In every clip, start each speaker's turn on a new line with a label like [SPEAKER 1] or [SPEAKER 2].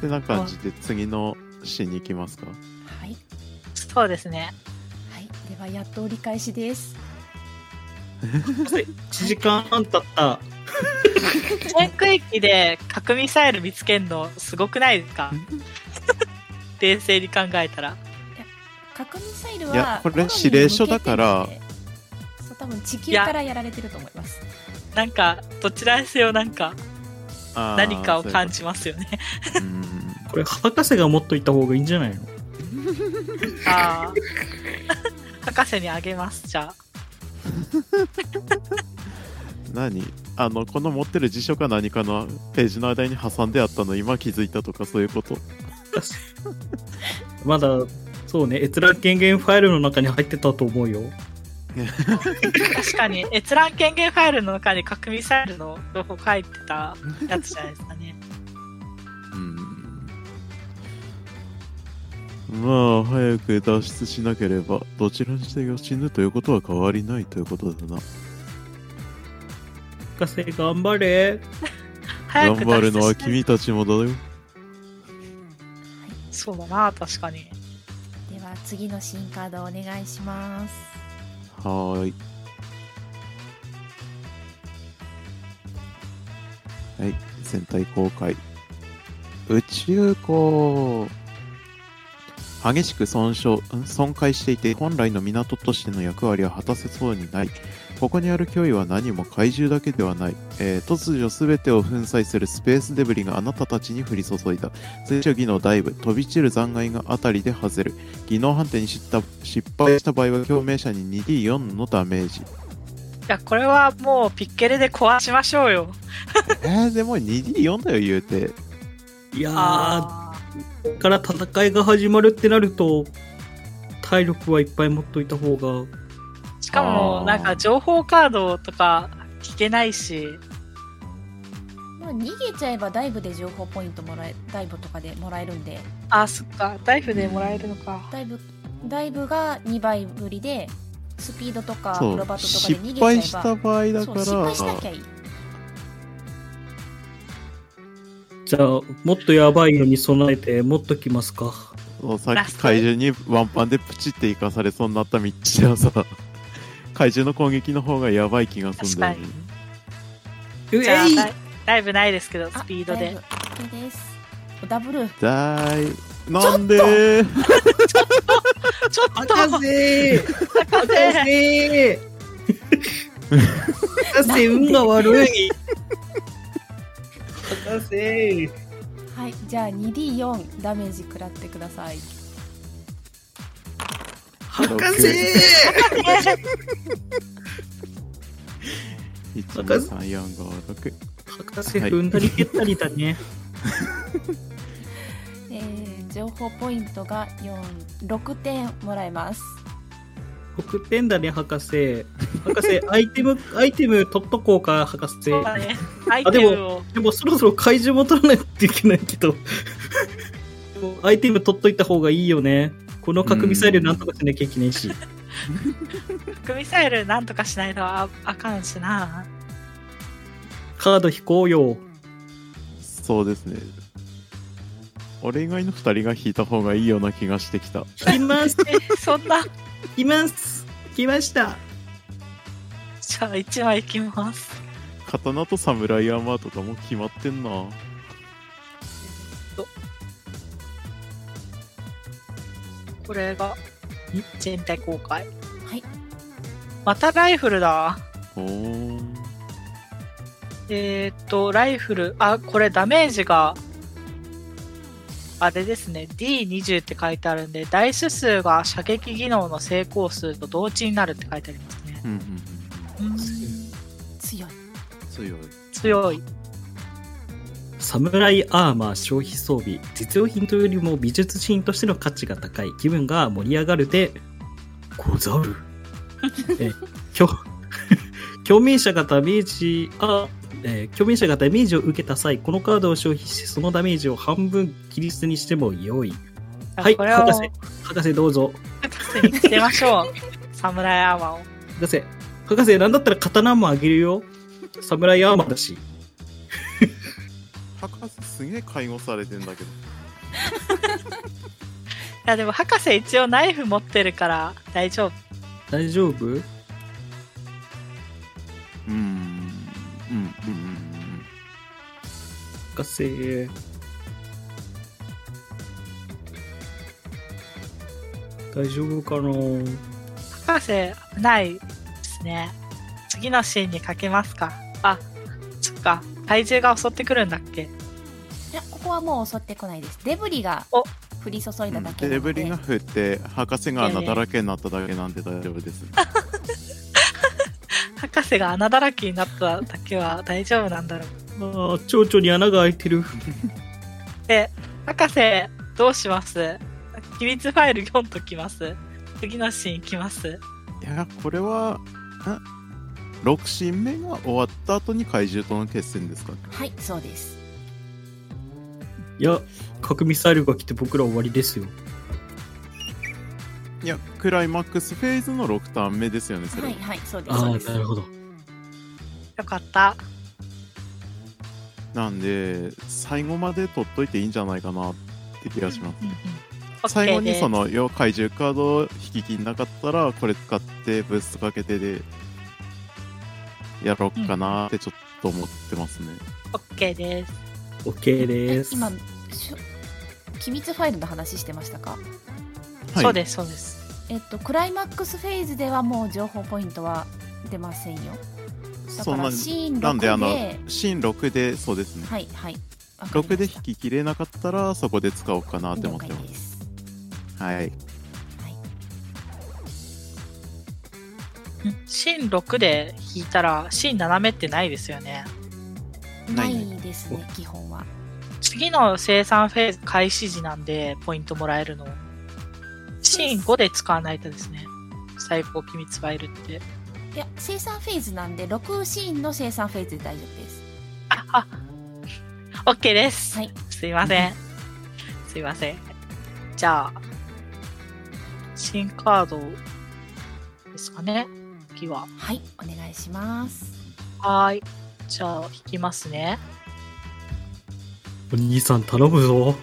[SPEAKER 1] てな感じで次のシーンに行きますか
[SPEAKER 2] はい、
[SPEAKER 3] そうですね。
[SPEAKER 2] はい、ではやっと折り返しです。
[SPEAKER 4] 1時間半経った。
[SPEAKER 3] 天空駅で核ミサイル見つけんのすごくないですか冷静に考えたら。
[SPEAKER 2] 核ミサイル
[SPEAKER 1] いや
[SPEAKER 2] は
[SPEAKER 1] これ指令書だから
[SPEAKER 2] 好みに向けてるのでそう多分地球からやられてると思います。
[SPEAKER 3] なんか、どちらにせよなんか、
[SPEAKER 1] あー
[SPEAKER 3] 何かを感
[SPEAKER 1] そ
[SPEAKER 3] じますよね。
[SPEAKER 1] ういうことうん
[SPEAKER 4] これ、博士が持っといた方がいいんじゃ ないの
[SPEAKER 3] ああ。 博士にあげます、じゃあ。
[SPEAKER 1] 何あのこの持ってる辞書か何かのページの間に挟んであったの今気づいたとかそういうこと
[SPEAKER 4] まだ、そうね、閲覧権限ファイルの中に入ってたと思うよ。
[SPEAKER 3] 確かに、閲覧権限ファイルの中に核ミサイルの情報書いてたやつじゃないですかね。
[SPEAKER 1] うんまあ早く脱出しなければどちらにしても死ぬということは変わりないということだな
[SPEAKER 4] 博士、頑張れ。
[SPEAKER 3] 早
[SPEAKER 1] 頑
[SPEAKER 3] く
[SPEAKER 1] 張るのは
[SPEAKER 3] 脱出しない
[SPEAKER 1] 君たちもだよ
[SPEAKER 3] そうだな、確かに。
[SPEAKER 2] では次の新カードお願いします。
[SPEAKER 1] はーい。はい、全体公開。宇宙港激しく損傷、ん損壊していて、本来の港としての役割は果たせそうにない。ここにある脅威は何も怪獣だけではない。えー突如全てを粉砕するスペースデブリがあなたたちに降り注いだ。追跡技能ダイブ、飛び散る残骸が辺りで外れる。技能判定に失った失敗した場合は共鳴者に 2D4 のダメージ
[SPEAKER 3] いや、これはもうピッケレで壊しましょうよ。
[SPEAKER 1] えー、でも 2D4 だよ言うて
[SPEAKER 4] いやー、こっから戦いが始まるってなると、体力はいっぱい持っといた方が、
[SPEAKER 3] ーしかも
[SPEAKER 1] あ、ー
[SPEAKER 3] なんか情報カードとか聞けないし、
[SPEAKER 2] まあ逃げちゃえばダイブで情報ポイントもらえダイブとかでもらえるんで
[SPEAKER 3] あ、そっか、ダイフでもらえるのか。
[SPEAKER 2] ダイブダイブが2倍ぶりでスピードとか
[SPEAKER 1] そ
[SPEAKER 2] アクロバ
[SPEAKER 1] う
[SPEAKER 2] ットとか
[SPEAKER 1] 失
[SPEAKER 2] で逃げちゃえば
[SPEAKER 1] 敗した場合だ
[SPEAKER 2] そ
[SPEAKER 1] か
[SPEAKER 2] う
[SPEAKER 1] ら
[SPEAKER 2] 失敗しなきゃいい
[SPEAKER 4] じゃあ、もっとやばいのに備えて、持っときますか。
[SPEAKER 1] そうさ
[SPEAKER 3] ラ
[SPEAKER 1] っき
[SPEAKER 3] スト
[SPEAKER 1] 怪獣にワンパンでプチって生かされそうになった道はさ 怪獣の攻撃の方がやばい気がすんだよね
[SPEAKER 4] え
[SPEAKER 3] じゃあ
[SPEAKER 4] い
[SPEAKER 3] ダイ、ダイブないですけど、
[SPEAKER 2] あ
[SPEAKER 3] スピード
[SPEAKER 2] ダイ
[SPEAKER 3] で
[SPEAKER 2] ブ。OK ですダブル
[SPEAKER 1] だーいなんでー
[SPEAKER 3] ちょっと、
[SPEAKER 4] 博士
[SPEAKER 3] 博
[SPEAKER 4] 博
[SPEAKER 3] 士
[SPEAKER 4] 士博士運が悪い博士
[SPEAKER 2] はいじゃあ 2D4 ダメージ食らってください
[SPEAKER 4] 博
[SPEAKER 1] 1234567
[SPEAKER 4] 博士踏んだり蹴ったりだね、
[SPEAKER 2] えー、情報ポイントが46点もらえます
[SPEAKER 4] 得点だね博士博 士アイテムアイテム取っとこうか博士
[SPEAKER 3] そうだね。アイテムを。
[SPEAKER 4] でもそろそろ怪獣も取らないといけないけどでもアイテム取っといた方がいいよねこの核ミサイルなんとかしなきゃいけないし
[SPEAKER 3] 核ミサイルなんとかしないとああかんしな。
[SPEAKER 4] カード引こうよ
[SPEAKER 1] そうですね俺以外の2人が引いた方がいいような気がしてきた
[SPEAKER 4] 引きます
[SPEAKER 3] え、そんな。
[SPEAKER 4] 引きます引きました
[SPEAKER 3] じゃあ、1枚いきます。
[SPEAKER 1] 刀と侍アーマーとかもう決まってんな
[SPEAKER 3] これが、全体公開。
[SPEAKER 2] はい
[SPEAKER 3] またライフルだ。
[SPEAKER 1] おーん
[SPEAKER 3] えーっと、ライフル。あ、これダメージが、あれですね。D20 って書いてあるんで、ダイス数が射撃技能の成功数と同値になるって書いてありますね。
[SPEAKER 1] うんうん
[SPEAKER 3] うん
[SPEAKER 2] 強い
[SPEAKER 1] 強い
[SPEAKER 3] 強い。
[SPEAKER 4] サムライアーマー消費装備実用品というよりも美術品としての価値が高い気分が盛り上がるでござ るえ共 共鳴者がダメージあえー共鳴者がダメージを受けた際このカードを消費しそのダメージを半分切り捨てにしても良いはい
[SPEAKER 3] これを
[SPEAKER 4] 博士博士どうぞ
[SPEAKER 3] 博士に着せましょう。 侍アーマーを。
[SPEAKER 4] 博士博士なんだったら刀もあげるよサムライアーマーだし
[SPEAKER 1] 博士すげえ介護されてんだけど
[SPEAKER 3] いやでも博士一応ナイフ持ってるから大丈夫
[SPEAKER 4] 大丈夫
[SPEAKER 1] うーんうんうんうんうん
[SPEAKER 4] 博士大丈夫かな
[SPEAKER 3] 博士危ないですね次のシーンにかけますかあそっか体重が襲ってくるんだっけ
[SPEAKER 2] いやここはもう襲ってこないですデブリが
[SPEAKER 3] お
[SPEAKER 2] 降り注いだだけなので、
[SPEAKER 1] テレブリが降って博士が穴だらけになっただけなんで大丈夫です、
[SPEAKER 3] 博士が穴だらけになっただけは大丈夫なんだろう
[SPEAKER 4] ああ蝶々に穴が開いてる
[SPEAKER 3] で博士どうします機密ファイル読んときます次のシーンいきます
[SPEAKER 1] いやこれはん6シーン目が終わった後に怪獣との決戦ですか
[SPEAKER 2] はいそうです
[SPEAKER 4] いや核ミサイルが来て僕ら終わりですよ
[SPEAKER 1] いやクライマックスフェーズの6ターン目ですよねそれ、
[SPEAKER 2] はいはいそうですそ
[SPEAKER 4] あ
[SPEAKER 2] う
[SPEAKER 4] あ
[SPEAKER 2] です
[SPEAKER 4] なるほど
[SPEAKER 3] よかった
[SPEAKER 1] なんで最後まで取っといていいんじゃないかなって気がします、
[SPEAKER 3] うんうんうん OK
[SPEAKER 1] 最後に
[SPEAKER 3] です
[SPEAKER 1] その要は怪獣カードを引き切んなかったらこれ使ってブーストかけてでやろうかなってちょっと思ってますね、
[SPEAKER 3] OK です
[SPEAKER 4] OK
[SPEAKER 2] え
[SPEAKER 4] です
[SPEAKER 2] 今しょ機密ファイルの話してましたか
[SPEAKER 1] はい
[SPEAKER 3] そうです、そうです。
[SPEAKER 2] えっとクライマックスフェーズではもう情報ポイントは出ませんよだ
[SPEAKER 1] そ
[SPEAKER 2] か
[SPEAKER 1] んな
[SPEAKER 2] らシーン
[SPEAKER 1] なん
[SPEAKER 2] 6で
[SPEAKER 1] であのシーン6でそうですね
[SPEAKER 2] はいはいわかりました
[SPEAKER 1] 6で引き切れなかったらそこで使おうかなって思
[SPEAKER 2] 了
[SPEAKER 1] って
[SPEAKER 2] 解
[SPEAKER 1] ます
[SPEAKER 2] です
[SPEAKER 1] はい
[SPEAKER 2] はい
[SPEAKER 3] シーン6で引いたら、シーン7目ってないですよね。
[SPEAKER 1] な
[SPEAKER 2] ない
[SPEAKER 1] ね
[SPEAKER 2] いですね基本は
[SPEAKER 3] 次の生産フェーズ開始時なんで、ポイントもらえるの。シーン5で使わないとですね。最高機密ファイルって。
[SPEAKER 2] いや生産フェーズなんで6シーンの生産フェーズで大丈夫です
[SPEAKER 3] あ、あ、OK です。
[SPEAKER 2] はい
[SPEAKER 3] すいません。すいません。じゃあ、新カードですかね。次は。
[SPEAKER 2] はいお願いします
[SPEAKER 3] はーい。じゃあ、引きますね。
[SPEAKER 4] お兄さん頼むぞお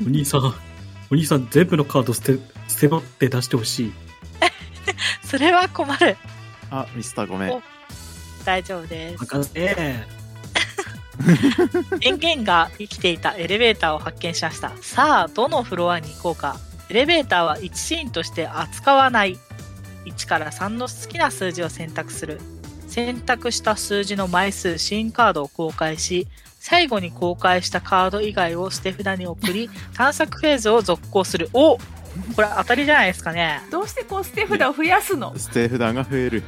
[SPEAKER 4] 兄さんお兄さん全部のカード捨て捨てろって出してほしい
[SPEAKER 3] それは困る。
[SPEAKER 1] あミスターごめん
[SPEAKER 3] お大丈夫です。
[SPEAKER 4] 博士
[SPEAKER 3] 電源が生きていたエレベーターを発見しましたさあどのフロアに行こうかエレベーターは1シーンとして扱わない1から3の好きな数字を選択する選択した数字の枚数新カードを公開し最後に公開したカード以外を捨て札に送り探索フェーズを続行するおこれ当たりじゃないですかね
[SPEAKER 2] どうしてこう捨て札を増やすの
[SPEAKER 1] 捨て札が増える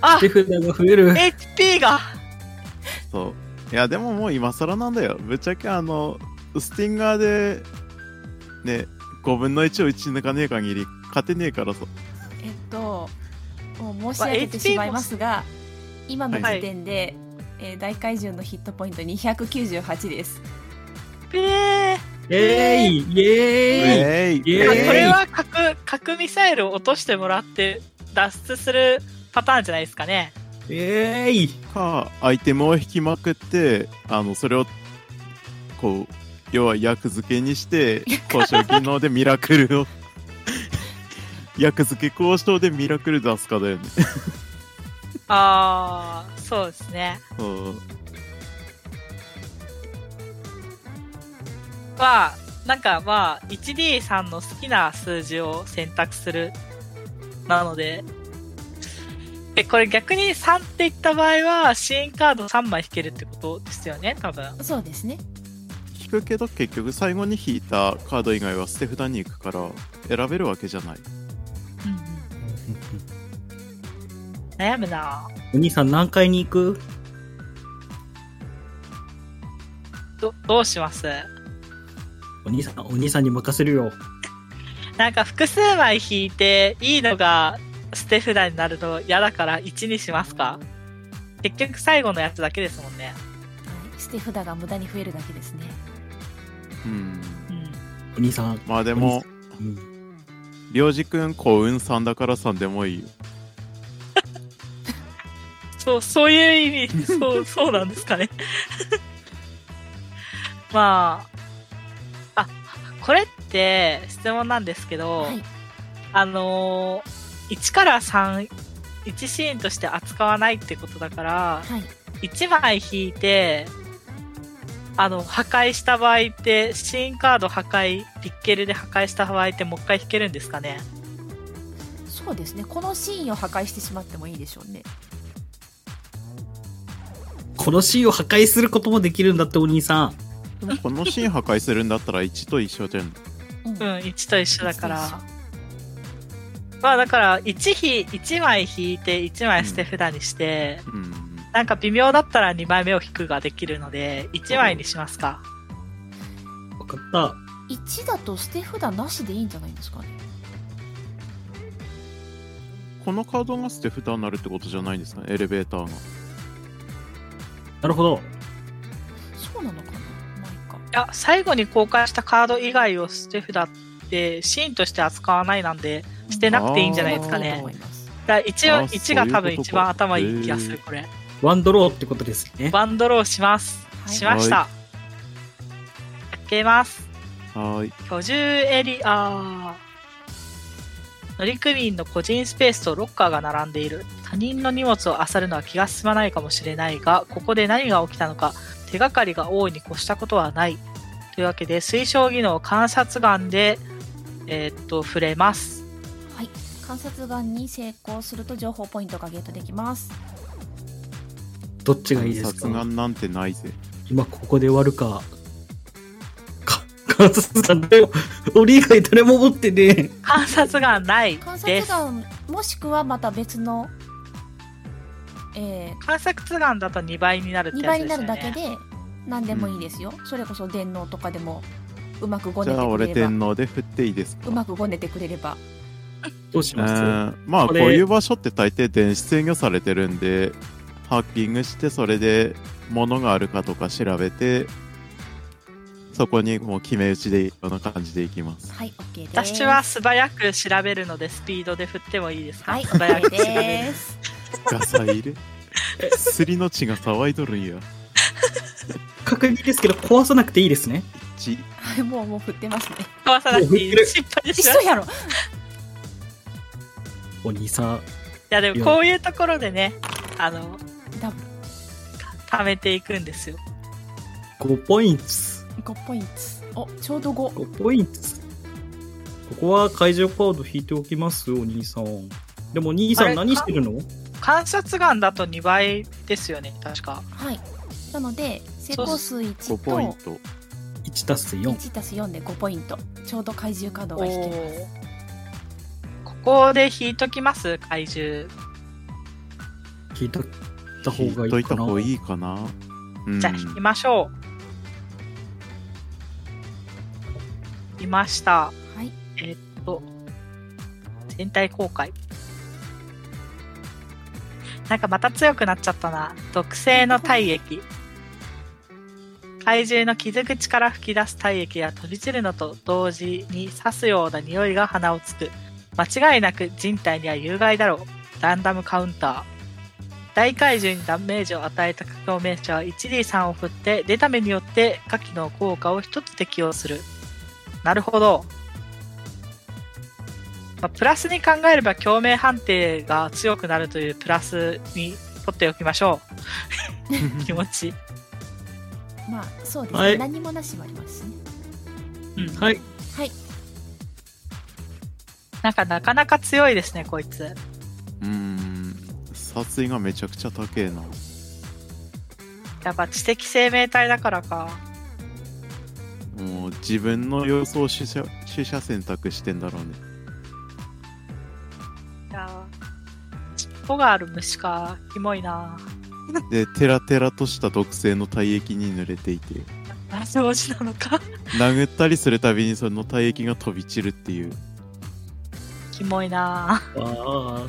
[SPEAKER 3] あ
[SPEAKER 4] 手札が増える
[SPEAKER 3] HP が
[SPEAKER 1] そういやでももう今更なんだよぶっちゃけあのスティンガーでね5分の1を打ち抜かねえ限り勝てねえからさ
[SPEAKER 2] えっともう申し上げてしまいますが今の時点で、えー大怪獣のヒットポイント298です
[SPEAKER 3] えー
[SPEAKER 4] えいイ
[SPEAKER 1] ウ
[SPEAKER 4] エー
[SPEAKER 1] ェ
[SPEAKER 4] イ
[SPEAKER 1] イ
[SPEAKER 4] イエーイ
[SPEAKER 3] まあこれは核核ミサイルを落としてもらって脱出するパターンじゃないですかね。
[SPEAKER 4] イエーイ
[SPEAKER 1] かアイテムを引きまくってあのそれをこう要は役付けにして交渉技能でミラクルを役付け交渉でミラクル出すかだよね
[SPEAKER 3] ああ、そうですね。
[SPEAKER 1] そう
[SPEAKER 3] まあ、なんかまあ、1D さんの好きな数字を選択する。なので、え、これ逆に3って言った場合は、支援カード3枚引けるってことですよね、多分。
[SPEAKER 2] そうですね
[SPEAKER 1] 引くけど結局最後に引いたカード以外は捨て札に行くから選べるわけじゃない
[SPEAKER 3] 悩むなぁ
[SPEAKER 4] お兄さん何階に行く
[SPEAKER 3] ど、どうします
[SPEAKER 4] お兄さんお兄さんに任せるよ
[SPEAKER 3] なんか複数枚引いていいのが捨て札になるの嫌だから1にしますか結局最後のやつだけですもんね。
[SPEAKER 2] はい捨て札が無駄に増えるだけですね
[SPEAKER 1] うん
[SPEAKER 3] うん。
[SPEAKER 4] お兄さん、
[SPEAKER 1] まあでも
[SPEAKER 4] うん、
[SPEAKER 1] りょうじくん幸運さんだからさんでもいいよ
[SPEAKER 3] そう、そういう意味、そう、そうなんですかね。 まあ、あ、これって質問なんですけど、
[SPEAKER 2] はい
[SPEAKER 3] あのー、1から3、1シーンとして扱わないってことだから、
[SPEAKER 2] はい
[SPEAKER 3] 1枚引いて、あの、破壊した場合って、シーンカード破壊、ピッケルで破壊した場合ってもう一回引けるんですかね
[SPEAKER 2] そうですねこのシーンを破壊してしまってもいいでしょうね
[SPEAKER 4] このシーンを破壊することもできるんだってお兄さ
[SPEAKER 1] で
[SPEAKER 4] ん
[SPEAKER 1] もこのシーン破壊するんだったら1と一緒じゃん。
[SPEAKER 2] うん
[SPEAKER 3] うん、1と一緒だから。まあだから1、1枚引いて1枚捨て札にして、
[SPEAKER 1] うん。
[SPEAKER 3] なんか微妙だったら2枚目を引くができるので、1枚にしますか。
[SPEAKER 4] 分かった
[SPEAKER 2] 1だと捨て札なしでいいんじゃないんですかね
[SPEAKER 1] このカードが捨て札になるってことじゃないんですかね、エレベーターが。
[SPEAKER 4] なるほど
[SPEAKER 2] そうなのかなないか
[SPEAKER 3] いや、最後に公開したカード以外を捨て札って、シーンとして扱わないなんで、捨てなくていいんじゃないですか
[SPEAKER 2] いいと
[SPEAKER 3] ね
[SPEAKER 2] 思。います
[SPEAKER 3] だから一
[SPEAKER 1] あー
[SPEAKER 3] 応、1が多分一番頭いい気がす
[SPEAKER 1] そうい
[SPEAKER 3] る、
[SPEAKER 1] う
[SPEAKER 3] これ。
[SPEAKER 4] ワンドローってことですね
[SPEAKER 3] バンドローします。
[SPEAKER 2] はい
[SPEAKER 3] しました。開けます。
[SPEAKER 1] はーい。
[SPEAKER 3] 居住エリア。乗組員の個人スペースとロッカーが並んでいる。他人の荷物を漁るのは気が進まないかもしれないが、ここで何が起きたのか、手がかりが大いに越したことはない。というわけで、推奨技能観察眼で、えーっと、触れます。
[SPEAKER 2] はい観察眼に成功すると情報ポイントがゲットできます
[SPEAKER 4] どっちがいいです
[SPEAKER 1] 殺
[SPEAKER 4] か
[SPEAKER 1] 眼なんてないぜ。
[SPEAKER 4] 今ここで終わるかか観察さんでも 俺以外誰も持ってね
[SPEAKER 3] 観察眼ない
[SPEAKER 2] 観
[SPEAKER 3] で
[SPEAKER 2] 察
[SPEAKER 3] す。
[SPEAKER 2] 眼もしくはまた別の、え
[SPEAKER 3] 観察眼だと2倍になるっ
[SPEAKER 2] ー、
[SPEAKER 3] て
[SPEAKER 2] 2
[SPEAKER 3] やつで
[SPEAKER 2] 倍に
[SPEAKER 3] すよ
[SPEAKER 2] な
[SPEAKER 3] ね。
[SPEAKER 2] るだけで何でもいいですよ、それこそ電脳とかでもうまくご
[SPEAKER 1] じ
[SPEAKER 2] ね
[SPEAKER 1] ゃあ、俺
[SPEAKER 2] てくれれば
[SPEAKER 1] 天皇で振っていいですか
[SPEAKER 2] うまくごねてくれれば
[SPEAKER 4] どうし
[SPEAKER 1] え
[SPEAKER 4] ます
[SPEAKER 1] ーまあ、こ
[SPEAKER 4] こ
[SPEAKER 1] う
[SPEAKER 4] れ
[SPEAKER 1] いう場所って大抵電子制御されてるんで、ハッキングして、それで物があるかとか調べて、そこにもう決め打ちでいいような感じでいきます。
[SPEAKER 2] はい OK です
[SPEAKER 3] 私は素早く調べるので、スピードで振ってもいいですか
[SPEAKER 2] はい
[SPEAKER 3] 素早
[SPEAKER 2] OK
[SPEAKER 3] く調べる。
[SPEAKER 2] です
[SPEAKER 1] ガサ入れすりの血が騒いどるんや。
[SPEAKER 4] 確認ですけど壊さなくていいですね
[SPEAKER 1] 血
[SPEAKER 2] はいもうもう振ってますね
[SPEAKER 3] 壊さなくていい失敗し
[SPEAKER 2] 一
[SPEAKER 3] ちゃ
[SPEAKER 2] 緒やろ
[SPEAKER 4] お兄さん
[SPEAKER 3] いやでもこういうところでね、あの、
[SPEAKER 2] ダ
[SPEAKER 3] 貯めていくんですよ。
[SPEAKER 4] 5ポイント
[SPEAKER 2] 5ポイントおちょうど5
[SPEAKER 4] 5ポイントここは会場カード引いておきますお兄さんでもお兄
[SPEAKER 3] あ
[SPEAKER 4] さん
[SPEAKER 3] れ
[SPEAKER 4] 何してるの
[SPEAKER 3] 観察眼だと2倍ですよね、確か。
[SPEAKER 2] はいなので成功数1
[SPEAKER 1] 5ポイン
[SPEAKER 2] と
[SPEAKER 1] ト。
[SPEAKER 4] 1たす4
[SPEAKER 2] 1たす4で5ポイントちょうど怪獣カードが引ける
[SPEAKER 3] ーここで引いときます、怪獣。
[SPEAKER 4] 引いたた方
[SPEAKER 1] 引い
[SPEAKER 4] がい
[SPEAKER 1] と
[SPEAKER 4] い
[SPEAKER 1] い
[SPEAKER 4] か
[SPEAKER 1] た
[SPEAKER 4] な
[SPEAKER 1] 方がいいかな。うん
[SPEAKER 3] じゃあ引きましょう。いました。
[SPEAKER 2] はい
[SPEAKER 3] えっと、全体公開。なんかまた強くなっちゃったな。毒性の体液。怪獣の傷口から吹き出す体液や飛び散るのと同時に刺すような匂いが鼻をつく。間違いなく人体には有害だろう。ランダムカウンター。大怪獣にダメージを与えた格闘名者は 1D3 を振って出た目によって下記の効果を1つ適用する。なるほど。まあ、プラスに考えれば共鳴判定が強くなるというプラスに取っておきましょう。気持ち。
[SPEAKER 2] まあそうですね、
[SPEAKER 4] はい
[SPEAKER 2] 何もなしもありますしね
[SPEAKER 3] うん
[SPEAKER 4] はい
[SPEAKER 2] はい
[SPEAKER 3] なんかなかなか強いですね、こいつ。
[SPEAKER 1] うん。殺意がめちゃくちゃ高えな。
[SPEAKER 3] やっぱ知的生命体だからか。
[SPEAKER 1] もう自分の様子を取捨取捨選択してんだろうね。
[SPEAKER 3] いやー尻尾がある虫か。キモいな。
[SPEAKER 1] で、テラテラとした毒性の体液に濡れていて、
[SPEAKER 3] なぜ文字なのか。
[SPEAKER 1] 殴ったりするたびにその体液が飛び散るっていう。
[SPEAKER 3] キモいな。
[SPEAKER 4] ああ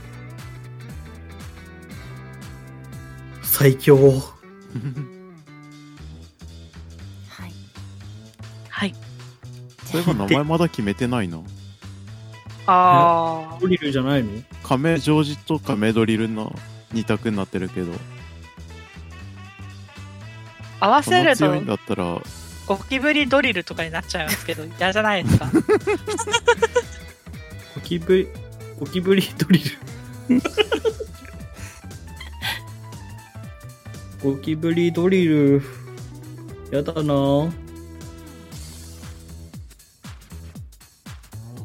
[SPEAKER 4] 最強
[SPEAKER 2] はい
[SPEAKER 3] はい。
[SPEAKER 1] そういえば名前まだ決めてないな。
[SPEAKER 3] あ
[SPEAKER 4] ドリルじゃないの
[SPEAKER 1] カメジョージとカメドリルの二択になってるけど、
[SPEAKER 3] あ。合わ
[SPEAKER 1] こ
[SPEAKER 3] せ
[SPEAKER 1] の
[SPEAKER 3] ると
[SPEAKER 1] 強いんだったら、
[SPEAKER 3] ゴキブリドリルとかになっちゃいますけど、嫌じゃないです か。
[SPEAKER 4] ゴキブリ、ゴキブリドリル。 ゴキブリドリル。やだなぁ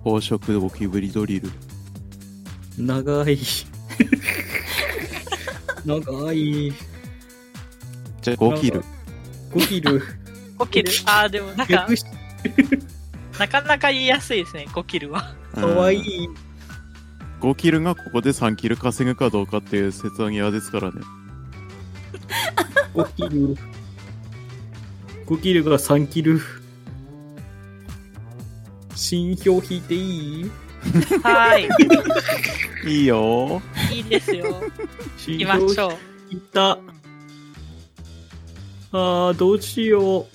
[SPEAKER 1] 宝飾ゴキブリドリル。
[SPEAKER 4] 長 い。長い。
[SPEAKER 1] じゃあ、ゴキル。
[SPEAKER 4] ゴキ ル。
[SPEAKER 3] ゴキル。ああ、でもなんか、なかなか言いやすいですね、ゴキルは。
[SPEAKER 4] かわい
[SPEAKER 1] うん。
[SPEAKER 4] い。
[SPEAKER 1] 5キルがここで3キル稼ぐかどうかっていう説明屋ですからね。
[SPEAKER 4] ゴキル。ゴキルが3キル。新票引いていい
[SPEAKER 3] はい
[SPEAKER 1] いよ
[SPEAKER 3] い。いいですよ。
[SPEAKER 4] 新
[SPEAKER 3] 行きましょう。
[SPEAKER 4] 引いた。あー、どうしよう。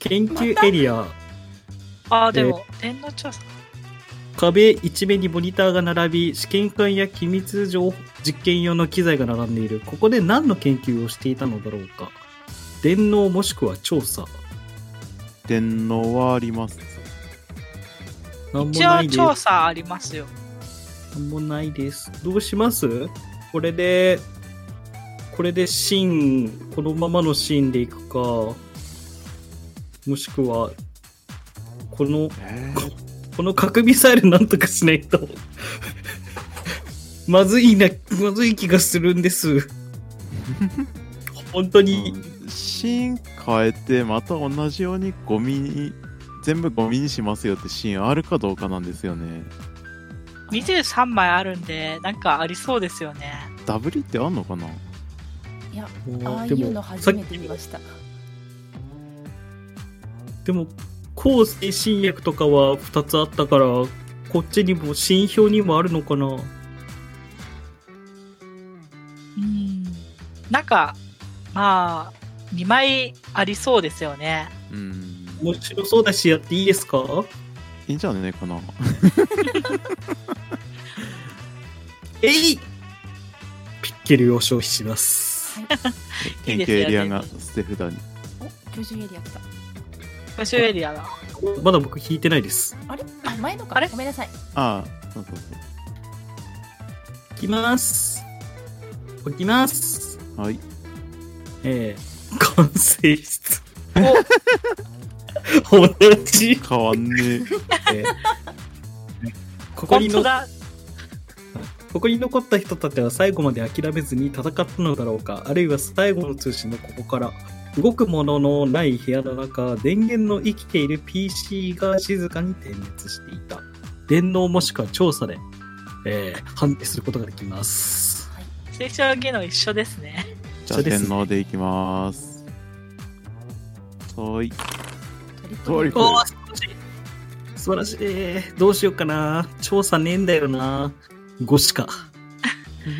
[SPEAKER 4] 研究エリア。
[SPEAKER 3] ああ、でも、天皇調査。
[SPEAKER 4] 壁一面にモニターが並び試験管や機密情報実験用の機材が並んでいるここで何の研究をしていたのだろうか電脳もしくは調査
[SPEAKER 1] 電脳はあります。
[SPEAKER 4] 何も
[SPEAKER 3] 一
[SPEAKER 4] な
[SPEAKER 3] 応
[SPEAKER 4] いで
[SPEAKER 3] 調
[SPEAKER 4] す
[SPEAKER 3] 査ありますよ。
[SPEAKER 4] 何もないですどうしますこれでこれでシーンこのままのシーンでいくかもしくはこの
[SPEAKER 1] え
[SPEAKER 4] この核ミサイルなんとかしないと まずいなまずい気がするんです 本当に、
[SPEAKER 1] シーン変えてまた同じようにゴミに全部ゴミにしますよってシーンあるかどうかなんですよね。
[SPEAKER 3] 23枚あるんで、なんかありそうですよね。
[SPEAKER 1] W ってあんのかない
[SPEAKER 2] や、
[SPEAKER 4] も
[SPEAKER 2] ああい
[SPEAKER 4] で
[SPEAKER 2] う
[SPEAKER 4] も
[SPEAKER 2] の初めて見ました。
[SPEAKER 4] でも抗精神薬とかは2つあったからこっちにも新表にもあるのかな
[SPEAKER 3] うん。なんか、まあ、2枚ありそうですよね。
[SPEAKER 1] うん。
[SPEAKER 4] 面白そうだしやっていいですか
[SPEAKER 1] いいんじゃねえかな。
[SPEAKER 4] えいピッケルを消費します
[SPEAKER 3] いい
[SPEAKER 1] 研
[SPEAKER 3] ですよね
[SPEAKER 1] 究エリアが捨て札に。
[SPEAKER 2] お、居住エリア来た。
[SPEAKER 3] 募集エリ アだ。
[SPEAKER 4] まだ僕引いてないです
[SPEAKER 2] あれあ前のか。
[SPEAKER 3] あれ
[SPEAKER 2] ごめんなさい。
[SPEAKER 1] ああ、そうそうそ
[SPEAKER 4] いきます置きます
[SPEAKER 1] う。はい。
[SPEAKER 4] ええ完成室
[SPEAKER 3] お
[SPEAKER 4] 同 じ。
[SPEAKER 1] 変わん ねえ。
[SPEAKER 4] ここ
[SPEAKER 3] 本
[SPEAKER 4] に
[SPEAKER 3] 当
[SPEAKER 4] の、
[SPEAKER 3] だ。
[SPEAKER 4] ここに残った人たちは最後まで諦めずに戦ったのだろうか、あるいは最後の通信のここから、動くもののない部屋の中、電源の生きている PC が静かに点滅していた。電脳もしくは調査で、えー判定することができます。
[SPEAKER 3] 成長技能一緒ですね。
[SPEAKER 1] じゃ
[SPEAKER 4] そう
[SPEAKER 1] あ
[SPEAKER 4] です
[SPEAKER 1] 天皇でいきます。はーい。
[SPEAKER 2] 取
[SPEAKER 1] トリ
[SPEAKER 2] り込み
[SPEAKER 1] プル
[SPEAKER 4] おー素晴らしい。素晴らしい。どうしようかな。調査ねえんだよな。5 しか。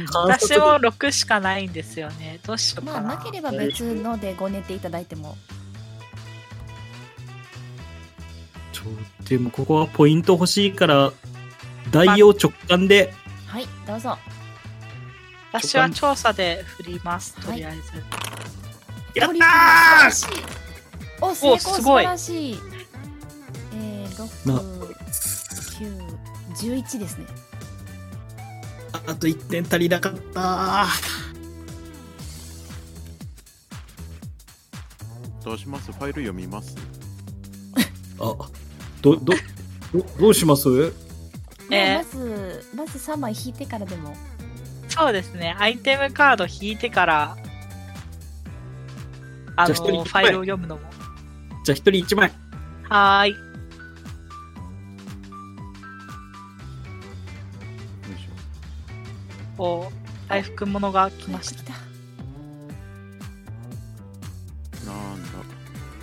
[SPEAKER 4] 観察
[SPEAKER 3] 私も6しかないんですよね。どうしよう
[SPEAKER 2] ま
[SPEAKER 3] か
[SPEAKER 2] あ
[SPEAKER 3] な。
[SPEAKER 2] なければ別のでご寝ていただいても。
[SPEAKER 4] ちょでもここはポイント欲しいから代用直感で
[SPEAKER 2] はい、どうぞ。
[SPEAKER 3] 私は調査で振ります、
[SPEAKER 2] はい
[SPEAKER 3] とりあえず。
[SPEAKER 4] や
[SPEAKER 2] ト
[SPEAKER 4] ったー
[SPEAKER 2] リプル素晴らしいお、成功
[SPEAKER 3] すごい
[SPEAKER 2] 素晴らしい。えー、
[SPEAKER 4] な
[SPEAKER 2] 六九十一ですね。
[SPEAKER 4] あと1点足りなかった
[SPEAKER 1] どうしますファイル読みます
[SPEAKER 4] あどどどどうします
[SPEAKER 2] まあ
[SPEAKER 3] えー
[SPEAKER 2] まずまず三枚引いてからでも。
[SPEAKER 3] そうですね。アイテムカード引いてから、あ
[SPEAKER 4] じ
[SPEAKER 3] の、
[SPEAKER 4] ゃあ一
[SPEAKER 3] フ
[SPEAKER 4] 人一枚
[SPEAKER 3] ァイルを読むのも。
[SPEAKER 4] じゃあ1人1枚
[SPEAKER 3] はーい。
[SPEAKER 1] よいしょ
[SPEAKER 3] お、回復物が来ました。
[SPEAKER 2] 早く来た。
[SPEAKER 1] なんだ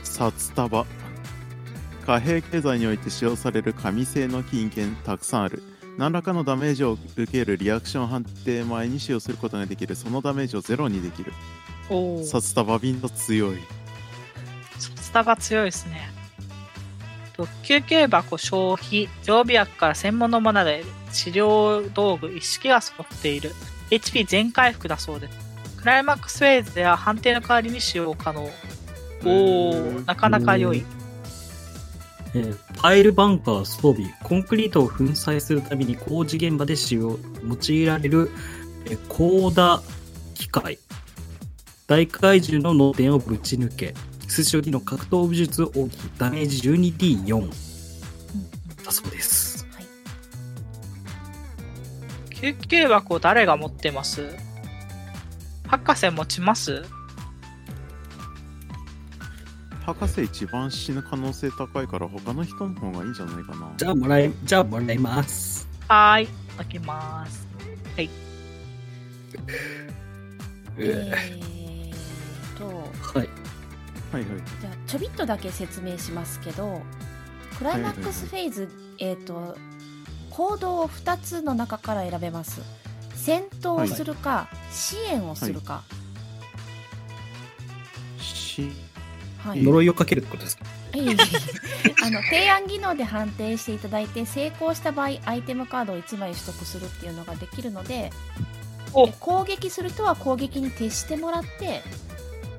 [SPEAKER 1] 札束貨幣経済において使用される紙製の金券たくさんある何らかのダメージを受けるリアクション判定前に使用することができるそのダメージをゼロにできる
[SPEAKER 3] おお。
[SPEAKER 1] 札束瓶と強い
[SPEAKER 3] スタバ強いですね。と救急箱消費、常備薬から専門のものまで治療道具一式が揃っている。HP 全回復だそうです。クライマックスフェーズでは判定の代わりに使用可能。おお、なかなか良い。
[SPEAKER 4] えーパイルバンカー装備、コンクリートを粉砕するために工事現場で使用、用いられる、えー、高打機械。大怪獣の脳天をぶち抜け、通称技の格闘武術奥義、ダメージ 12D4 だそうです。
[SPEAKER 3] 救急箱誰が持ってます博士持ちます
[SPEAKER 1] 博士一番死ぬ可能性高いから他の人の方がいいんじゃないかな
[SPEAKER 4] じゃあもらえ、じゃあもらいます。
[SPEAKER 3] はーい、開けます。
[SPEAKER 2] え
[SPEAKER 4] え
[SPEAKER 2] ーっと
[SPEAKER 4] ーはい。
[SPEAKER 1] はいはい
[SPEAKER 2] じゃあちょびっとだけ説明しますけどクライマックスフェーズ、えーっと行動を2つの中から選べます戦闘をするか、支援をするか、
[SPEAKER 1] し
[SPEAKER 2] はい
[SPEAKER 4] 呪いをかけるってことですか
[SPEAKER 2] いえい えいえあの提案技能で判定していただいて成功した場合アイテムカードを1枚取得するっていうのができるので
[SPEAKER 3] お
[SPEAKER 2] え攻撃する人は攻撃に徹してもらって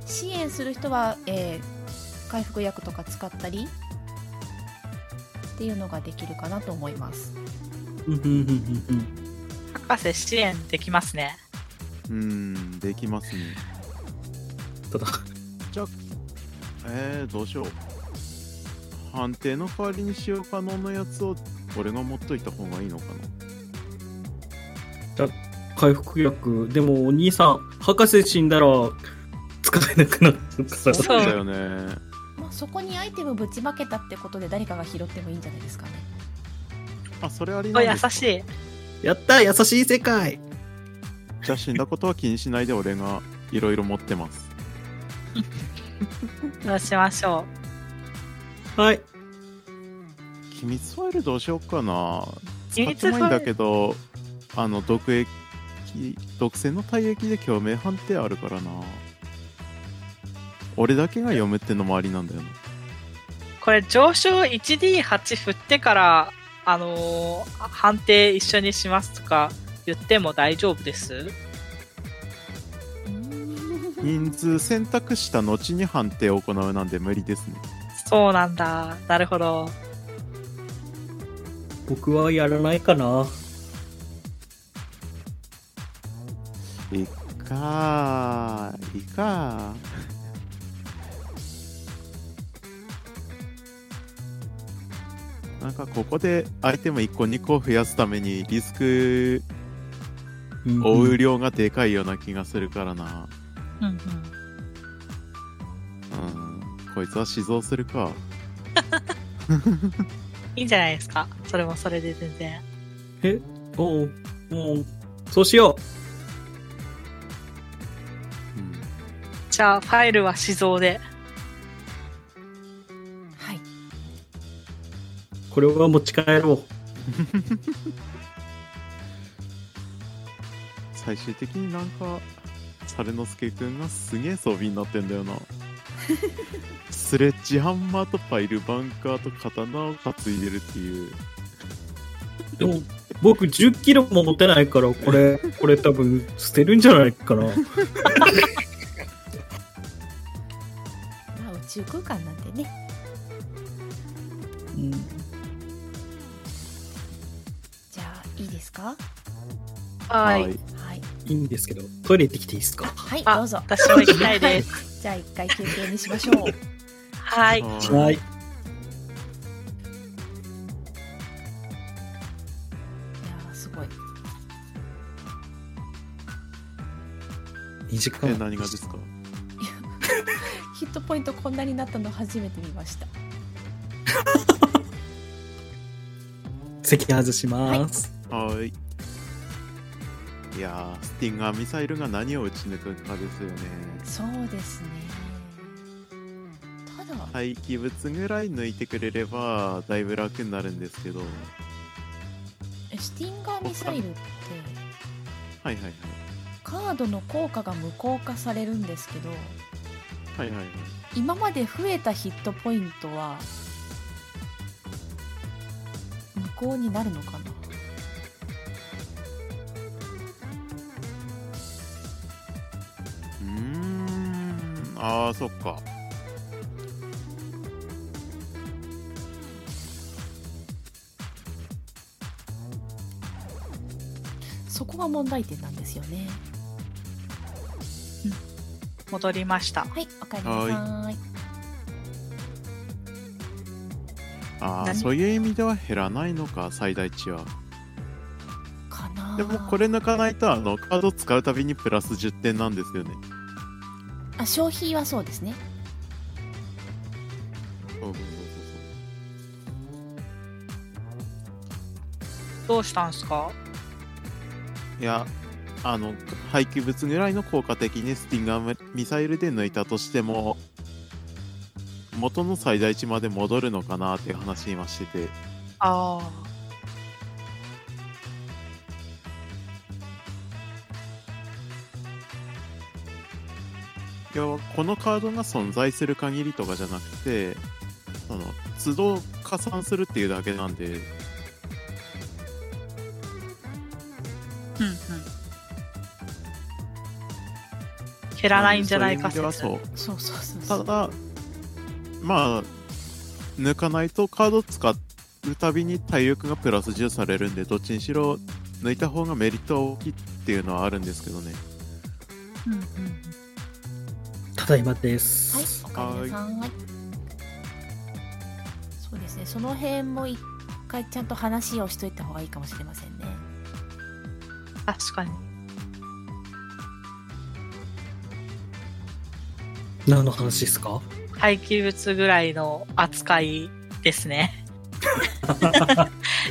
[SPEAKER 2] 支援する人は、えー回復薬とか使ったりっていうのができるかなと思います
[SPEAKER 4] うんうんうんうんうん。
[SPEAKER 3] 博士支援できますね。
[SPEAKER 1] うーんできますね
[SPEAKER 4] ただ、
[SPEAKER 1] えー、どうしよう判定の代わりに使用可能なやつを俺が持っといた方がいいのか
[SPEAKER 4] 回復薬、でもお兄さん、博士死んだら使えなくなっちゃうから
[SPEAKER 1] な
[SPEAKER 3] そう
[SPEAKER 1] だよね
[SPEAKER 2] まあ、そこにアイテムぶちまけたってことで誰かが拾ってもいいんじゃないですかね
[SPEAKER 1] あそれあり
[SPEAKER 3] お
[SPEAKER 1] なん
[SPEAKER 3] 優
[SPEAKER 1] です
[SPEAKER 3] しい。
[SPEAKER 4] やったー優しい世界
[SPEAKER 1] じゃあ死んだことは気にしないで俺がいろいろ持ってます
[SPEAKER 3] そうしましょ
[SPEAKER 4] はい。
[SPEAKER 1] 機密ファイルどうしようかな
[SPEAKER 3] う。
[SPEAKER 1] 使ってもいいんだけどあの毒液毒性の体液で共鳴判定あるからな俺だけが読むってのもありなんだよね
[SPEAKER 3] これ上昇 1D8 振ってから、あのー判定一緒にしますとか言っても大丈夫です
[SPEAKER 1] 人数選択した後に判定を行うなんで無理ですね
[SPEAKER 3] そうなんだ。なるほど。
[SPEAKER 4] 僕はやらないかな。
[SPEAKER 1] いっかーいっかーなんかここでアイテム1個2個増やすためにリスク
[SPEAKER 4] うん
[SPEAKER 1] 負う量がでかいような気がするからな
[SPEAKER 3] うんうん。
[SPEAKER 1] うんこいつは死蔵するか
[SPEAKER 3] いいんじゃないですか。それもそれで全然。
[SPEAKER 4] えおうおうそうしよ。
[SPEAKER 1] うん
[SPEAKER 3] じゃあ、ファイルは死蔵で。
[SPEAKER 2] はいう
[SPEAKER 4] これは持ち帰ろう。
[SPEAKER 1] 最終的になんか猿之助くんがすげえ装備になってんだ よなスレッジハンマーとパイルバンカーと刀を担いでるっていう
[SPEAKER 4] でも僕10キロも持てないから、これ、これ多分捨てるんじゃないかな。
[SPEAKER 2] まあ宇宙空間なんでね
[SPEAKER 4] うん
[SPEAKER 2] じゃあいいですか
[SPEAKER 3] はい。
[SPEAKER 2] はい
[SPEAKER 4] いいんですけど、トイレ行ってきていいですか
[SPEAKER 2] はい
[SPEAKER 3] あ
[SPEAKER 2] どうぞ
[SPEAKER 3] 私も行きたい です。
[SPEAKER 2] じゃあ一回休憩にしま しょう
[SPEAKER 3] は
[SPEAKER 1] はい
[SPEAKER 3] い。
[SPEAKER 4] はい。
[SPEAKER 2] いやーすごい。
[SPEAKER 4] 2時
[SPEAKER 1] え
[SPEAKER 4] 間。
[SPEAKER 1] 何がですか
[SPEAKER 2] ヒットポイントこんなになったの初めて見ました。
[SPEAKER 4] 席外します。
[SPEAKER 1] はーいいやースティンガーミサイルが何を撃ち抜くかですよね
[SPEAKER 2] そうですね。ただ、
[SPEAKER 1] 廃棄物ぐらい抜いてくれればだいぶ楽になるんですけどはい
[SPEAKER 2] えスティンガーミサイルって
[SPEAKER 1] はいはい
[SPEAKER 2] カードの効果が無効化されるんですけど、
[SPEAKER 1] はいはいはい
[SPEAKER 2] 今まで増えたヒットポイントは無効になるのかな。
[SPEAKER 1] うーんあーそっか
[SPEAKER 2] そこが問題点なんですよね
[SPEAKER 3] 戻りました。
[SPEAKER 2] はいおかえりなさい
[SPEAKER 1] ああ
[SPEAKER 3] 何
[SPEAKER 1] そういう意味では減らないのか最大値は
[SPEAKER 2] かな
[SPEAKER 1] でもこれ抜かないとあのカード使うたびにプラス10点なんですよね
[SPEAKER 2] あ消費はそうですね
[SPEAKER 3] どうしたんすか
[SPEAKER 1] いやあの廃棄物ぐらいの効果的にスティンガーミサイルで抜いたとしても元の最大値まで戻るのかなっていう話今してて
[SPEAKER 3] ああ。
[SPEAKER 1] 要はこのカードが存在する限りとかじゃなくてその都度加算するっていうだけなんで
[SPEAKER 3] うんうん。減らないんじゃないか
[SPEAKER 1] そう
[SPEAKER 3] 説
[SPEAKER 1] う意味ではそう
[SPEAKER 2] そうそうそうそ
[SPEAKER 1] た
[SPEAKER 2] う
[SPEAKER 1] だまあ抜かないとカード使うたびに体力がプラス10されるんでどっちにしろ抜いた方がメリットは大きいっていうのはあるんですけどね
[SPEAKER 3] うんうん
[SPEAKER 4] ただいまで
[SPEAKER 2] はい
[SPEAKER 4] す。
[SPEAKER 2] おかえりなさいそうですねその辺も一回ちゃんと話をしといた方がいいかもしれませんね
[SPEAKER 3] 確かに。
[SPEAKER 4] 何の話ですか
[SPEAKER 3] 廃棄物ぐらいの扱いですね。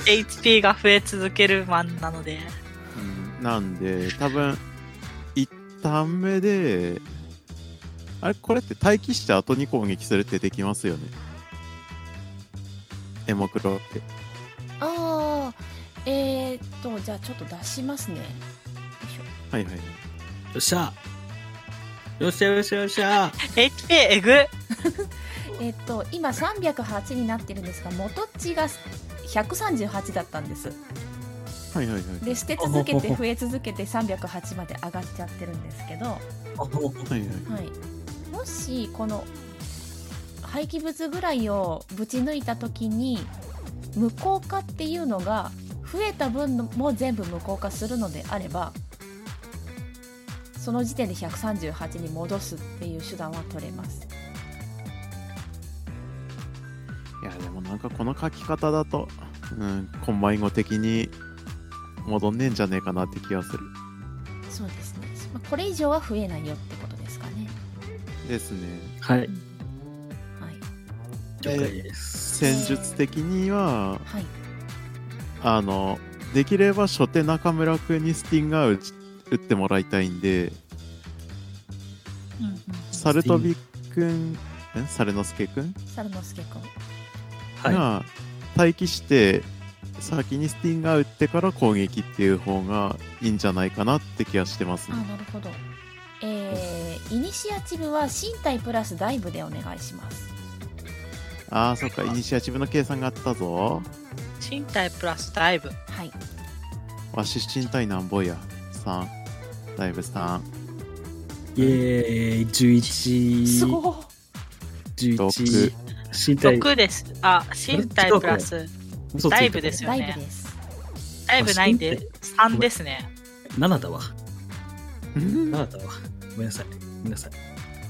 [SPEAKER 3] HP が増え続けるマンなので。
[SPEAKER 1] なんで多分一旦目であれこれって待機して後に攻撃するってできますよねエモクロって
[SPEAKER 2] ああえー、っとじゃあちょっと出しますねよいしょ
[SPEAKER 1] はいはいはい
[SPEAKER 4] よっしゃよっしゃよっしゃよっしゃ
[SPEAKER 3] HP えぐ
[SPEAKER 2] えっと今308になってるんですが元値が138だったんです
[SPEAKER 1] はいはいはい
[SPEAKER 2] で捨て続けて増え続けて308まで上がっちゃってるんですけど、は
[SPEAKER 4] あもう
[SPEAKER 1] はいはい
[SPEAKER 2] い、もしこの廃棄物ぐらいをぶち抜いた時に無効化っていうのが増えた分も全部無効化するのであればその時点で138に戻すっていう手段は取れます
[SPEAKER 1] いやでもなんかこの書き方だと、うん、コンバイン語的に戻んねえんじゃねえかなって気がする
[SPEAKER 2] そうですね、まあこれ以上は増えないよってことですかね
[SPEAKER 1] ですね
[SPEAKER 4] はい、
[SPEAKER 2] はい
[SPEAKER 4] 了解です。
[SPEAKER 1] 戦術的には
[SPEAKER 2] はい
[SPEAKER 1] あのできれば初手中村君にスティンガー打ち打ってもらいたいんでサルトビ君んサルノスケ君
[SPEAKER 2] 猿之助君
[SPEAKER 4] はい、
[SPEAKER 1] が待機して先にスティンガー打ってから攻撃っていう方がいいんじゃないかなって気がしてます
[SPEAKER 2] あ
[SPEAKER 1] ね
[SPEAKER 2] なるほどえー、イニシアチブは身体プラスダイブでお願いします
[SPEAKER 1] ああそっかイニシアチブの計算があったぞ
[SPEAKER 3] 身体プラスダイブ。
[SPEAKER 2] はい
[SPEAKER 1] わし身体なんぼや。さん。だいぶさ ん。
[SPEAKER 4] イエーイ、11、
[SPEAKER 2] すごっ
[SPEAKER 4] 11
[SPEAKER 1] 六、
[SPEAKER 4] 身体、
[SPEAKER 3] 6です。あ、身体プラス。
[SPEAKER 4] 嘘ついて
[SPEAKER 3] ダイブですよ
[SPEAKER 2] ダイ
[SPEAKER 3] ね
[SPEAKER 2] ブです
[SPEAKER 3] ダイブないんで
[SPEAKER 4] あ身
[SPEAKER 3] 3ですね。
[SPEAKER 4] 7だわ。
[SPEAKER 1] うん
[SPEAKER 4] 7だわ。ごめんなさい。ごめんなさい。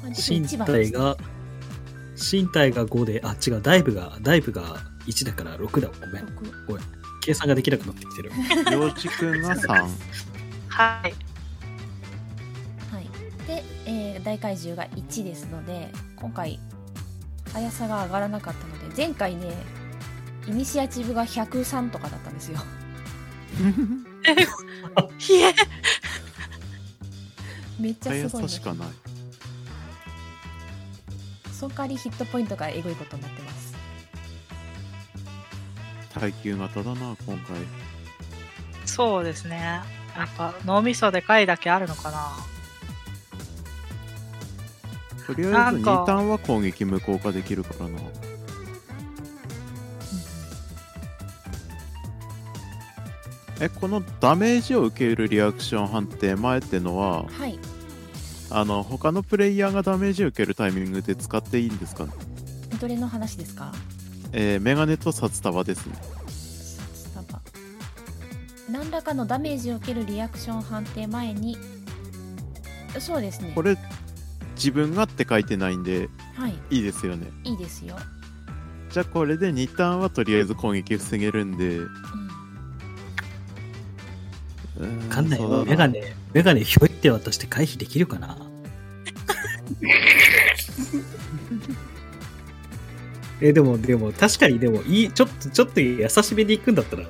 [SPEAKER 2] まあ
[SPEAKER 4] 身
[SPEAKER 2] 一番で
[SPEAKER 4] 体
[SPEAKER 2] す
[SPEAKER 4] が、身体が5で、あ、違う、ダイブが、ダイブが1だから6だわ。ごめん。
[SPEAKER 2] 六
[SPEAKER 4] 計算ができなくなってきてる。
[SPEAKER 1] ようちくんがさん。
[SPEAKER 3] はい。
[SPEAKER 2] はいで、えー、大怪獣が1ですので今回速さが上がらなかったので前回ねイニシアチブが103とかだったんですよ
[SPEAKER 3] ひえ
[SPEAKER 2] めっちゃす
[SPEAKER 1] 速
[SPEAKER 2] ごい
[SPEAKER 1] さ
[SPEAKER 2] ね
[SPEAKER 1] しかない。
[SPEAKER 2] その代わりヒットポイントがエグいことになってます
[SPEAKER 1] 耐久型だな、今回。
[SPEAKER 3] そうですね。やっぱ脳みそでかいだけあるのかな。
[SPEAKER 1] とりあ
[SPEAKER 3] な
[SPEAKER 1] えず
[SPEAKER 3] んか
[SPEAKER 1] 2ターンは攻撃無効化できるからな。え、このダメージを受けるリアクション判定前ってのは、
[SPEAKER 2] はい
[SPEAKER 1] あの、他のプレイヤーがダメージを受けるタイミングで使っていいんですかね
[SPEAKER 2] どれの話ですか
[SPEAKER 1] えーメガネと札束ですね。
[SPEAKER 2] 札束何らかのダメージを受けるリアクション判定前にそうですね
[SPEAKER 1] これ自分がって書いてないんで
[SPEAKER 2] はい
[SPEAKER 1] いいですよね
[SPEAKER 2] いいですよ、
[SPEAKER 1] じゃあこれで2ターンはとりあえず攻撃防げるんでう
[SPEAKER 2] う
[SPEAKER 1] ー
[SPEAKER 4] わかんない
[SPEAKER 1] そうだ
[SPEAKER 4] よ。メガネ、メガネひょいって渡して回避できるかな え、でも、でも、確かに、でも、いい、ちょっと、ちょっと優しめに行くんだったら、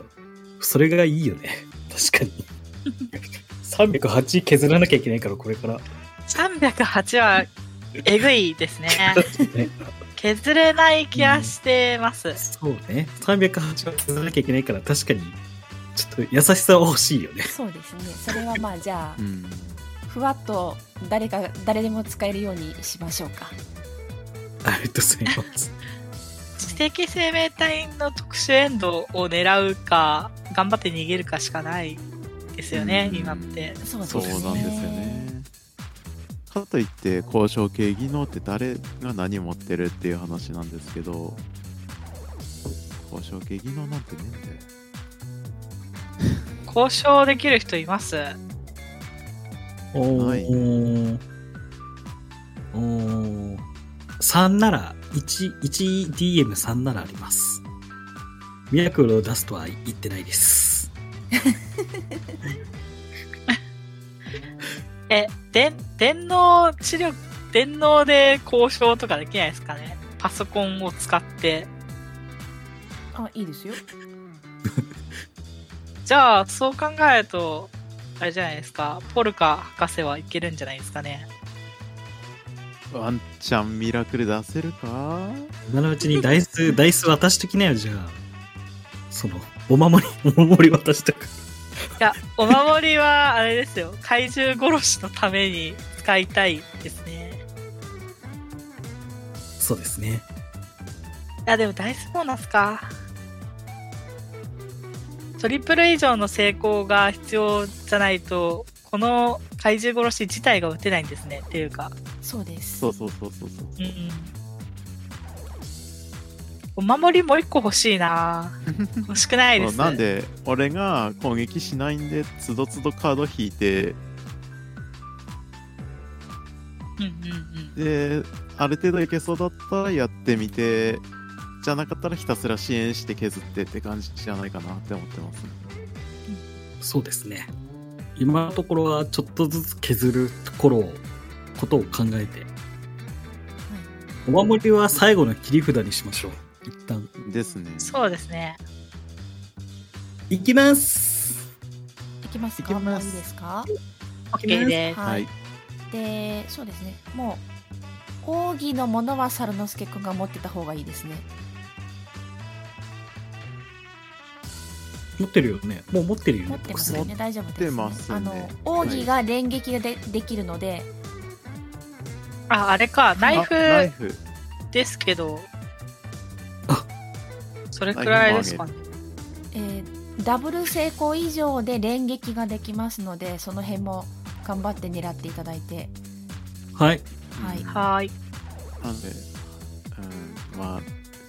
[SPEAKER 4] それがいいよね。確かに。308削らなきゃいけないから、これから。
[SPEAKER 3] 308はえぐいです ね
[SPEAKER 4] ね
[SPEAKER 3] 削れない気がしてます、
[SPEAKER 4] そうね。308は削らなきゃいけないから、確かに、ちょっと優しさは欲しいよね
[SPEAKER 2] ん、。そうですねそれはまあじゃ
[SPEAKER 1] うん
[SPEAKER 2] あふわっと誰か誰でも使えるようにしましょうか
[SPEAKER 4] ありがとうございます。
[SPEAKER 3] 知的生命体の特殊エンドを狙うか頑張って逃げるかしかないですよね
[SPEAKER 1] うん
[SPEAKER 3] 今って
[SPEAKER 2] そうです
[SPEAKER 1] そう
[SPEAKER 2] ね
[SPEAKER 1] なんですよねかといって交渉系技能って誰が何持ってるっていう話なんですけど交渉系技能なんてねえんだよ
[SPEAKER 3] 交渉できる人います
[SPEAKER 4] お
[SPEAKER 1] はい
[SPEAKER 4] ーおー3なら、1、1DM3 ならあります。ミラクルを出すとは言ってないです。
[SPEAKER 3] え電電脳知力電脳で交渉とかできないですかねパソコンを使って
[SPEAKER 2] あいいですよ
[SPEAKER 3] じゃあそう考えるとあれじゃないですかポルカ博士はいけるんじゃないですかね
[SPEAKER 1] ワンチャンミラクル出せるか
[SPEAKER 4] 今のうちにダイス、ダイス渡しときなよ、じゃあ。その、お守り、 お守り渡しと
[SPEAKER 3] い
[SPEAKER 4] く。
[SPEAKER 3] やお守りはあれですよ怪獣殺しのために使いたいですね
[SPEAKER 4] そうですね。
[SPEAKER 3] いやでもダイスボーナスかトリプル以上の成功が必要じゃないとこの怪獣殺し自体が打てないんですねっていうか
[SPEAKER 2] そうです
[SPEAKER 1] そうそうそうそうそう
[SPEAKER 3] うんうんお守りもう一個欲しいな欲しくないで
[SPEAKER 1] そ
[SPEAKER 3] す
[SPEAKER 1] うなんで俺が攻撃しないんでつどつどカード引いて
[SPEAKER 3] うんうんうん
[SPEAKER 1] である程度いけそうだったらやってみてじゃなかったらひたすら支援して削ってって感じじゃないかなって思ってます
[SPEAKER 4] そうですね。今のところは、ちょっとずつ削るところを、ことを考えて。お守りは最後の切り札にしましょう。一旦。
[SPEAKER 1] ですね
[SPEAKER 3] そうですね
[SPEAKER 4] いきます
[SPEAKER 2] いきます
[SPEAKER 1] い
[SPEAKER 2] か
[SPEAKER 1] きます
[SPEAKER 2] もういいですか
[SPEAKER 3] OK です
[SPEAKER 1] はい、
[SPEAKER 2] でそうですねもう奥義のものは猿之助くんが持ってた方がいいですね
[SPEAKER 4] 持ってるよね。もう持ってるよね。
[SPEAKER 2] 持ってますよね大丈夫です、ね、
[SPEAKER 1] 持ってますね
[SPEAKER 2] あの奥義が連撃がでできるので、
[SPEAKER 3] ああれかナイ
[SPEAKER 1] あナイ
[SPEAKER 3] フ
[SPEAKER 1] フ
[SPEAKER 3] ですけど
[SPEAKER 4] あ
[SPEAKER 3] それくらいですかね
[SPEAKER 2] えーダブル成功以上で連撃ができますのでその辺も頑張って狙っていただいて
[SPEAKER 4] はい。
[SPEAKER 2] はい
[SPEAKER 1] うん
[SPEAKER 3] はーい
[SPEAKER 1] なんでうんまあ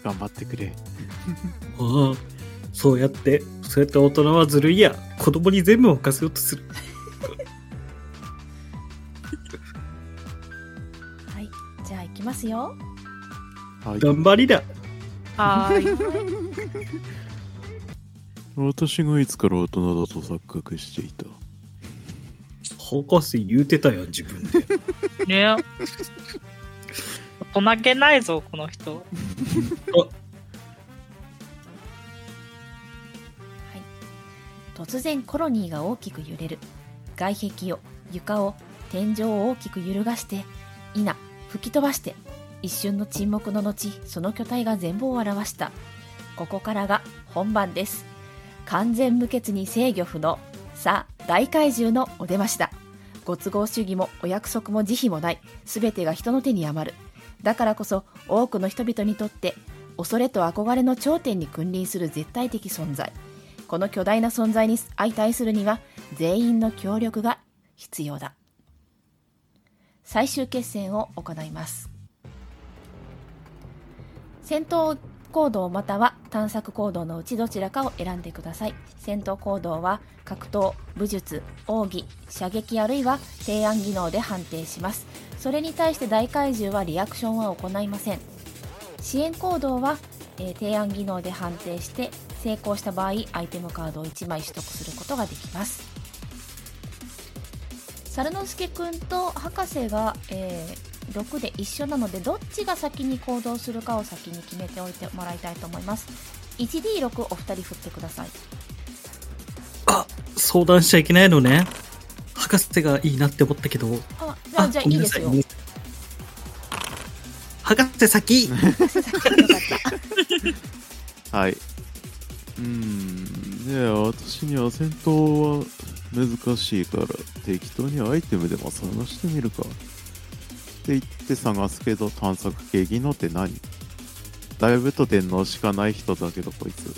[SPEAKER 1] 頑張ってくれ
[SPEAKER 4] ああ、そうやって、そうやって大人はずるいや、子供に全部を任せようとする。
[SPEAKER 2] はいじゃあいきますよ
[SPEAKER 1] はい
[SPEAKER 4] 頑張りだ。
[SPEAKER 3] はーい
[SPEAKER 1] 私がいつから大人だと錯覚していた
[SPEAKER 4] 博士言うてたやん、自分で。
[SPEAKER 3] ね大人げないぞこの人
[SPEAKER 2] 突然コロニーが大きく揺れる外壁を床を天井を大きく揺るがして稲吹き飛ばして一瞬の沈黙の後その巨体が全貌を表したここからが本番です完全無欠に制御不能さあ大怪獣のお出ましだご都合主義もお約束も慈悲もない全てが人の手に余るだからこそ多くの人々にとって恐れと憧れの頂点に君臨する絶対的存在この巨大な存在に相対するには全員の協力が必要だ最終決戦を行います戦闘行動または探索行動のうちどちらかを選んでください戦闘行動は格闘武術奥義射撃あるいは提案技能で判定しますそれに対して大怪獣はリアクションは行いません支援行動は、えー提案技能で判定して成功した場合アイテムカードを1枚取得することができます猿之助くんと博士が、えー6で一緒なのでどっちが先に行動するかを先に決めておいてもらいたいと思います 1D6 お二人振ってください
[SPEAKER 4] 相談しちゃいけないのね。博士がいいなって思ったけど。
[SPEAKER 2] あじゃあじゃあいいですよ
[SPEAKER 4] ごめんなさい博士先
[SPEAKER 2] よか った
[SPEAKER 1] はい。うーん、ねえ、私には戦闘は難しいから、適当にアイテムでも探してみるか。って言って探すけど、探索系技能って何だいぶと電脳しかない人だけど、こいつ。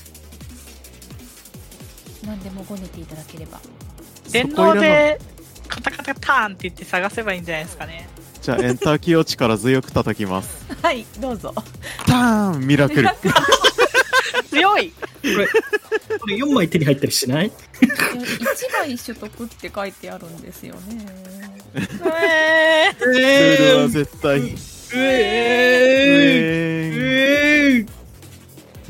[SPEAKER 2] 何でもごねていただければ
[SPEAKER 3] 電
[SPEAKER 1] そこいら
[SPEAKER 3] 脳
[SPEAKER 1] な
[SPEAKER 3] でカタカタターンって言って探せばいいんじゃないですかね。
[SPEAKER 1] じゃあ、エンターキーを力強く叩きます。
[SPEAKER 2] はいどうぞ
[SPEAKER 1] ターンミラクル
[SPEAKER 3] 強い
[SPEAKER 4] これ4枚手に入ったりしない
[SPEAKER 2] 1枚取得って書いてあるんですよね
[SPEAKER 3] えー
[SPEAKER 1] ルールは
[SPEAKER 4] え
[SPEAKER 1] 絶対。
[SPEAKER 4] え
[SPEAKER 1] ウェーン
[SPEAKER 4] え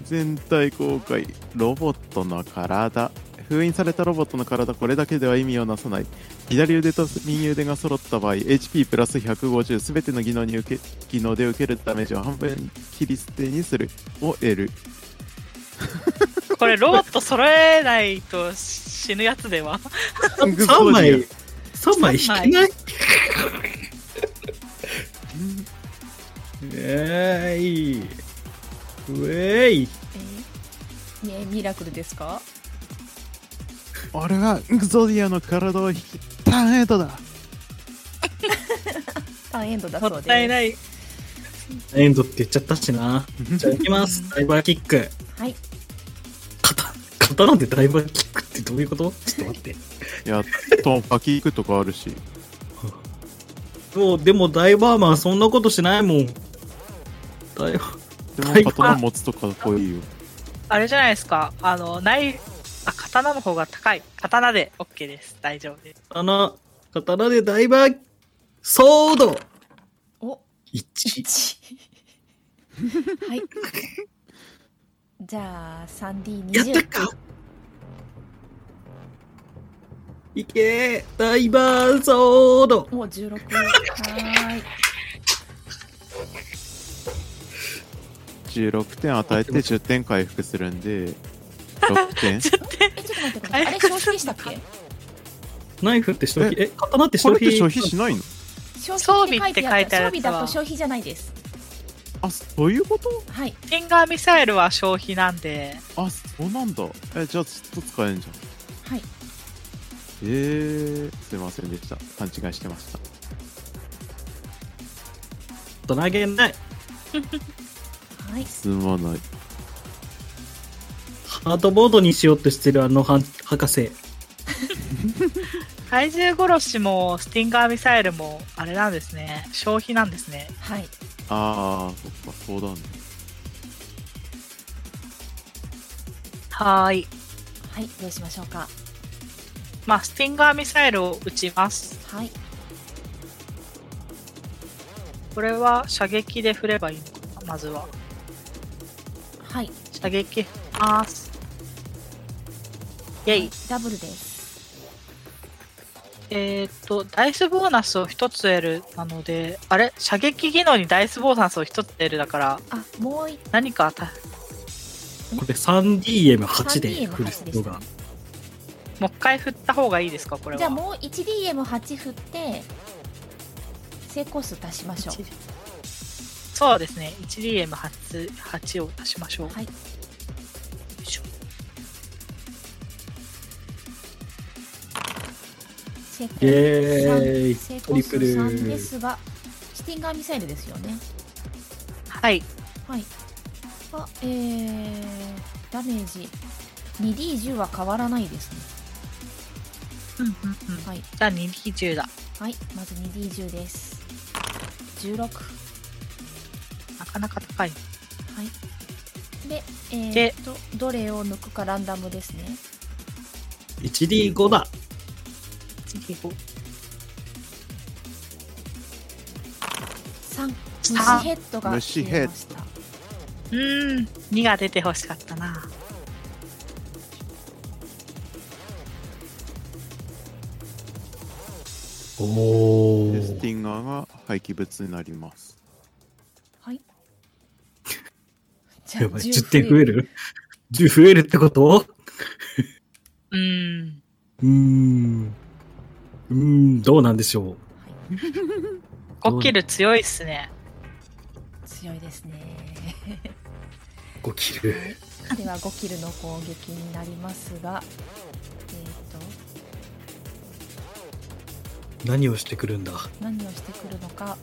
[SPEAKER 1] 全体公開ロボットの体封印されたロボットの体これだけでは意味をなさない左腕と右腕が揃った場合 HP プラス150すべての技能に受け技能で受けるダメージを半分切り捨てにするを得る
[SPEAKER 3] これロボット揃えないと死ぬやつでは
[SPEAKER 4] 3枚、3枚 引けないえい。うえい。
[SPEAKER 2] えー、ねミラクルですか
[SPEAKER 1] 俺はグゾディアの体を引きターンエイトだ
[SPEAKER 2] ターンエンドだ
[SPEAKER 3] も
[SPEAKER 2] そうで
[SPEAKER 3] っ
[SPEAKER 2] す
[SPEAKER 3] たいない。
[SPEAKER 4] エンドって言っちゃったしな。じゃあ行きます。ダイバーキック。
[SPEAKER 2] はい
[SPEAKER 4] 刀、刀でダイバーキックってどういうことちょっと待って。
[SPEAKER 1] いやトンパキ行くとかあるし
[SPEAKER 4] そう、でもダイバーマンそんなことしないもん。ダイバー、
[SPEAKER 1] で
[SPEAKER 4] はい
[SPEAKER 1] も刀持つとかこういうよ
[SPEAKER 3] あれじゃないですか。あの、ない、あ、刀の方が高い。刀で OK です。大丈夫です。
[SPEAKER 4] 刀、刀でダイバー、ソード
[SPEAKER 2] お
[SPEAKER 4] !1。
[SPEAKER 2] はいじゃあ 3D20
[SPEAKER 4] やったかいけーダイバーソード
[SPEAKER 2] もう16はーい
[SPEAKER 1] 16点与えて10点回復するんで6点
[SPEAKER 2] え ちょっと待ってくださいあれ消費でしたっけ
[SPEAKER 4] ナイフって消費、え、刀って
[SPEAKER 1] こ
[SPEAKER 4] 消
[SPEAKER 1] れっ
[SPEAKER 4] 費
[SPEAKER 1] て消費しないの
[SPEAKER 2] 消
[SPEAKER 3] 装
[SPEAKER 2] 費
[SPEAKER 3] 備
[SPEAKER 2] っ
[SPEAKER 3] ってて
[SPEAKER 2] 書
[SPEAKER 3] 書
[SPEAKER 2] い
[SPEAKER 3] い
[SPEAKER 2] て
[SPEAKER 3] て
[SPEAKER 2] あ
[SPEAKER 3] あ
[SPEAKER 2] る
[SPEAKER 3] る
[SPEAKER 2] や
[SPEAKER 3] やつは
[SPEAKER 2] つ装備だと消費じゃないです
[SPEAKER 1] あそういうこと
[SPEAKER 2] はい
[SPEAKER 3] フィンガーミサイルは消費なんで、
[SPEAKER 1] あそうなんだえじゃあずっと使えんじゃん
[SPEAKER 2] はい
[SPEAKER 1] えー、すいませんでした勘違いしてました
[SPEAKER 4] 投げない。
[SPEAKER 2] はい
[SPEAKER 1] すまない
[SPEAKER 4] ハードボードにしようとしてるあのは博士。
[SPEAKER 3] 怪獣殺しもスティンガーミサイルもあれなんですね。消費なんですね。
[SPEAKER 2] はい
[SPEAKER 1] あーそっかそうだね
[SPEAKER 3] はーい。
[SPEAKER 2] はいどうしましょうか
[SPEAKER 3] まあ、スティンガーミサイルを撃ちます。
[SPEAKER 2] はい
[SPEAKER 3] これは射撃で振ればいいのかなまずは。
[SPEAKER 2] はい
[SPEAKER 3] 射撃振ります。イェイ。
[SPEAKER 2] ダブルです
[SPEAKER 3] えーっと、ダイスボーナスを1つ得るなので、あれ射撃技能にダイスボーナスを1つ得るだから、
[SPEAKER 2] あもう一
[SPEAKER 3] 何かた
[SPEAKER 4] これ 3DM8 で
[SPEAKER 2] 3DM8
[SPEAKER 4] 振
[SPEAKER 2] で
[SPEAKER 4] る
[SPEAKER 2] し
[SPEAKER 4] 人
[SPEAKER 2] た
[SPEAKER 4] が
[SPEAKER 2] ね。
[SPEAKER 3] もう一回振った方がいいですかこれは。
[SPEAKER 2] じゃあもう 1DM8 振って成功数足しましょう
[SPEAKER 3] そうですね。1DM8 を足しましょう。
[SPEAKER 2] はい成功
[SPEAKER 4] イエーイ
[SPEAKER 2] 三成功
[SPEAKER 4] トリプ
[SPEAKER 2] 数
[SPEAKER 4] ル
[SPEAKER 2] 3ですがスティンガーミサイルですよね
[SPEAKER 3] はい。
[SPEAKER 2] はいあえー、ダメージ 2D10 は変わらないですね
[SPEAKER 3] うんうんうん、じ
[SPEAKER 2] はい
[SPEAKER 3] ゃあ2匹10だ。
[SPEAKER 2] はいまず 2D10 です16
[SPEAKER 3] なかなか高い。
[SPEAKER 2] はい。で、え
[SPEAKER 3] で
[SPEAKER 2] ー、とどれを抜くかランダムですね
[SPEAKER 4] 1D5 だ
[SPEAKER 3] 次行こう
[SPEAKER 2] 3虫
[SPEAKER 3] さあ
[SPEAKER 2] ヘッドが
[SPEAKER 1] 虫
[SPEAKER 2] 消
[SPEAKER 1] ヘッド
[SPEAKER 2] えました
[SPEAKER 3] うーん、2が出てほしかったな。
[SPEAKER 4] お
[SPEAKER 1] でステ
[SPEAKER 4] ー
[SPEAKER 1] ィンガーが廃棄物になります。
[SPEAKER 2] はいじ
[SPEAKER 4] やばい10点増える10増えるってこと
[SPEAKER 3] うーん。
[SPEAKER 4] うーんうーんどうなんでしょう
[SPEAKER 3] 5キル強いっすね。
[SPEAKER 2] 強いですね
[SPEAKER 4] 5キル
[SPEAKER 2] では5キルの攻撃になりますがえー、と
[SPEAKER 4] 何をしてくるんだ
[SPEAKER 2] 何をしてくるのか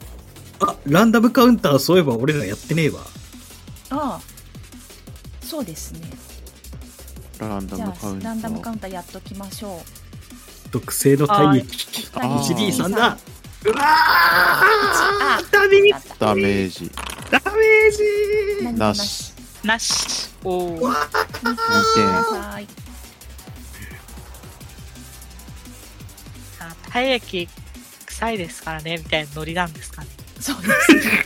[SPEAKER 4] あランダムカウンターそういえば俺らやってねえわ
[SPEAKER 2] ああそうですね
[SPEAKER 1] ランダ
[SPEAKER 2] じゃ
[SPEAKER 1] ム
[SPEAKER 2] あ
[SPEAKER 1] カウン
[SPEAKER 2] ランダムカ
[SPEAKER 1] ト。
[SPEAKER 2] ウンターやっときましょう
[SPEAKER 4] 毒性の体液
[SPEAKER 2] お二人
[SPEAKER 4] 1D3
[SPEAKER 2] 1
[SPEAKER 4] だうわ
[SPEAKER 2] あ
[SPEAKER 4] ーダメ
[SPEAKER 2] あった
[SPEAKER 1] ダメージ
[SPEAKER 4] ダメージ
[SPEAKER 2] 何も
[SPEAKER 1] なし。
[SPEAKER 3] なし。おー。
[SPEAKER 2] な
[SPEAKER 1] 2
[SPEAKER 2] さい
[SPEAKER 3] あ体液臭いですからね、みたいなノリなんですかね。
[SPEAKER 2] そう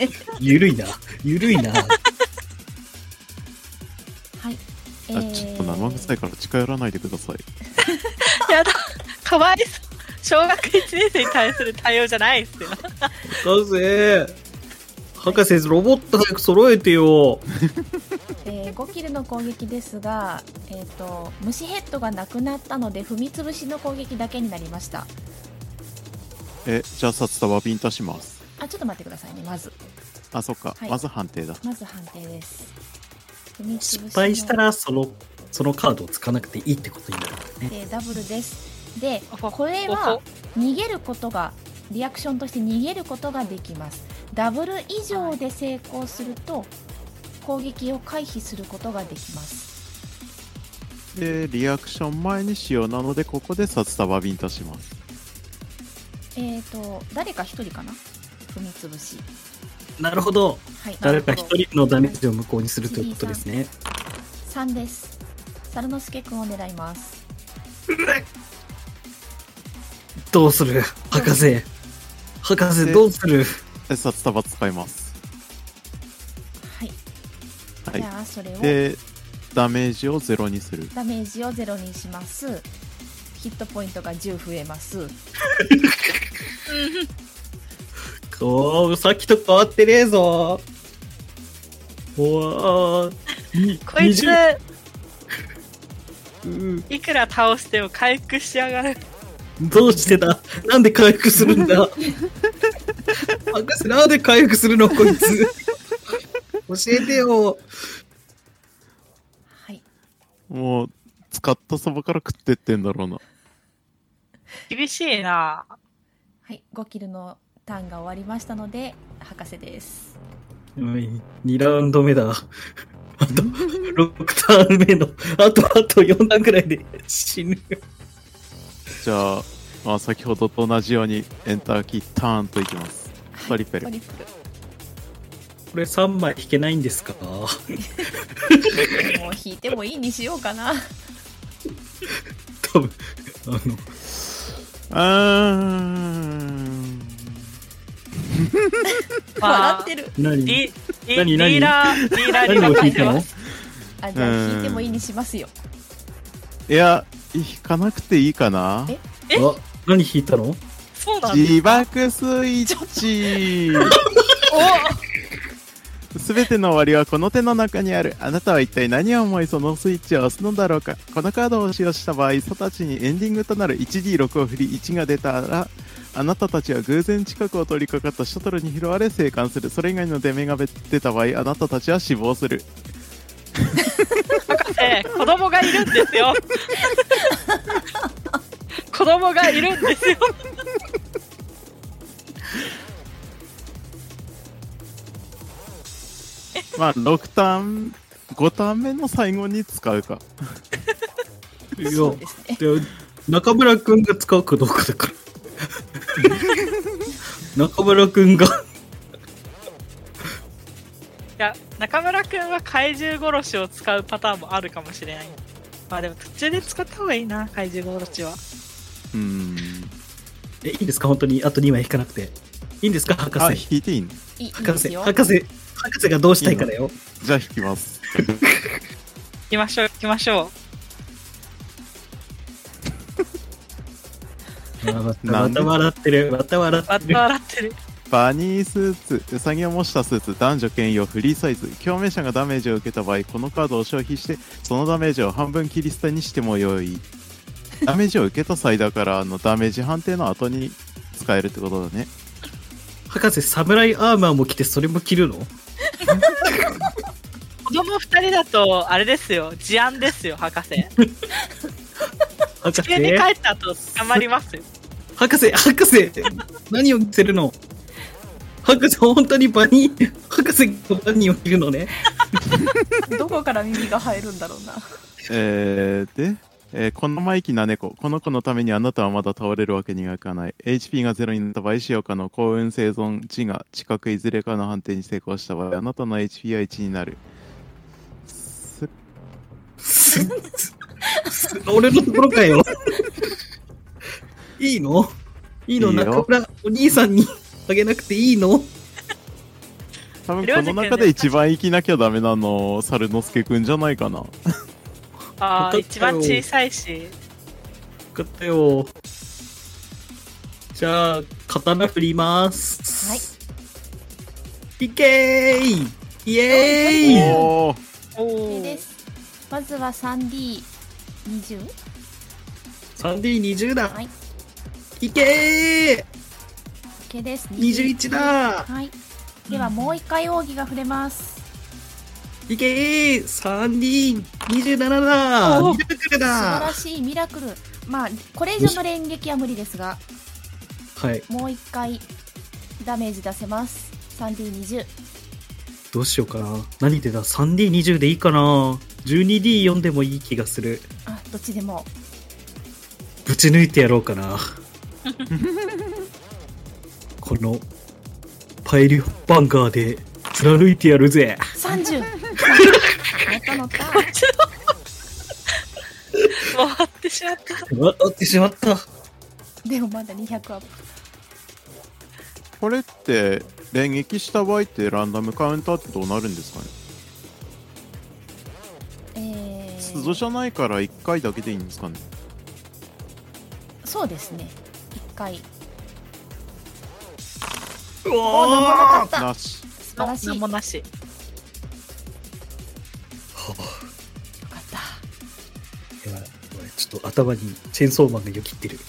[SPEAKER 2] ですね
[SPEAKER 4] ゆるいなゆるいな
[SPEAKER 2] はい。え
[SPEAKER 1] 点。あちょっと生臭いから近寄らないでください。
[SPEAKER 3] やだ、かわいそう。小学1年生に対する対応じゃないっ すよ。
[SPEAKER 4] 博士博士ロボット早く揃えてよ
[SPEAKER 2] えー5キルの攻撃ですが、えっ、と虫ヘッドがなくなったので踏みつぶしの攻撃だけになりました。
[SPEAKER 1] え、じゃあ札束ビンタします。
[SPEAKER 2] あ、ちょっと待ってくださいね。まず
[SPEAKER 1] あ、そっか。
[SPEAKER 2] はい
[SPEAKER 1] まず判定だ。
[SPEAKER 2] まず判定です。踏みつぶしの
[SPEAKER 4] 失敗したらそのそのカードを使わなくていいってことになるからね
[SPEAKER 2] でダブルです。で、
[SPEAKER 3] ほ
[SPEAKER 2] これ
[SPEAKER 3] ほ
[SPEAKER 2] は逃げることがリアクションとして逃げることができます。ダブル以上で成功すると攻撃を回避することができます。
[SPEAKER 1] で、リアクション前に使用なので、ここで札束ビンタします。
[SPEAKER 2] えっ、と誰か一人かな踏みつぶし。
[SPEAKER 4] なるほど
[SPEAKER 2] はい。
[SPEAKER 4] 誰か一人のダメージを無効にするということですね
[SPEAKER 2] 三です。猿之助くんを狙います。
[SPEAKER 4] どうする博士博士どうする
[SPEAKER 1] で、札束使います。
[SPEAKER 2] はい。
[SPEAKER 1] は
[SPEAKER 2] じ
[SPEAKER 1] い。
[SPEAKER 2] ゃあそれを
[SPEAKER 1] で、ダメージをゼロにする。
[SPEAKER 2] ダメージをゼロにします。ヒットポイントが10増えます。
[SPEAKER 4] おーさっきと変わってねえぞおわ
[SPEAKER 3] こいつ、
[SPEAKER 4] うん
[SPEAKER 3] いくら倒しても回復しやがる。
[SPEAKER 4] どうしてだなんで回復するん だ博士なんで回復するのこいつ教えてよ
[SPEAKER 2] はい。
[SPEAKER 1] もう、使ったそばから食ってってんだろうな。
[SPEAKER 3] 厳しいな
[SPEAKER 2] はい。5キルのターンが終わりましたので、博士です。
[SPEAKER 4] うん2ラウンド目だ。あと、6ターン目の、あと、あと4段ぐらいで死ぬ。
[SPEAKER 1] じゃあ、まあ、先ほどと同じように、エンターキーターンといきます。トリペル
[SPEAKER 2] トリプル。
[SPEAKER 4] これ3枚引けないんですか
[SPEAKER 2] もう引いてもいいにしようかな。
[SPEAKER 4] 多分、あの、
[SPEAKER 1] うーん。
[SPEAKER 2] 笑ってる。
[SPEAKER 4] 何
[SPEAKER 3] ディディ
[SPEAKER 4] 何
[SPEAKER 3] デ
[SPEAKER 4] 何
[SPEAKER 3] ィーラー、ディーラーに
[SPEAKER 4] 何を
[SPEAKER 3] 任
[SPEAKER 4] 引
[SPEAKER 3] せ
[SPEAKER 4] いた
[SPEAKER 3] ま
[SPEAKER 4] の
[SPEAKER 3] す。
[SPEAKER 2] あ、じゃあ
[SPEAKER 1] うん
[SPEAKER 2] 引いてもいいにしますよ。
[SPEAKER 1] いや、引かなくていいかな
[SPEAKER 2] え
[SPEAKER 3] え
[SPEAKER 4] あ、何引いたの
[SPEAKER 3] そうなんです
[SPEAKER 1] 自爆スイッチすべての終わりはこの手の中にある。あなたは一体何を思いそのスイッチを押すのだろうか。このカードを使用した場合、直ちにエンディングとなる 1D6 を振り1が出たら、あなたたちは偶然近くを通りかかったシャトルに拾われ生還する。それ以外の出目が出た場合、あなたたちは死亡する。
[SPEAKER 3] 博士子供がいるんです よ子供がいるんですよ
[SPEAKER 1] まあ、6ターン、5ターン目の最後に使うか。
[SPEAKER 4] いや
[SPEAKER 2] そうですね。
[SPEAKER 4] で中村くんが使うかどうか だから。中村くんが、
[SPEAKER 3] いや中村くんが怪獣殺しを使うパターンもあるかもしれないまあでも途中で使った方がいいな怪獣殺しは
[SPEAKER 1] うーん。
[SPEAKER 4] え、いいですか本当にあと2枚引かなくて。いいんですか博士。
[SPEAKER 1] あ、引いていいの
[SPEAKER 2] いいいいで
[SPEAKER 4] 博
[SPEAKER 2] す
[SPEAKER 4] 士。
[SPEAKER 2] よ。
[SPEAKER 4] 博士。博士がどうしたいかだよ。
[SPEAKER 1] じゃあ引きます。
[SPEAKER 3] 行きましょう行きましょ
[SPEAKER 4] あまた
[SPEAKER 1] な
[SPEAKER 4] ま
[SPEAKER 1] んで
[SPEAKER 4] た笑ってる。また笑
[SPEAKER 3] うま
[SPEAKER 4] ってる
[SPEAKER 3] た。笑ってる
[SPEAKER 1] バニースーツ、ウサギを模したスーツ、男女兼用フリーサイズ、共鳴者がダメージを受けた場合、このカードを消費して、そのダメージを半分切り捨てにしても良い。ダメージを受けた際だから、あのダメージ判定の後に使えるってことだね。
[SPEAKER 4] 博士、サムライアーマーも着てそれも着るの
[SPEAKER 3] 子供2人だとあれですよ事案ですよ博士
[SPEAKER 4] 博
[SPEAKER 3] 地球に
[SPEAKER 4] 士。
[SPEAKER 3] 帰った後捕まりますよ
[SPEAKER 4] 博士、博士。何を着てるの博士、本当にバニー、博士がバニーを着るのね。
[SPEAKER 2] どこから耳が生えるんだろうな。
[SPEAKER 1] えー、で、えーこの生意気な猫、この子のためにあなたはまだ倒れるわけにはいかない。HP が0になった場合、使用可能幸運生存、自我、知覚いずれかの判定に成功した場合、あなたの HP は1になる。す
[SPEAKER 4] すす俺のところ かよ。いいのいいの
[SPEAKER 1] いいよ
[SPEAKER 4] 中村、お兄さんにあげなくていいの
[SPEAKER 1] 多分この中で一番生きなきゃダメなの、猿之助くんじゃないかな。
[SPEAKER 3] ああ
[SPEAKER 4] よかったよ
[SPEAKER 3] 一番小さいし
[SPEAKER 4] 買ったよ。じゃあ、刀振ります。。
[SPEAKER 2] はい
[SPEAKER 4] いけーいイエーイ
[SPEAKER 1] おお、
[SPEAKER 3] お
[SPEAKER 2] でで
[SPEAKER 3] お
[SPEAKER 2] す。まずは 3D20。
[SPEAKER 4] !3D20 だ
[SPEAKER 2] はい。
[SPEAKER 4] いけ
[SPEAKER 2] OK です。
[SPEAKER 4] ー !21 だ
[SPEAKER 2] はい。ではもう一回奥義が触れます。
[SPEAKER 4] いけー !3D27 だ
[SPEAKER 3] お
[SPEAKER 4] ミラクル
[SPEAKER 2] 素晴
[SPEAKER 4] だ
[SPEAKER 2] らしいミラクル。まあこれ以上の連撃は無理ですが、
[SPEAKER 4] はい。
[SPEAKER 2] もう一回ダメージ出せます。3D20。
[SPEAKER 4] どうしようかな。何でだ ?3D20 でいいかな ?12D4 でもいい気がする。
[SPEAKER 2] あ、どっちでも。
[SPEAKER 4] ぶち抜いてやろうか な。このパイルバンガーで貫いてやるぜ。
[SPEAKER 2] 30。乗った乗った。
[SPEAKER 3] 回ってしまった
[SPEAKER 4] うわ当たってしまった。
[SPEAKER 2] でもまだ200アップ。
[SPEAKER 1] これって、連撃した場合ってランダムカウンターってどうなるんですかね
[SPEAKER 2] え
[SPEAKER 1] 鈴
[SPEAKER 2] ー、
[SPEAKER 1] じゃないから1回だけでいいんですかね
[SPEAKER 2] そうですね。一回。
[SPEAKER 4] う
[SPEAKER 2] お、登らなか
[SPEAKER 4] わ
[SPEAKER 2] った。
[SPEAKER 1] なし。
[SPEAKER 2] 素晴らしい。
[SPEAKER 3] 何
[SPEAKER 2] よ
[SPEAKER 3] も
[SPEAKER 2] か
[SPEAKER 3] なし
[SPEAKER 2] った。
[SPEAKER 4] ーやばいやばいちょっと頭にチェーンソーマンがよぎってる。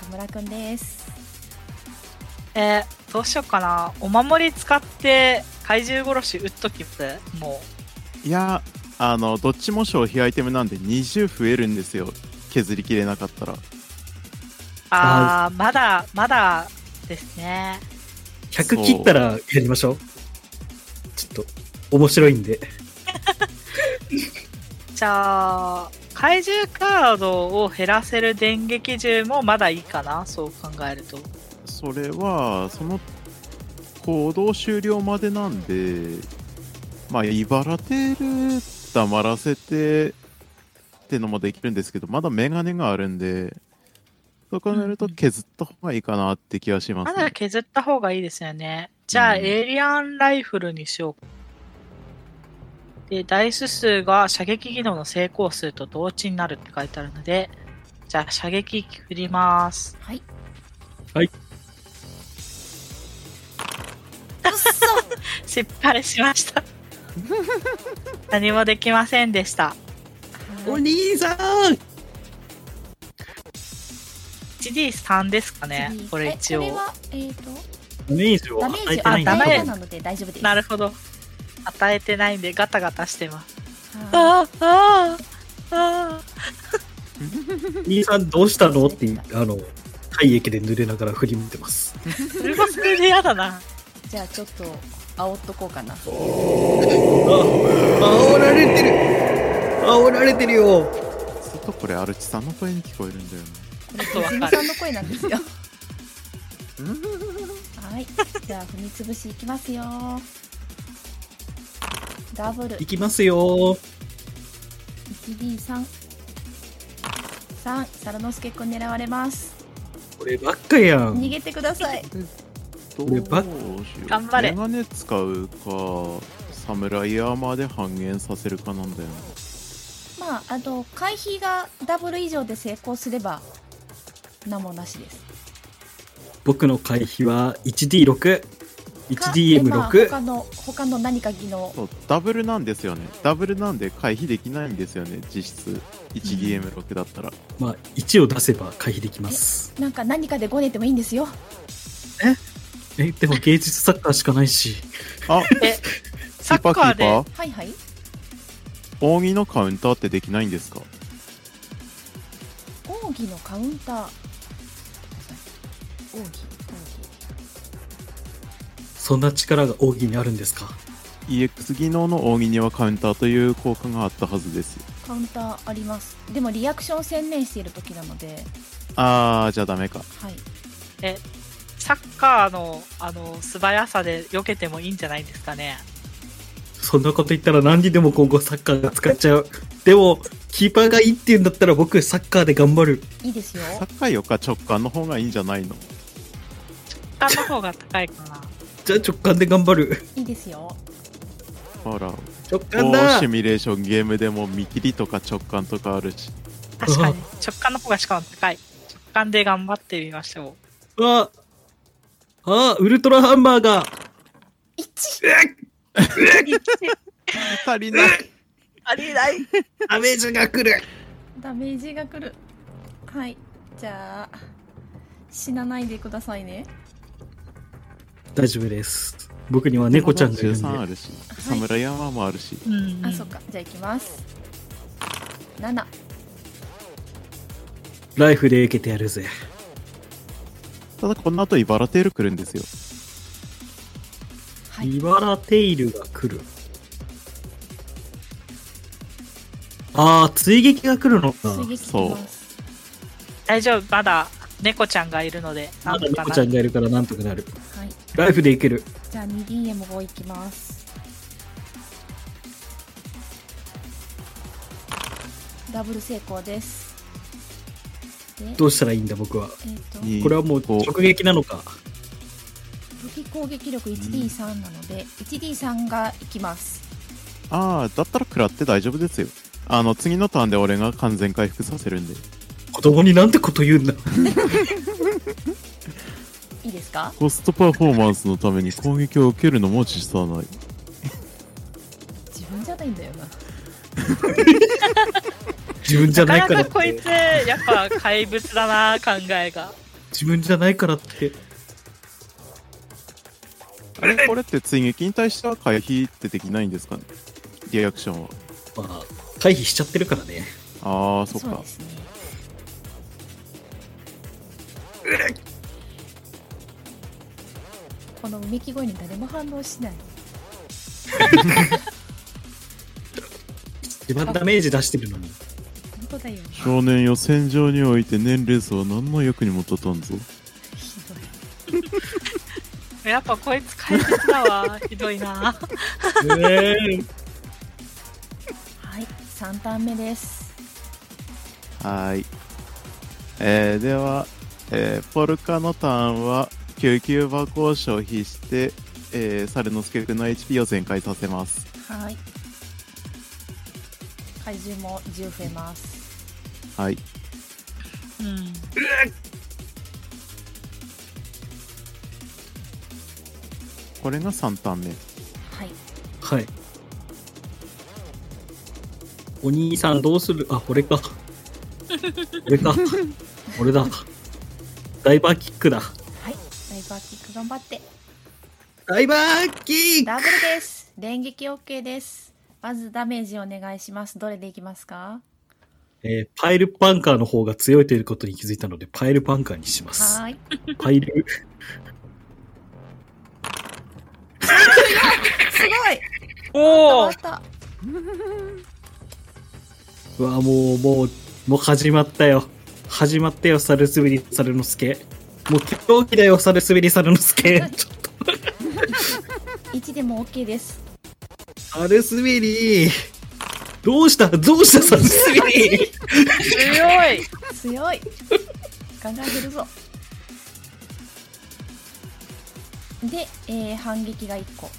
[SPEAKER 2] 中村くんです。
[SPEAKER 3] えー、どうしようかなお守り使って怪獣殺し撃っときますも
[SPEAKER 1] いや、あの、どっちも消費アイテムなんで20増えるんですよ。削りきれなかったら。
[SPEAKER 3] うああまだまだですね
[SPEAKER 1] そう
[SPEAKER 4] 100切ったらやりましょう。ちょっと面白いんで。
[SPEAKER 3] じゃあ怪獣カードを減らせる電撃銃もまだいいかなそう考えると
[SPEAKER 1] それは、その行動終了までなんで、まあ、茨テール黙らせてってのもできるんですけど、まだメガネがあるんで、そう考えると
[SPEAKER 3] うんうん
[SPEAKER 1] 削った方がいいかなって気はしま、
[SPEAKER 3] ますだ
[SPEAKER 1] ね。
[SPEAKER 3] 削った方がいいですよねじゃあ、
[SPEAKER 1] うん
[SPEAKER 3] エイリアンライフルにしようでダイス数が射撃技能の成功数と同値になるって書いてあるのでじゃあ射撃振ります
[SPEAKER 2] はい。
[SPEAKER 4] はい。
[SPEAKER 2] うっそ。
[SPEAKER 3] 失敗し ました何もできませんでした
[SPEAKER 4] お兄さん
[SPEAKER 3] 1D3 ですかね
[SPEAKER 2] 次
[SPEAKER 3] これ一
[SPEAKER 2] えこれ
[SPEAKER 3] 応
[SPEAKER 2] はえっ、と
[SPEAKER 4] ダメージを
[SPEAKER 2] ダメー
[SPEAKER 4] 与え
[SPEAKER 2] ジ与え
[SPEAKER 4] てないん
[SPEAKER 3] あダメージ
[SPEAKER 2] 方
[SPEAKER 4] だ。
[SPEAKER 2] なので大丈夫です。
[SPEAKER 3] なるほど与えてないんでガタガタしてます
[SPEAKER 2] はい
[SPEAKER 3] あああ
[SPEAKER 4] 兄さんどうしたのって、あの、体液で濡れながら振り向いてます。
[SPEAKER 3] あそれもそれで嫌だな
[SPEAKER 2] じゃあちょっと煽っとこうかな。
[SPEAKER 4] 煽られてる煽られてるよ
[SPEAKER 1] ずっとこれ、アルチさんの声に聞こえるんだよね。
[SPEAKER 3] ちょっとわ
[SPEAKER 2] 泉
[SPEAKER 3] か
[SPEAKER 2] さ
[SPEAKER 3] る
[SPEAKER 2] んの声なんですよ。はい。はいじゃあ踏みつぶしいきますよダブル
[SPEAKER 4] いきますよ
[SPEAKER 2] 1D33 三猿之助くん狙われます
[SPEAKER 4] こればっかや
[SPEAKER 2] 逃
[SPEAKER 4] ん
[SPEAKER 2] げてください
[SPEAKER 1] ど
[SPEAKER 4] これば
[SPEAKER 1] う
[SPEAKER 4] っ
[SPEAKER 1] しよう
[SPEAKER 3] 頑張れ
[SPEAKER 1] メガネ使うか侍アーマーで半減させるかなんだよな
[SPEAKER 2] まああの回避がダブル以上で成功すれば何もなしです
[SPEAKER 4] 僕の回避は 1D6
[SPEAKER 2] かでまあ他
[SPEAKER 4] 1DM6
[SPEAKER 2] の他の何か技能
[SPEAKER 1] そうダブルなんですよねダブルなんで回避できないんですよね実質 1DM6 だったら、
[SPEAKER 4] まあ1を出せば回避できます
[SPEAKER 2] なんか何かでごねてもいいんですよ
[SPEAKER 4] えでも芸術サッカーしかないし
[SPEAKER 1] あ
[SPEAKER 3] サッ
[SPEAKER 1] キーパーキ
[SPEAKER 3] カー
[SPEAKER 1] ー
[SPEAKER 3] で
[SPEAKER 1] パー
[SPEAKER 2] はいはい
[SPEAKER 1] 扇のカウンターってできないんですか
[SPEAKER 2] 奥義のカウンター奥義
[SPEAKER 4] そんな力が奥義にあるんですか
[SPEAKER 1] EX 技能の扇にはカウンターという効果があったはずですよ
[SPEAKER 2] カウンターありますでもリアクション専念している時なので
[SPEAKER 1] あーじゃあダメか
[SPEAKER 2] はい
[SPEAKER 3] サッカーのあの素早さで避けてもいいんじゃないですかね。
[SPEAKER 4] そんなこと言ったら何にでも今後サッカーが使っちゃうでもキーパーがいいって言うんだったら僕サッカーで頑張る
[SPEAKER 2] いいですよ
[SPEAKER 1] サッカーよか直感の方がいいんじゃないの
[SPEAKER 3] 他の方が高いかな。
[SPEAKER 4] じゃあ直感で頑張る
[SPEAKER 2] いいですよ
[SPEAKER 1] ほら
[SPEAKER 4] 直
[SPEAKER 1] こ
[SPEAKER 4] 感
[SPEAKER 1] う
[SPEAKER 4] だ
[SPEAKER 1] シミュレーションゲームでも見切りとか直感とかあるし
[SPEAKER 3] 確かに。直感の方がしかも高い。直感で頑張ってみましょ
[SPEAKER 4] ああウルトラハンマーが
[SPEAKER 2] 1
[SPEAKER 1] 足りない
[SPEAKER 3] ありえない。
[SPEAKER 4] ダメージが来る
[SPEAKER 2] ダメージが来るはいじゃあ死なないでくださいね
[SPEAKER 4] 大丈夫です僕には猫ちゃんがいるんで
[SPEAKER 1] 13あるし侍山もあるし
[SPEAKER 3] うん。
[SPEAKER 2] あそっかじゃあいきます7
[SPEAKER 4] ライフで受けてやるぜ
[SPEAKER 1] ただこの後イバラテール来るんですよ
[SPEAKER 2] はい
[SPEAKER 4] リバラテイルが来るああ追撃が来るのか
[SPEAKER 2] 追撃きます
[SPEAKER 3] 大丈夫。まだ猫ちゃんがいるので、な
[SPEAKER 4] ま
[SPEAKER 3] ん
[SPEAKER 4] だ
[SPEAKER 3] とか
[SPEAKER 4] 猫
[SPEAKER 3] な
[SPEAKER 4] ちゃんがいるからなんとかなる
[SPEAKER 2] はい
[SPEAKER 4] ライフでいける
[SPEAKER 2] じゃあ 2DM5 いきますダブル成功ですで
[SPEAKER 4] どうしたらいいんだ僕は
[SPEAKER 2] えっ、と
[SPEAKER 1] に
[SPEAKER 4] これはもう
[SPEAKER 1] こう
[SPEAKER 4] 直撃なのか
[SPEAKER 2] 武器攻撃力 1D3 なので、1D3 がいきます
[SPEAKER 1] ああだったら食らって大丈夫ですよあの次のターンで俺が完全回復させるんで
[SPEAKER 4] 子供になんてこと言うんだ
[SPEAKER 2] いいですか
[SPEAKER 1] コストパフォーマンスのために攻撃を受けるのも辞さない
[SPEAKER 2] 自分じゃないんだよな
[SPEAKER 4] 自分じゃ
[SPEAKER 3] な
[SPEAKER 4] ない
[SPEAKER 3] か
[SPEAKER 4] から
[SPEAKER 3] な
[SPEAKER 4] っ
[SPEAKER 3] かこい
[SPEAKER 4] て
[SPEAKER 3] つ、やっぱ怪物だな、考えが。
[SPEAKER 4] 自分じゃないからって
[SPEAKER 1] あれこれって追撃に対しては回避ってできないんですかねリアクションは
[SPEAKER 4] まあ回避しちゃってるからね
[SPEAKER 1] ああそっ
[SPEAKER 2] う
[SPEAKER 1] か
[SPEAKER 2] ですねこのうめき声に誰も反応しない
[SPEAKER 4] 一番ダメージ出してる のに
[SPEAKER 2] 本当だよひ
[SPEAKER 1] 少年よ戦場において年齢差は何の役にも立たんぞ
[SPEAKER 2] どい
[SPEAKER 3] やっぱこいつ怪物だわ。ひどいな。
[SPEAKER 4] ええ
[SPEAKER 2] はい3ターン目です
[SPEAKER 1] はーい、えー、では、えーポルカのターンは救急箱を消費して、えー、猿之助君の HP を全開させます
[SPEAKER 2] はい体重も10増えます
[SPEAKER 1] はい
[SPEAKER 3] うん。
[SPEAKER 1] これが3ターン目
[SPEAKER 2] はい
[SPEAKER 4] はいお兄さんどうするあこれか俺 か俺だダイバーキックだ
[SPEAKER 2] はいダイバーキック頑張って
[SPEAKER 4] ダイバーキック
[SPEAKER 2] ダブルです連撃 OK ですまずダメージお願いしますどれでいきますか
[SPEAKER 4] えーパイルパンカーの方が強いということに気づいたのでパイルパンカーにします
[SPEAKER 2] はーい
[SPEAKER 4] パイル
[SPEAKER 2] すごい
[SPEAKER 3] おお
[SPEAKER 2] 終わっ
[SPEAKER 4] うわもうもうもう始まったよ始まったよサルスベリサルノスケもう狂気だよサルスベリサルノスケちょ
[SPEAKER 2] 1でも OK です
[SPEAKER 4] サルスベリーどうしたどうしたサルスベリ ー
[SPEAKER 3] 強い
[SPEAKER 2] 強いガンガン減るぞで、えー反撃が1個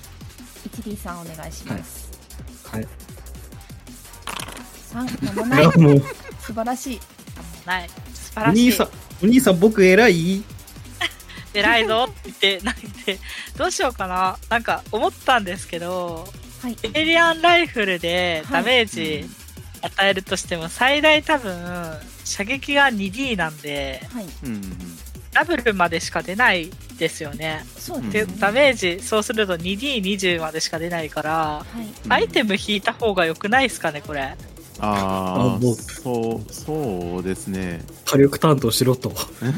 [SPEAKER 2] 1D3 お願いします、
[SPEAKER 4] はい。
[SPEAKER 2] 3なんも
[SPEAKER 4] い
[SPEAKER 2] ない
[SPEAKER 4] やもう、
[SPEAKER 2] 素晴らしい
[SPEAKER 3] ない素晴ら
[SPEAKER 4] お
[SPEAKER 3] し
[SPEAKER 4] 兄
[SPEAKER 3] い
[SPEAKER 4] さん、お兄さん僕偉い
[SPEAKER 3] 偉いぞって言って泣いてどうしようかななんか思ったんですけど
[SPEAKER 2] はい
[SPEAKER 3] エイリアンライフルでダメージ
[SPEAKER 1] う
[SPEAKER 3] 与えるとしても最大多分射撃が 2D なんで
[SPEAKER 2] はい
[SPEAKER 1] んうん
[SPEAKER 3] ダブルまでしか出ないですよね。
[SPEAKER 2] そう
[SPEAKER 3] で、
[SPEAKER 2] ですね
[SPEAKER 3] ダメージそうすると 2D20 までしか出ないから
[SPEAKER 2] はい
[SPEAKER 1] うん
[SPEAKER 3] アイテム引いた方が良くないですかねこれ。
[SPEAKER 1] あ
[SPEAKER 4] あ
[SPEAKER 1] あ
[SPEAKER 4] もう
[SPEAKER 1] そうそうですね、
[SPEAKER 4] 火力担当しろと。
[SPEAKER 3] うん、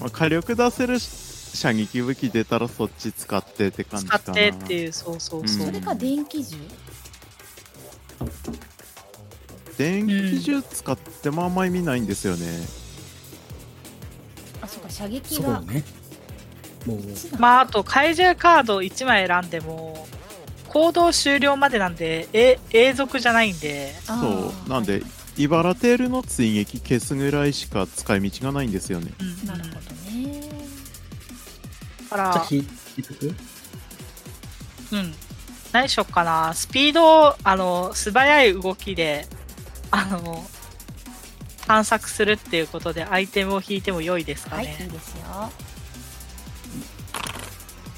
[SPEAKER 1] まあ、火力出せる射撃武器出たらそっち使ってって感じ
[SPEAKER 3] 使
[SPEAKER 1] か
[SPEAKER 3] っ
[SPEAKER 1] な
[SPEAKER 3] てっていうそうそうそうう。
[SPEAKER 1] ん
[SPEAKER 2] それか電気銃
[SPEAKER 1] 電気銃使ってもあんま意味ないんですよね、
[SPEAKER 2] あそうか射撃
[SPEAKER 4] そう
[SPEAKER 2] が
[SPEAKER 4] ね。もう、
[SPEAKER 2] 一番
[SPEAKER 3] まああと怪獣カード1枚選んでも行動終了までなんでえ永続じゃないんで
[SPEAKER 2] あー
[SPEAKER 1] そうなんでイバラテールの追撃消すぐらいしか使い道がないんですよね
[SPEAKER 3] うん
[SPEAKER 2] なるほどね
[SPEAKER 3] だか
[SPEAKER 4] じゃあ
[SPEAKER 3] ら、
[SPEAKER 4] 引いとく
[SPEAKER 3] うん、何しよっかなスピードをあの素早い動きであの探索するっていうことでアイテムを引いても良いですか
[SPEAKER 2] はい
[SPEAKER 3] ね、
[SPEAKER 2] いいですよ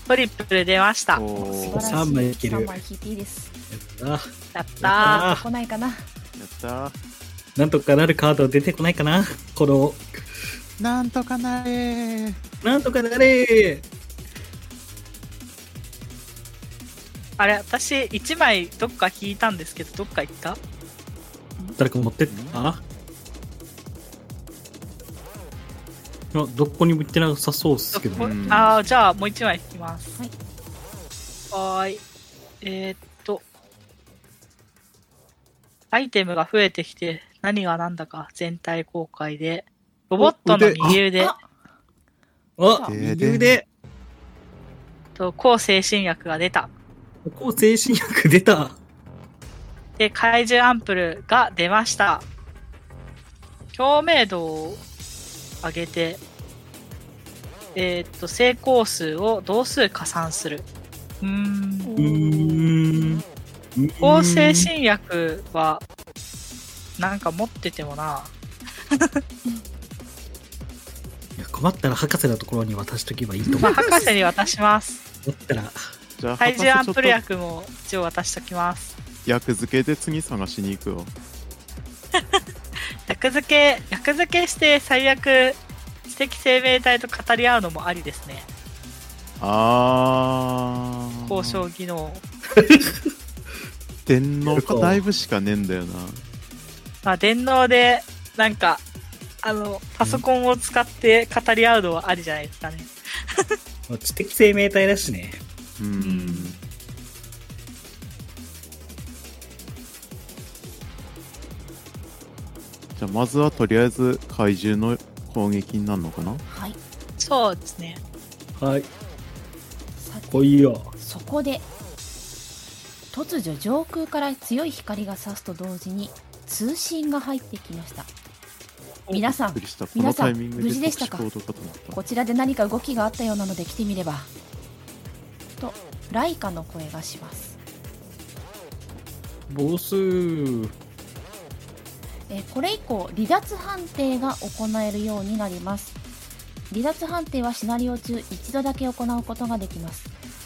[SPEAKER 3] トリプル出ました
[SPEAKER 1] おー
[SPEAKER 2] 素晴らしい
[SPEAKER 4] 三枚いける
[SPEAKER 2] 3枚引いていいです
[SPEAKER 4] やっ
[SPEAKER 3] やった
[SPEAKER 4] や
[SPEAKER 3] ー
[SPEAKER 4] あ
[SPEAKER 2] 来ないかな
[SPEAKER 1] やったー
[SPEAKER 4] たなんとかなるカード出てこないかなこの、
[SPEAKER 1] なんとかなれー
[SPEAKER 4] なんとかなれ
[SPEAKER 3] あれ私1枚どっか引いたんですけどどっか行った
[SPEAKER 4] 誰か持ってったあ、どこにも行ってなさそうっすけど
[SPEAKER 3] どこ
[SPEAKER 4] ね。
[SPEAKER 1] うん
[SPEAKER 3] ああじゃあもう1枚引きます
[SPEAKER 2] は
[SPEAKER 3] はーいえーっとアイテムが増えてきて何が何だか全体公開でロボットの右腕
[SPEAKER 2] あ
[SPEAKER 4] あ、
[SPEAKER 1] で
[SPEAKER 4] 右腕
[SPEAKER 3] と抗精神薬が出た
[SPEAKER 4] 抗精神薬出た
[SPEAKER 3] で怪獣アンプルが出ました共鳴度を上げてえーっと成功数を同数加算するうーん
[SPEAKER 2] お
[SPEAKER 4] うーん。
[SPEAKER 3] 抗精神薬はなんか持っててもな
[SPEAKER 4] うんいや困ったら博士のところに渡しとけばいいと思
[SPEAKER 3] ま
[SPEAKER 4] う
[SPEAKER 3] あ。博士に渡し ます
[SPEAKER 4] だったら、
[SPEAKER 1] じゃあ博
[SPEAKER 3] 体
[SPEAKER 1] 士
[SPEAKER 3] 重アンプル
[SPEAKER 1] ちょっ
[SPEAKER 3] 薬も一応渡しときます
[SPEAKER 1] と役付けで次探しに行くわ
[SPEAKER 3] 薬漬け薬漬けして最悪知的生命体と語り合うのもありですね
[SPEAKER 1] あー
[SPEAKER 3] 交渉技能
[SPEAKER 1] 電脳かだいぶしかねえんだよな
[SPEAKER 3] まあ電脳でなんかあのパソコンを使って語り合うのはありじゃないですかね
[SPEAKER 4] まあ知的生命体だしね。
[SPEAKER 1] うんじゃあまずはとりあえず怪獣の攻撃になるのかな
[SPEAKER 2] はい
[SPEAKER 3] そうです ね
[SPEAKER 4] はい、
[SPEAKER 2] さて
[SPEAKER 4] 来いよ。
[SPEAKER 2] そこで突如上空から強い光が差すと同時に通信が入ってきました皆さ
[SPEAKER 1] びっく
[SPEAKER 2] ん
[SPEAKER 1] りしたこ
[SPEAKER 2] 皆
[SPEAKER 1] の
[SPEAKER 2] さん
[SPEAKER 1] タイミングで
[SPEAKER 2] 無事でしたか
[SPEAKER 1] 特殊行動かと思った
[SPEAKER 2] こちらで何か動きがあったようなので来てみればとライカの声がします
[SPEAKER 4] ボス。
[SPEAKER 2] えーこれ以降離脱判定が行えるようになります離脱判定はシナリオ中一度だけ行うことができます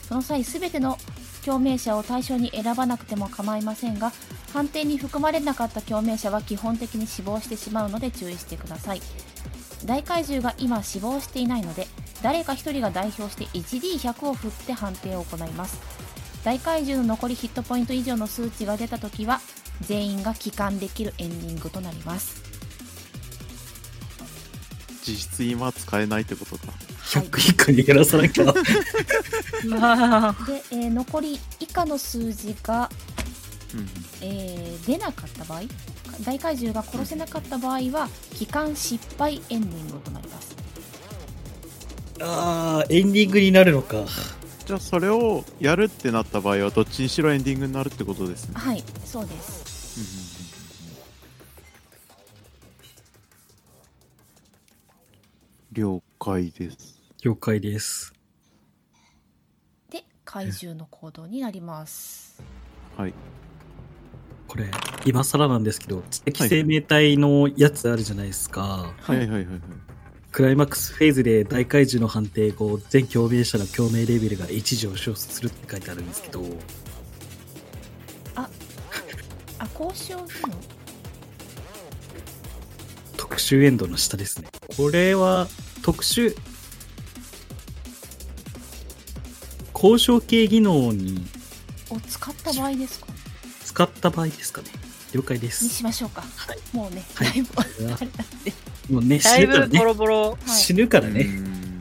[SPEAKER 2] その際全ての共鳴者を対象に選ばなくても構いませんが判定に含まれなかった共鳴者は基本的に死亡してしまうので注意してください大怪獣が今死亡していないので誰か1人が代表して 1D100 を振って判定を行います大怪獣の残りヒットポイント以上の数値が出た時は全員が帰還できるエンディングとなります。
[SPEAKER 1] 実質今は使えないってことか
[SPEAKER 2] はい、
[SPEAKER 4] 100以下に減らさなきゃ。
[SPEAKER 2] で、えー残り以下の数字が、
[SPEAKER 1] うん
[SPEAKER 2] えー出なかった場合大怪獣が殺せなかった場合は帰還失敗エンディングとなります。
[SPEAKER 4] あー、エンディングになるのか。
[SPEAKER 1] じゃあそれをやるってなった場合はどっちにしろエンディングになるってことですね。
[SPEAKER 2] はいそうです
[SPEAKER 1] 了解です。
[SPEAKER 4] 了解です。
[SPEAKER 2] で怪獣の行動になります
[SPEAKER 1] はい。
[SPEAKER 4] これ、今更なんですけど、知的生命体のやつあるじゃないですか。
[SPEAKER 1] はいはいはいはい。
[SPEAKER 4] クライマックスフェーズで大怪獣の判定後、全共鳴者の共鳴レベルが1上昇するって書いてあるんですけど、
[SPEAKER 2] あ交渉技能
[SPEAKER 4] 特殊エンドの下ですね。これは、特殊、交渉系技能に
[SPEAKER 2] を使った場合ですか
[SPEAKER 4] 使った場合ですかね。了解で
[SPEAKER 2] に
[SPEAKER 4] す。
[SPEAKER 2] しましょうか、
[SPEAKER 4] はい
[SPEAKER 2] もうね
[SPEAKER 4] はい
[SPEAKER 2] だいぶ
[SPEAKER 4] は
[SPEAKER 2] あれなんで
[SPEAKER 4] もうね、
[SPEAKER 3] だ
[SPEAKER 4] 死
[SPEAKER 3] い
[SPEAKER 4] ぬから
[SPEAKER 3] ぶボ
[SPEAKER 4] ね。
[SPEAKER 3] ロボロ。
[SPEAKER 2] はい
[SPEAKER 4] 死ぬから
[SPEAKER 1] う
[SPEAKER 4] ね。
[SPEAKER 1] ん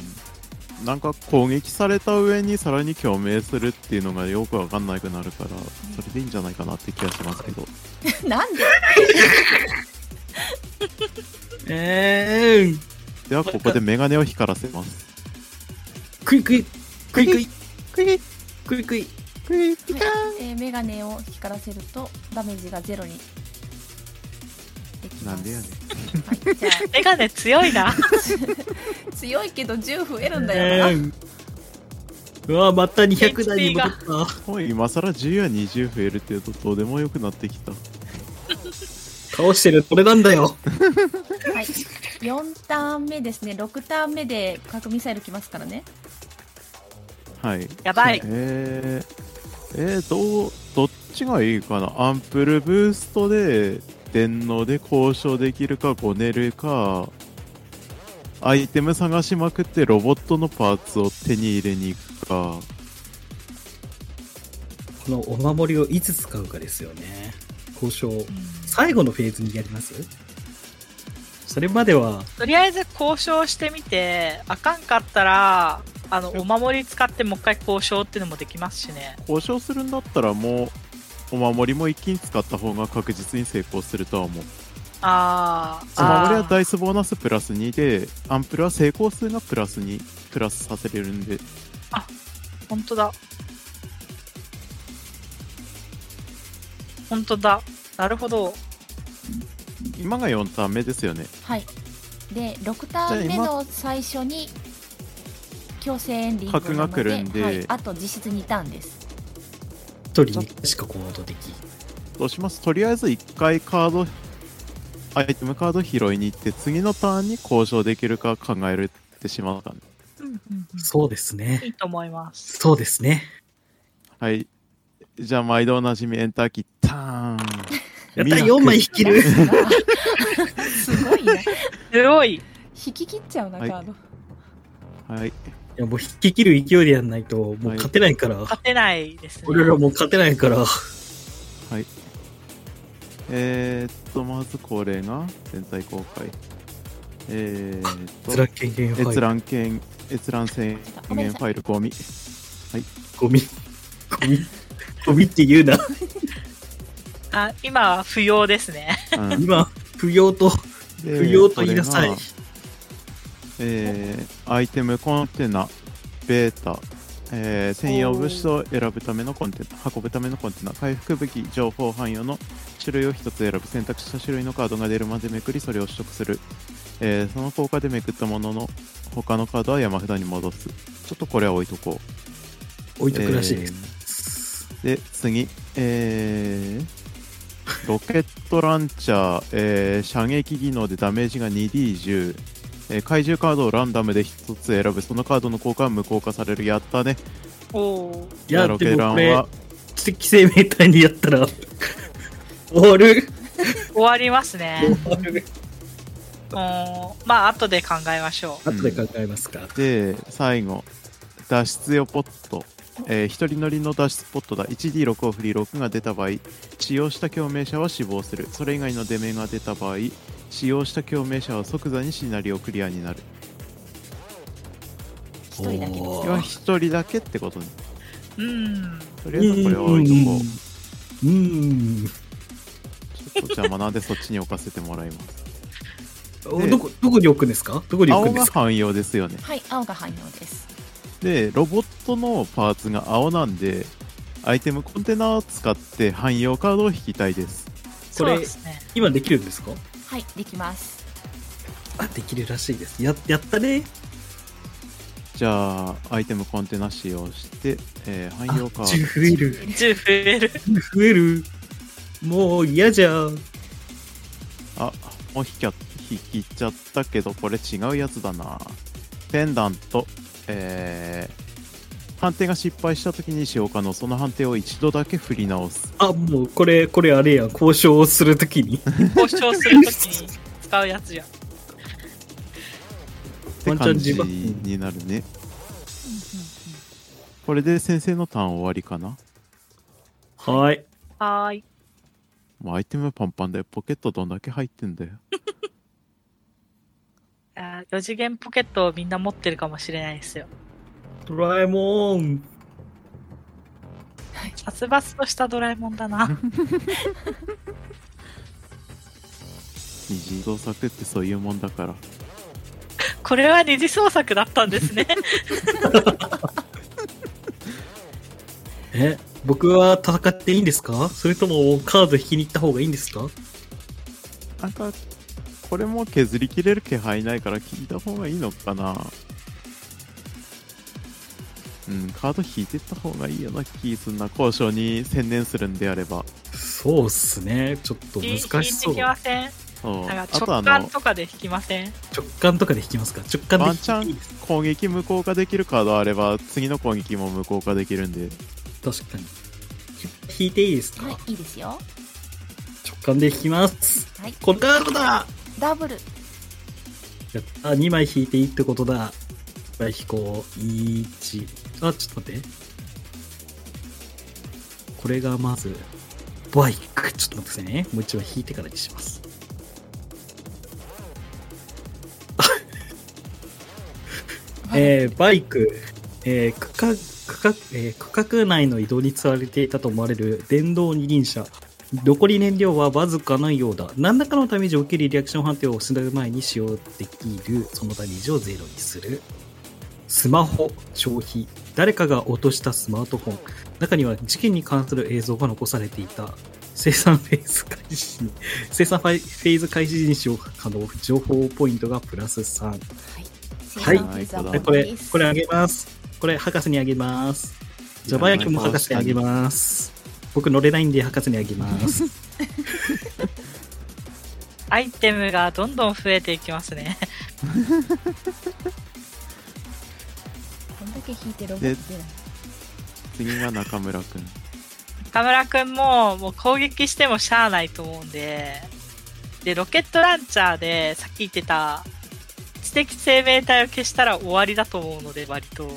[SPEAKER 1] なんか攻撃された上にさらに共鳴するっていうのがよくわかんなくなるから、それでいいんじゃないかなって気がしますけど。
[SPEAKER 2] なんで
[SPEAKER 4] えー、
[SPEAKER 1] ではここでメガネを光らせます。
[SPEAKER 4] クイクイクイクイ
[SPEAKER 1] クイッ
[SPEAKER 4] クイクイ
[SPEAKER 1] クイッ
[SPEAKER 2] はいえーメガネを光らせるとダメージがゼロにでき
[SPEAKER 1] な
[SPEAKER 2] ます
[SPEAKER 1] んでやねん。
[SPEAKER 2] はい、じゃ
[SPEAKER 3] メガネ強いな。
[SPEAKER 2] あ強いけど10増えるんだよな、
[SPEAKER 4] えーうわまた200台に戻った。
[SPEAKER 1] もう今更10や20増えるっていうとどうでもよくなってきた。
[SPEAKER 4] 倒してるこれなんだよ。
[SPEAKER 2] はい、4ターン目ですね6ターン目で核ミサイル来ますからね
[SPEAKER 1] はい。
[SPEAKER 3] やばい。
[SPEAKER 1] えー、えー、どう、どっちがいいかなアンプルブーストで電脳で交渉できるかごねるか、アイテム探しまくってロボットのパーツを手に入れに行くか。
[SPEAKER 4] このお守りをいつ使うかですよね。交渉。最後のフェーズにやりますそれまでは、
[SPEAKER 3] とりあえず交渉してみて、あかんかったら、あの、お守り使ってもう一回交渉っていうのもできますしね。
[SPEAKER 1] 交渉するんだったらもう、お守りも一気に使った方が確実に成功するとは思う。
[SPEAKER 3] あー
[SPEAKER 1] お守りは
[SPEAKER 3] あー。
[SPEAKER 1] ダイスボーナスプラス2で、アンプルは成功数がプラス2、プラスさせれるんで、
[SPEAKER 3] 本当だ。本当だ。なるほど。
[SPEAKER 1] 今が4ターン目ですよね。
[SPEAKER 2] はいで6ターン目
[SPEAKER 1] じゃあ
[SPEAKER 2] の最初に強制エンディング
[SPEAKER 1] 核が来るんで
[SPEAKER 2] なのはい、あと実質2ターンです
[SPEAKER 4] 一人にしか行動でき。
[SPEAKER 1] どうしますとりあえず1回カードアイテムカード拾いに行って次のターンに交渉できるか考えるってしまったんで
[SPEAKER 3] うんうんうん
[SPEAKER 4] そうですね。
[SPEAKER 3] いいと思います。
[SPEAKER 4] そうですね。
[SPEAKER 1] はいじゃあ毎度おなじみエンターキーターン
[SPEAKER 4] やっ
[SPEAKER 1] み
[SPEAKER 4] た
[SPEAKER 1] んな
[SPEAKER 4] 4枚引け る。
[SPEAKER 2] すごいな
[SPEAKER 3] すごい。
[SPEAKER 2] 引き切っちゃうなカ
[SPEAKER 1] はい
[SPEAKER 2] ード、
[SPEAKER 1] はい
[SPEAKER 4] いやもう引き切る勢いでやんないと、もう勝てないから。
[SPEAKER 3] 勝てないですね。
[SPEAKER 4] 俺らもう勝てないから。
[SPEAKER 1] えー、っとまずこれが全体公開えー、
[SPEAKER 4] 閲
[SPEAKER 1] っ
[SPEAKER 4] 覧権限フ
[SPEAKER 1] と閲
[SPEAKER 4] ァイル。
[SPEAKER 1] 覧権閲覧権
[SPEAKER 2] ごめ
[SPEAKER 1] 限
[SPEAKER 2] んな
[SPEAKER 1] フ
[SPEAKER 2] さ
[SPEAKER 1] ァイルゴミ
[SPEAKER 4] ゴミ。ゴミ。ゴミって言 うな。
[SPEAKER 3] あ、今は不要ですね。
[SPEAKER 1] うん
[SPEAKER 4] 今、不要と、
[SPEAKER 1] で
[SPEAKER 4] 不要と言いなさい
[SPEAKER 1] これが。えーアイテムコンテナ、ベータ、えー専用物資を選ぶためのコンテナ、運ぶためのコンテナ、回復武器、情報汎用の種類を1つ選ぶ、選択した種類のカードが出るまでめくり、それを取得する、えーその効果でめくったものの他のカードは山札に戻す。ちょっとこれは置いとこう。
[SPEAKER 4] 置いとくらしいで
[SPEAKER 1] えー
[SPEAKER 4] す。
[SPEAKER 1] で、次、えー、ロケットランチャー、えー射撃技能でダメージが 2D10、えー怪獣カードをランダムで1つ選ぶ、そのカードの効果は無効化される、やったね。
[SPEAKER 3] おお。
[SPEAKER 4] いや、
[SPEAKER 1] ロ
[SPEAKER 4] で
[SPEAKER 1] ケラ
[SPEAKER 4] も
[SPEAKER 1] ン
[SPEAKER 4] これ
[SPEAKER 1] は、、
[SPEAKER 4] 知的生命体にやった ら終わる
[SPEAKER 3] 終わりますね。
[SPEAKER 4] 終わる
[SPEAKER 3] うん。まあ、後で考えましょう。
[SPEAKER 4] 後で考えますか、
[SPEAKER 1] で、最後、脱出用ポット。えー、1人乗りの脱出ポットだ 1D6 を振り6が出た場合使用した共鳴者は死亡するそれ以外の出目が出た場合使用した共鳴者は即座にシナリオクリアになる
[SPEAKER 2] 一人だけです
[SPEAKER 1] これは1人だけってことね
[SPEAKER 3] うん。
[SPEAKER 1] とりあえずこれは置いとこう
[SPEAKER 4] うー
[SPEAKER 1] ち
[SPEAKER 4] ん
[SPEAKER 1] ょっと邪魔なんでそっちに置かせてもらいます。
[SPEAKER 4] おどこどこに置くんですかどこに
[SPEAKER 1] 青
[SPEAKER 4] 置くんで
[SPEAKER 1] が
[SPEAKER 4] すか
[SPEAKER 1] 汎用ですよね。
[SPEAKER 2] はい青が汎用です
[SPEAKER 1] で、ロボットのパーツが青なんで、アイテムコンテナを使って汎用カードを引きたいです。
[SPEAKER 4] こ
[SPEAKER 3] そう
[SPEAKER 4] れ
[SPEAKER 3] ですね。
[SPEAKER 4] 今できるんですか
[SPEAKER 2] はいできます
[SPEAKER 4] あできるらしいですややったね
[SPEAKER 1] じゃあ、アイテムコンテナ使用して、えー汎用カード。
[SPEAKER 4] あ増える
[SPEAKER 3] 10増える。
[SPEAKER 4] 増えるもう嫌じゃん
[SPEAKER 1] あ、もう引きゃ引きちゃったけど、これ違うやつだな。ペンダント、えー判定が失敗した時に使用可能、その判定を一度だけ振り直す。
[SPEAKER 4] あもうこれこれあれや交渉をするとき に
[SPEAKER 3] 交渉するときに使うやつや。
[SPEAKER 1] って
[SPEAKER 4] ワンチャン
[SPEAKER 1] 感じ
[SPEAKER 4] 自爆
[SPEAKER 1] になるね。これで先生のターン終わりかな。
[SPEAKER 4] はい
[SPEAKER 3] はーい。
[SPEAKER 1] もうアイテムパンパンでポケットどんだけ入ってんだよ。
[SPEAKER 3] あ4次元ポケットをみんな持ってるかもしれないですよ。
[SPEAKER 4] ドラえもん
[SPEAKER 3] 殺伐としたドラえもんだな。
[SPEAKER 1] 二次創作ってそういうもんだから。
[SPEAKER 3] これは二次創作だったんですね。
[SPEAKER 4] え僕は戦っていいんですかそれともカード引きに行った方がいいんですか
[SPEAKER 1] なんか、これも削り切れる気配ないから聞いた方がいいのかな。うん、カード引いてった方がいいような気すんな。交渉に専念するんであれば。
[SPEAKER 4] そうっすねちょっと
[SPEAKER 3] 引
[SPEAKER 4] 難
[SPEAKER 3] いて
[SPEAKER 4] しそう
[SPEAKER 3] きません。
[SPEAKER 1] そう
[SPEAKER 3] な
[SPEAKER 1] あ
[SPEAKER 3] んか
[SPEAKER 1] とあ
[SPEAKER 3] 直感
[SPEAKER 1] の、
[SPEAKER 3] とかで引きません。
[SPEAKER 4] 直感とかで引きますか直感で
[SPEAKER 1] ワ
[SPEAKER 4] 引
[SPEAKER 1] ンチャ
[SPEAKER 4] いていい
[SPEAKER 1] ン
[SPEAKER 4] です
[SPEAKER 1] 攻撃無効化できるカードあれば、次の攻撃も無効化できるんで。
[SPEAKER 4] 確かに引いていいですか、
[SPEAKER 2] はいいいですよ
[SPEAKER 4] 直感で引きます
[SPEAKER 2] はい
[SPEAKER 4] このカードだ
[SPEAKER 2] ダブル
[SPEAKER 4] やった2枚引いていいってことだい引こう1あちょっと待ってこれがまずバイクちょっと待ってくださいねもう一枚引いてからにしますえーバイク、えー区画区画えー区画内の移動に使われていたと思われる電動二輪車残り燃料はわずかなようだ何らかのダメージを受けるリアクション判定を失う前に使用できるそのダメージをゼロにするスマホ消費誰かが落としたスマートフォン中には事件に関する映像が残されていた生産フェーズ開始に生産フェーズ開始時に使用可能情報ポイントがプラス3
[SPEAKER 2] はい生産
[SPEAKER 1] は
[SPEAKER 2] ペ
[SPEAKER 1] い
[SPEAKER 2] ーザー
[SPEAKER 4] これ
[SPEAKER 2] です、
[SPEAKER 4] これあげます。これ、博士にあげます。じゃあ、バヤキも博士にあげます。僕乗れないんで、博士にあげます。
[SPEAKER 3] アイテムがどんどん増えていきますね。
[SPEAKER 2] こんだけ引いてロボット出ない
[SPEAKER 1] 次が中村くん。
[SPEAKER 3] 田村くんも、もう攻撃してもしゃあないと思うんで、で、ロケットランチャーで、さっき言ってた、知的生命体を消したら終わりだと思うので、割と。
[SPEAKER 1] う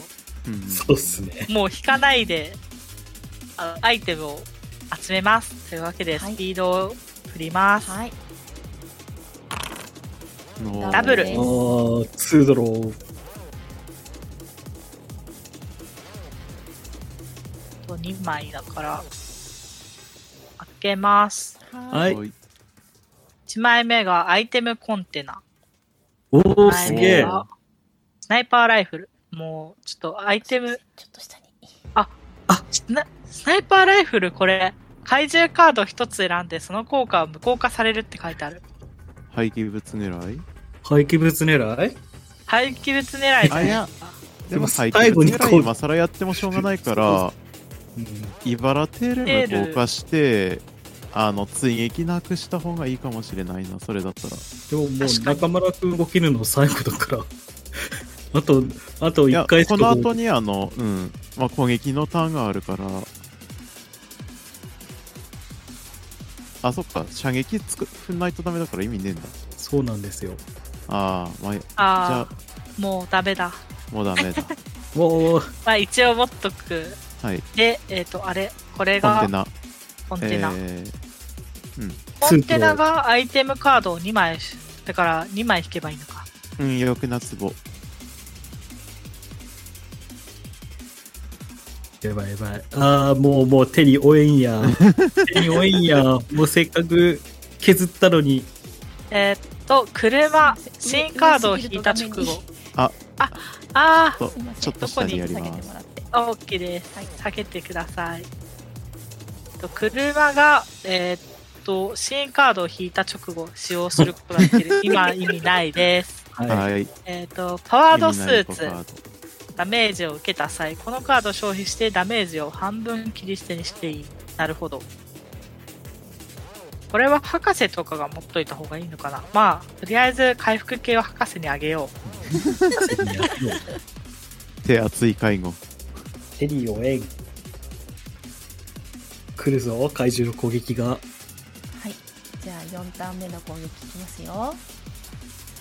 [SPEAKER 1] ん
[SPEAKER 4] そうっすね。
[SPEAKER 3] もう引かないで、あアイテムを集めます。というわけで、
[SPEAKER 2] はい
[SPEAKER 3] スピードを振ります。
[SPEAKER 2] はい
[SPEAKER 1] の
[SPEAKER 2] ダ
[SPEAKER 3] ブル
[SPEAKER 4] あ
[SPEAKER 2] です
[SPEAKER 4] ー、ツードロー。
[SPEAKER 3] あと2枚だから、開けます。
[SPEAKER 4] は
[SPEAKER 1] はいい。
[SPEAKER 3] 1枚目がアイテムコンテナ。
[SPEAKER 4] おー、
[SPEAKER 3] はい
[SPEAKER 4] すげえ。
[SPEAKER 3] あスナイパーライフル。もう、ちょっとアイテム、
[SPEAKER 2] ちょっと下に
[SPEAKER 3] スナスナイパーライフルこれ、怪獣カード1つ選んで、その効果は無効化されるって書いてある。
[SPEAKER 1] 廃棄物狙い
[SPEAKER 4] 廃棄物狙い
[SPEAKER 3] 廃棄物狙いじゃ
[SPEAKER 1] あ、
[SPEAKER 3] ないい
[SPEAKER 1] や、で
[SPEAKER 4] でも
[SPEAKER 1] も最
[SPEAKER 4] 最
[SPEAKER 1] 近
[SPEAKER 4] 後に
[SPEAKER 1] ぐ
[SPEAKER 4] こう
[SPEAKER 1] らい今更やってもしょうがないから、茨テールが豪華して、あの、追撃なくした方がいいかもしれないな、それだったら。
[SPEAKER 4] でももう
[SPEAKER 3] 確かに
[SPEAKER 4] 中村くん動けるの最後だから。 あと、あと
[SPEAKER 1] い
[SPEAKER 4] 1
[SPEAKER 1] や、
[SPEAKER 4] 回し
[SPEAKER 1] この
[SPEAKER 4] か
[SPEAKER 1] 後にあの、うん、まあ、攻撃のターンがあるから、あ、そっか、射撃つく踏んないとダメだから意味ねえんだ。
[SPEAKER 4] そうなんですよ。
[SPEAKER 1] ああ、まあ、じゃ
[SPEAKER 3] あ
[SPEAKER 1] あ、
[SPEAKER 3] あ、もうダメだ。
[SPEAKER 1] もうダ メだ。
[SPEAKER 4] おー、
[SPEAKER 3] まあ一応持っとく。
[SPEAKER 1] はい、
[SPEAKER 3] で、えっ、と、あれ、これ
[SPEAKER 1] コンテ
[SPEAKER 3] が
[SPEAKER 1] ナ。
[SPEAKER 3] コンテ
[SPEAKER 1] え
[SPEAKER 3] ナ。
[SPEAKER 1] ー、
[SPEAKER 3] コンテナがアイテムカードを2枚し、だから2枚引けばいいのか。
[SPEAKER 1] うん、よくなつぼ。
[SPEAKER 4] やばいやばい。ああ、もうもう手に負えんや。手に負えんや。もうせっかく削ったのに。
[SPEAKER 3] えっ、と、車、
[SPEAKER 2] すいません
[SPEAKER 3] 新カードを引いた直
[SPEAKER 2] 上上すぎる
[SPEAKER 3] 後
[SPEAKER 2] と。
[SPEAKER 1] あ、
[SPEAKER 3] あ
[SPEAKER 1] そう
[SPEAKER 2] すいません
[SPEAKER 1] ちょっと下にやります
[SPEAKER 2] どこに下げてもらって
[SPEAKER 3] ー、OK です。
[SPEAKER 2] はい
[SPEAKER 3] 下げてください。えっと車が、えーっと、支援カードを引いた直後、使用することができ る。今、意味ないです。
[SPEAKER 4] はい。
[SPEAKER 1] はい。
[SPEAKER 3] えーっと、パワードスー
[SPEAKER 1] ミニナイフ
[SPEAKER 3] ツ
[SPEAKER 1] カ。ー
[SPEAKER 3] ダメージを受けた際、このカードを消費してダメージを半分切り捨てにしていい。なるほど。これは博士とかが持っといた方がいいのかなまあ、とりあえず回復系は博士にあげよ
[SPEAKER 1] ド手厚い介護。
[SPEAKER 4] テリーを援来るぞ、怪獣の攻撃が。
[SPEAKER 2] はいじゃあ4ターン目の攻撃いきますよよ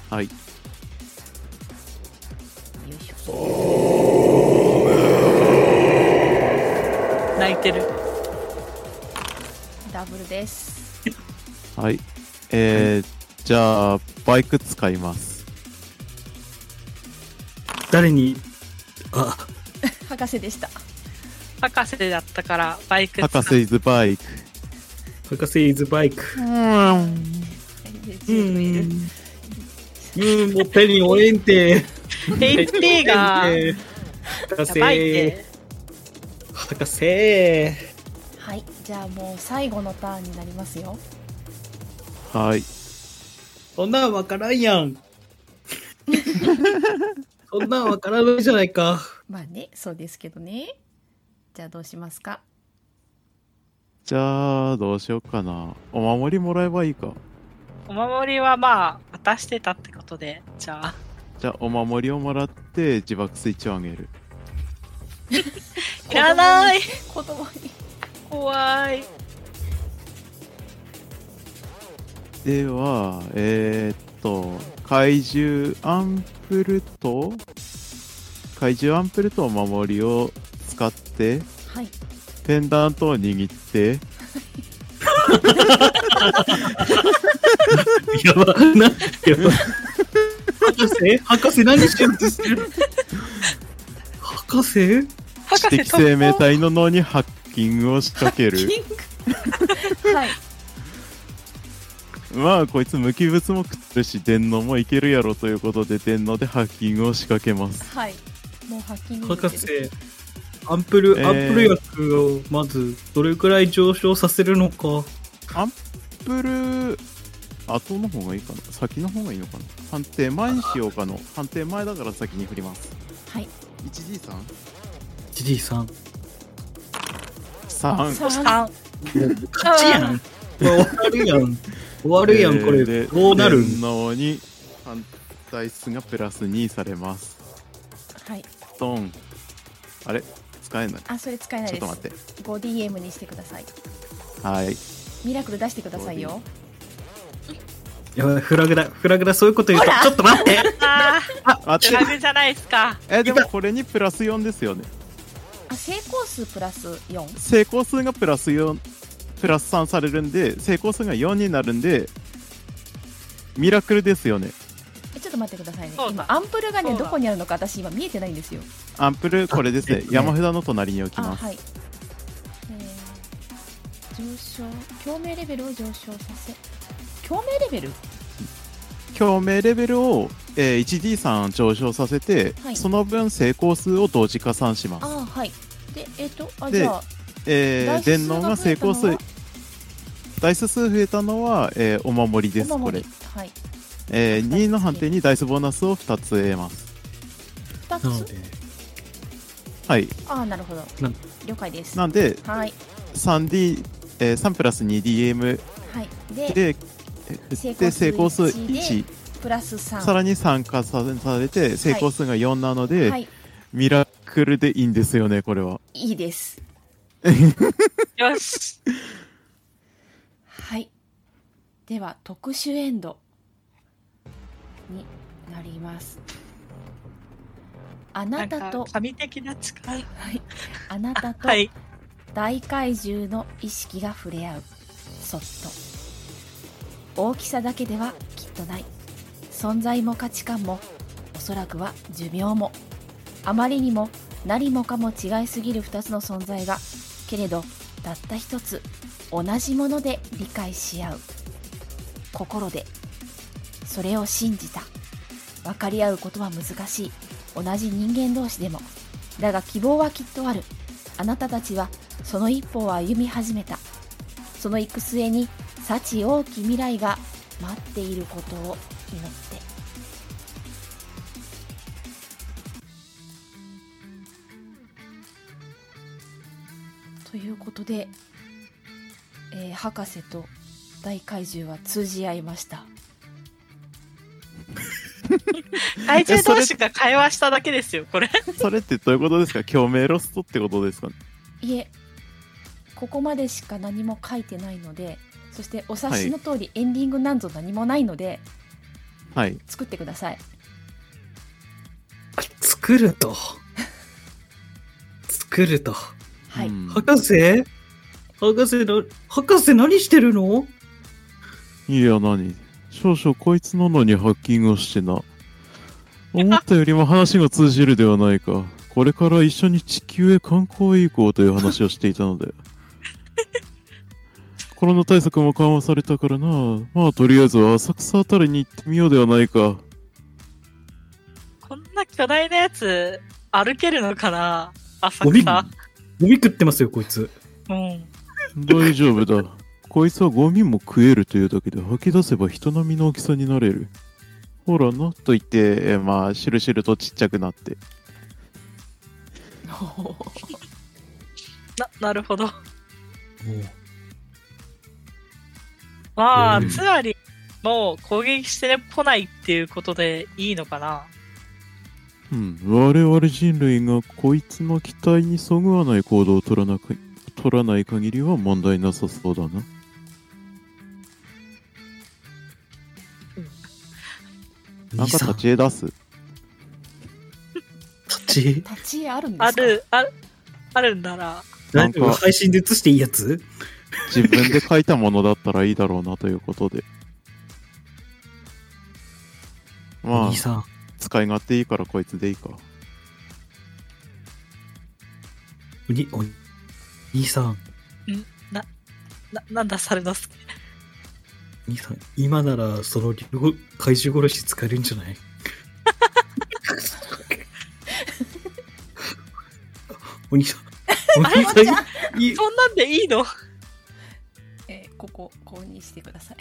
[SPEAKER 1] はい。
[SPEAKER 2] いしょ
[SPEAKER 3] う。泣いてる。
[SPEAKER 2] ダブルです
[SPEAKER 1] はい。えー、じゃあ、バイク使います。
[SPEAKER 4] 誰に、あ、
[SPEAKER 2] 博士でした
[SPEAKER 3] 博士だったからバイク使
[SPEAKER 1] 博
[SPEAKER 3] っ
[SPEAKER 1] 士 is バイク。
[SPEAKER 4] 博士イズバイク。うん。うん、もうテリーを援って。
[SPEAKER 3] HP がや
[SPEAKER 4] 博
[SPEAKER 3] ばいっ
[SPEAKER 4] 士。
[SPEAKER 3] て。
[SPEAKER 4] 博士。
[SPEAKER 2] はいじゃあもう最後のターンになりますよ
[SPEAKER 1] はい。
[SPEAKER 4] そんなんわからんやん。そんなんわからないじゃないか。
[SPEAKER 2] まあねそうですけどねじゃあどうしますか
[SPEAKER 1] じゃあ、どうしようかな。お守りもらえばいいか。
[SPEAKER 3] お守りはまあ、渡してたってことで、じゃあ、
[SPEAKER 1] じゃあ、お守りをもらって、自爆スイッチをあげる。
[SPEAKER 3] いらない
[SPEAKER 2] 子供に
[SPEAKER 3] 怖い。
[SPEAKER 1] では、えー、っと、怪獣アンプルと、怪獣アンプルとお守りを使って、
[SPEAKER 2] はい
[SPEAKER 1] ペンダントを握って、
[SPEAKER 4] やば、な、やば。博士博士何してるんです博士
[SPEAKER 3] 博
[SPEAKER 1] 知
[SPEAKER 3] 士
[SPEAKER 1] 的生命体の脳にハッキングを仕掛ける。
[SPEAKER 2] はい
[SPEAKER 1] まあ、こいつ無機物も食ってるし、電脳もいけるやろということで、電脳でハッキングを仕掛けます。
[SPEAKER 2] はいもうハッキング
[SPEAKER 4] 博士、アンプル、
[SPEAKER 1] えー
[SPEAKER 4] アンプル薬をまず、どれくらい上昇させるのか。
[SPEAKER 1] アンプル、後の方がいいかな先の方がいいのかな判定前にしようかの。判定前だから先に振ります。
[SPEAKER 2] はい
[SPEAKER 1] 1G3?
[SPEAKER 4] ジジイさ ん。
[SPEAKER 1] 3。
[SPEAKER 2] さあ
[SPEAKER 3] あ
[SPEAKER 4] 勝ちやん。終わるやん。終わるやん、これ。
[SPEAKER 1] で
[SPEAKER 4] どうなる
[SPEAKER 1] 電脳に反対数がプラス2されます。
[SPEAKER 2] はい
[SPEAKER 1] ドン。あれ使えない。
[SPEAKER 2] あそれ使えない
[SPEAKER 1] ちょっ
[SPEAKER 2] で
[SPEAKER 1] と
[SPEAKER 2] す
[SPEAKER 1] 待って。
[SPEAKER 2] 5DM にしてください
[SPEAKER 1] はい。
[SPEAKER 2] ミラクル出してくださいよ
[SPEAKER 4] やばい、フラグだ、フラグだ、そういうこと言うと
[SPEAKER 2] ほら、
[SPEAKER 4] ちょっと待って
[SPEAKER 3] あ
[SPEAKER 1] あっ
[SPEAKER 3] ー、
[SPEAKER 1] ち
[SPEAKER 3] ラグじゃないですか。
[SPEAKER 1] え、でもこれにプラス4ですよね。
[SPEAKER 2] あ成功数プラス4
[SPEAKER 1] 成功数がプラス4プラス3されるんで成功数が4になるんでミラクルですよね
[SPEAKER 2] えちょっと待ってくださいね
[SPEAKER 3] そうだ
[SPEAKER 2] 今アンプルがね
[SPEAKER 3] そうだ
[SPEAKER 2] どこにあるのか私今見えてないんですよ
[SPEAKER 1] アンプルこれですね
[SPEAKER 4] あ
[SPEAKER 1] 山札の隣に置き
[SPEAKER 2] あ
[SPEAKER 1] ます
[SPEAKER 2] はい、えー、上昇共鳴レベルを上昇させ共鳴レベル
[SPEAKER 1] 共鳴レベルを、えー 1D3 上昇させて、
[SPEAKER 2] はい
[SPEAKER 1] その分成功数を同時加算します
[SPEAKER 2] ああはいでえっ、とあ
[SPEAKER 1] で
[SPEAKER 2] じゃあ
[SPEAKER 1] え
[SPEAKER 2] 台
[SPEAKER 1] ー、
[SPEAKER 2] 数
[SPEAKER 1] 電脳が成功
[SPEAKER 2] 増
[SPEAKER 1] 数
[SPEAKER 2] えた
[SPEAKER 1] ダイス数増えたのは、えーお守りです
[SPEAKER 2] お
[SPEAKER 1] こ
[SPEAKER 2] 守
[SPEAKER 1] れ
[SPEAKER 2] り、はい、
[SPEAKER 1] えー2の判定にダイスボーナスを2つ得ます
[SPEAKER 4] なの
[SPEAKER 2] 2つ
[SPEAKER 4] で、
[SPEAKER 1] はい
[SPEAKER 2] ああなるほど
[SPEAKER 4] な
[SPEAKER 2] 了解です
[SPEAKER 1] なんで
[SPEAKER 2] はい
[SPEAKER 1] 3D、えー3プラス 2DM
[SPEAKER 2] はいで
[SPEAKER 1] で、振って成功数1、
[SPEAKER 2] プラス3
[SPEAKER 1] さらに3加算されて、成功数が4なので、
[SPEAKER 2] はい
[SPEAKER 1] ミラクルでいいんですよね、これ は。
[SPEAKER 2] いいです
[SPEAKER 3] よし。
[SPEAKER 2] はいでは特殊エンドになりますあ
[SPEAKER 3] な
[SPEAKER 2] なんた
[SPEAKER 3] か
[SPEAKER 2] と、
[SPEAKER 3] 神的な力。
[SPEAKER 2] はい、あなた と
[SPEAKER 3] はい。
[SPEAKER 2] 大怪獣の意識が触れ合うそっと大きさだけではきっとない存在も価値観もおそらくは寿命もあまりにも何もかも違いすぎる2つの存在がけれどたった一つ同じもので理解し合う心でそれを信じた分かり合うことは難しい同じ人間同士でもだが希望はきっとあるあなたたちはその一歩を歩み始めたその行く末に幸多き未来が待っていることを祈ってということで、えー博士と大怪獣は通じ合いました
[SPEAKER 3] 怪獣同士が会話しただけですよ、これ。
[SPEAKER 1] それってどういうことですか共鳴ロストってことですか
[SPEAKER 2] いえここまでしか何も書いてないのでそしてお察しの通り、エンディングなんぞ何もないので
[SPEAKER 1] はい。
[SPEAKER 2] 作ってください
[SPEAKER 4] 作ると。作ると。
[SPEAKER 2] はい、
[SPEAKER 1] うん
[SPEAKER 4] 博士博士の、博士何してるの
[SPEAKER 1] いや、何少々こいつなのにハッキングをしてな。思ったよりも話が通じるではないか。これから一緒に地球へ観光へ行こうという話をしていたので。コロナ対策も緩和されたからな。まあ、とりあえずは浅草あたりに行ってみようではないか。
[SPEAKER 3] こんな巨大なやつ、歩けるのかな浅
[SPEAKER 4] ゴミ、
[SPEAKER 3] 草
[SPEAKER 4] ゴ。ミ食ってますよ、こいつ。
[SPEAKER 3] うん。
[SPEAKER 1] 大丈夫だ。こいつはゴミも食えるというだけで吐き出せば人並みの大きさになれる。ほらな、と言って、えーまあ、しるしるとちっちゃくなって。
[SPEAKER 3] な、なるほど。
[SPEAKER 4] もう
[SPEAKER 3] まあ、
[SPEAKER 4] うん
[SPEAKER 3] つまり、もう攻撃してこないっていうことでいいのかな
[SPEAKER 1] うん、我々人類がこいつの期待にそぐわない行動を取らなか取らない限りは問題なさそうだな。なん
[SPEAKER 4] 兄
[SPEAKER 1] か
[SPEAKER 4] さん
[SPEAKER 1] 立ち絵出す。
[SPEAKER 4] 立ち
[SPEAKER 2] 立ち絵あるんで
[SPEAKER 3] あ
[SPEAKER 2] すか
[SPEAKER 3] る、ある、あるんなら、
[SPEAKER 1] なんか
[SPEAKER 4] 大丈夫配信で映していいやつ
[SPEAKER 1] 自分で描いたものだったらいいだろうなということで。まあ
[SPEAKER 4] 兄、さん。
[SPEAKER 1] 使い勝手いいからこいつでいいか。
[SPEAKER 4] おに、おに、兄さん、
[SPEAKER 3] な、なんだ、猿之助。
[SPEAKER 4] 兄さん、今なら、その、両方怪獣殺し使えるんじゃない お兄さん、お兄さん、い
[SPEAKER 3] そんなんでいいの
[SPEAKER 2] えーここここにしてください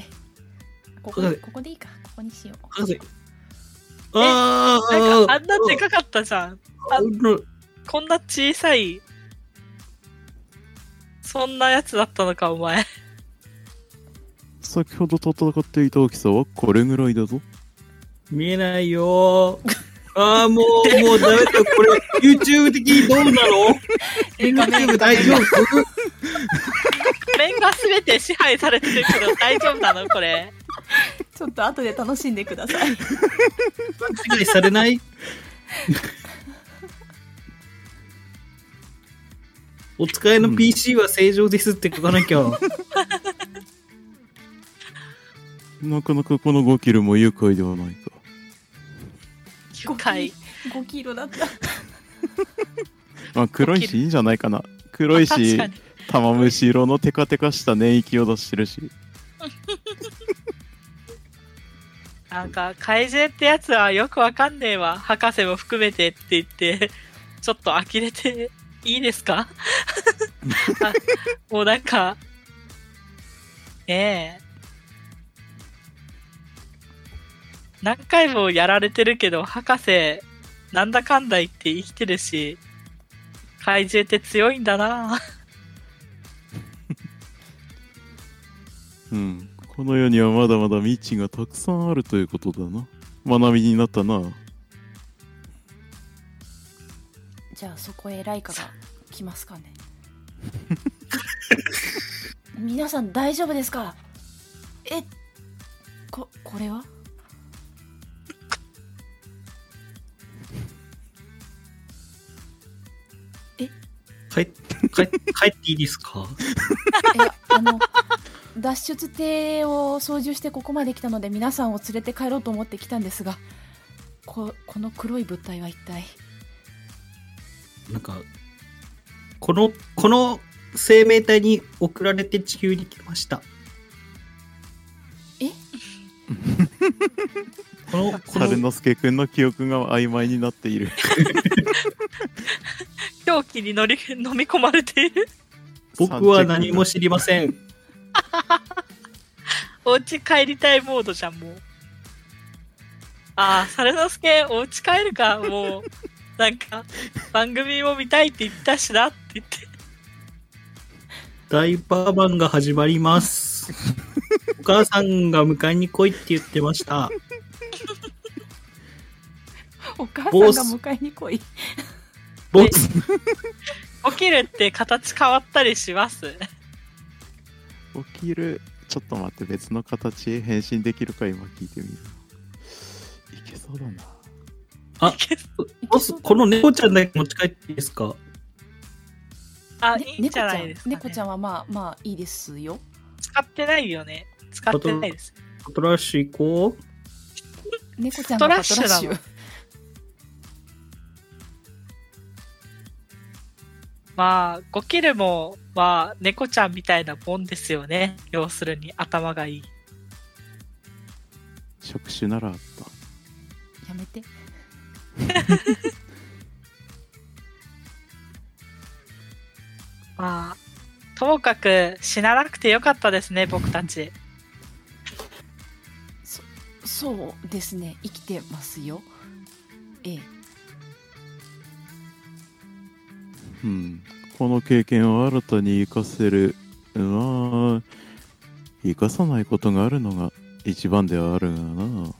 [SPEAKER 2] ここここでいいかここにしよう
[SPEAKER 4] 博士あー
[SPEAKER 3] なんか、あんなでかかったじゃん。
[SPEAKER 4] あの
[SPEAKER 3] こんな小さい、そんなやつだったのか、お前。
[SPEAKER 1] 先ほど戦っていた大きさはこれぐらいだぞ。
[SPEAKER 4] 見えないよー。ああ、もう、もうダメだ。これ、YouTube 的に どうなの ?YouTube 大丈夫
[SPEAKER 3] 面が全て支配されてるけど大丈夫なのこれ。
[SPEAKER 2] ちょっと後で楽しんでくだ さい
[SPEAKER 4] 勘違いされないお使いの PC は正常ですって書かなきゃ。
[SPEAKER 1] なかなかこの5キルも愉快ではないか。
[SPEAKER 3] 機械。
[SPEAKER 2] 5キロだった
[SPEAKER 1] まあ、黒いしいいんじゃないかな。黒い
[SPEAKER 3] 確
[SPEAKER 1] し
[SPEAKER 3] か、に。
[SPEAKER 1] 玉虫色のテカテカした粘液を出してるし。
[SPEAKER 3] なんか、怪獣ってやつはよくわかんねえわ。博士も含めてって言って、ちょっと呆れていいですかあもうなんか、ねえ。何回もやられてるけど、博士、なんだかんだ言って生きてるし、怪獣って強いんだな
[SPEAKER 1] うん。この世にはまだまだ未知がたくさんあるということだな。学びになったな。
[SPEAKER 2] じゃあそこへライカが来ますかね 皆さん大丈夫ですかえここれは
[SPEAKER 4] 帰帰帰っていいですか
[SPEAKER 2] いやあの脱出艇を操縦してここまで来たので皆さんを連れて帰ろうと思って来たんですがここの黒い物体は一体
[SPEAKER 4] なんか、この、この生命体に送られて地球に来ました。
[SPEAKER 2] え
[SPEAKER 4] この、こ
[SPEAKER 1] 猿
[SPEAKER 4] の、
[SPEAKER 1] 之助くんの記憶が曖昧になっている。
[SPEAKER 3] 狂気に乗り 飲み込まれてい る。
[SPEAKER 4] 僕は何も知りません。
[SPEAKER 3] お家帰りたいモードじゃん、もう。ああ、猿之助、お家帰るか、もう。なんか、番組も見たいって言ったしなって言って。
[SPEAKER 4] ダイパーマンが始まります。お母さんが迎えに来いって言ってました。
[SPEAKER 2] お母さんが迎えに来い。
[SPEAKER 4] ボス、
[SPEAKER 3] 起きるって形変わったりします。
[SPEAKER 1] 起きる。ちょっと待って、別の形へ変身できるか今聞いてみる。いけそうだな。
[SPEAKER 4] ボス、この猫ちゃんだけ持ち帰っていいですか
[SPEAKER 3] あ、
[SPEAKER 2] ね
[SPEAKER 3] いいんじゃないですか、ね。
[SPEAKER 2] 猫ちゃん猫ちゃんはまあまあいいですよ。
[SPEAKER 3] 使ってないよね。使ってないです。
[SPEAKER 4] パトラッシュ行こう。
[SPEAKER 2] 猫ちゃんがパトラッシ
[SPEAKER 3] ストラッシュだ
[SPEAKER 2] ュ
[SPEAKER 3] も。まあ、ゴキルモは猫ちゃんみたいなもんですよね。要するに頭がいい。
[SPEAKER 1] 触手ならあった。
[SPEAKER 2] やめて。
[SPEAKER 3] まあ、ともかく死ななくてよかったですね、僕たち。
[SPEAKER 2] そうですね。生きてますよ。ええ。
[SPEAKER 1] うん。この経験を新たに活かせる。うわー活かさないことがあるのが一番ではあるがな。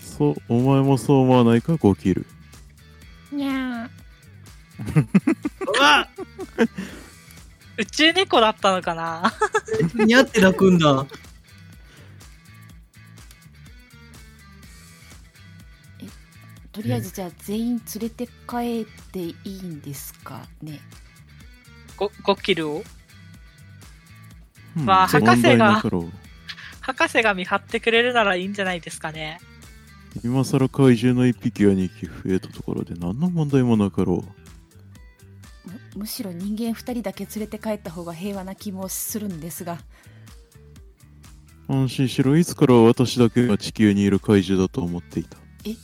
[SPEAKER 1] そう、お前もそう思わないか、ゴキル。
[SPEAKER 2] にゃ
[SPEAKER 4] うわ
[SPEAKER 3] 宇宙猫だったのかな
[SPEAKER 4] にゃって泣くんだ。
[SPEAKER 2] ー。とりあえずじゃあ全員連れて帰っていいんですかね。
[SPEAKER 3] ゴゴキルを。
[SPEAKER 1] うん
[SPEAKER 3] わあ
[SPEAKER 1] 問
[SPEAKER 3] 博士が
[SPEAKER 1] 題なかろう
[SPEAKER 3] 博士が見張ってくれるならいいんじゃないですかね。
[SPEAKER 1] 今さら怪獣の一匹や二匹増えたところで何の問題もなかろう。
[SPEAKER 2] むむしろ人間2人だけ連れて帰った方が平和な気もするんですが
[SPEAKER 1] 安心しろ、いつから私だけが地球にいる怪獣だと思っていた。
[SPEAKER 2] え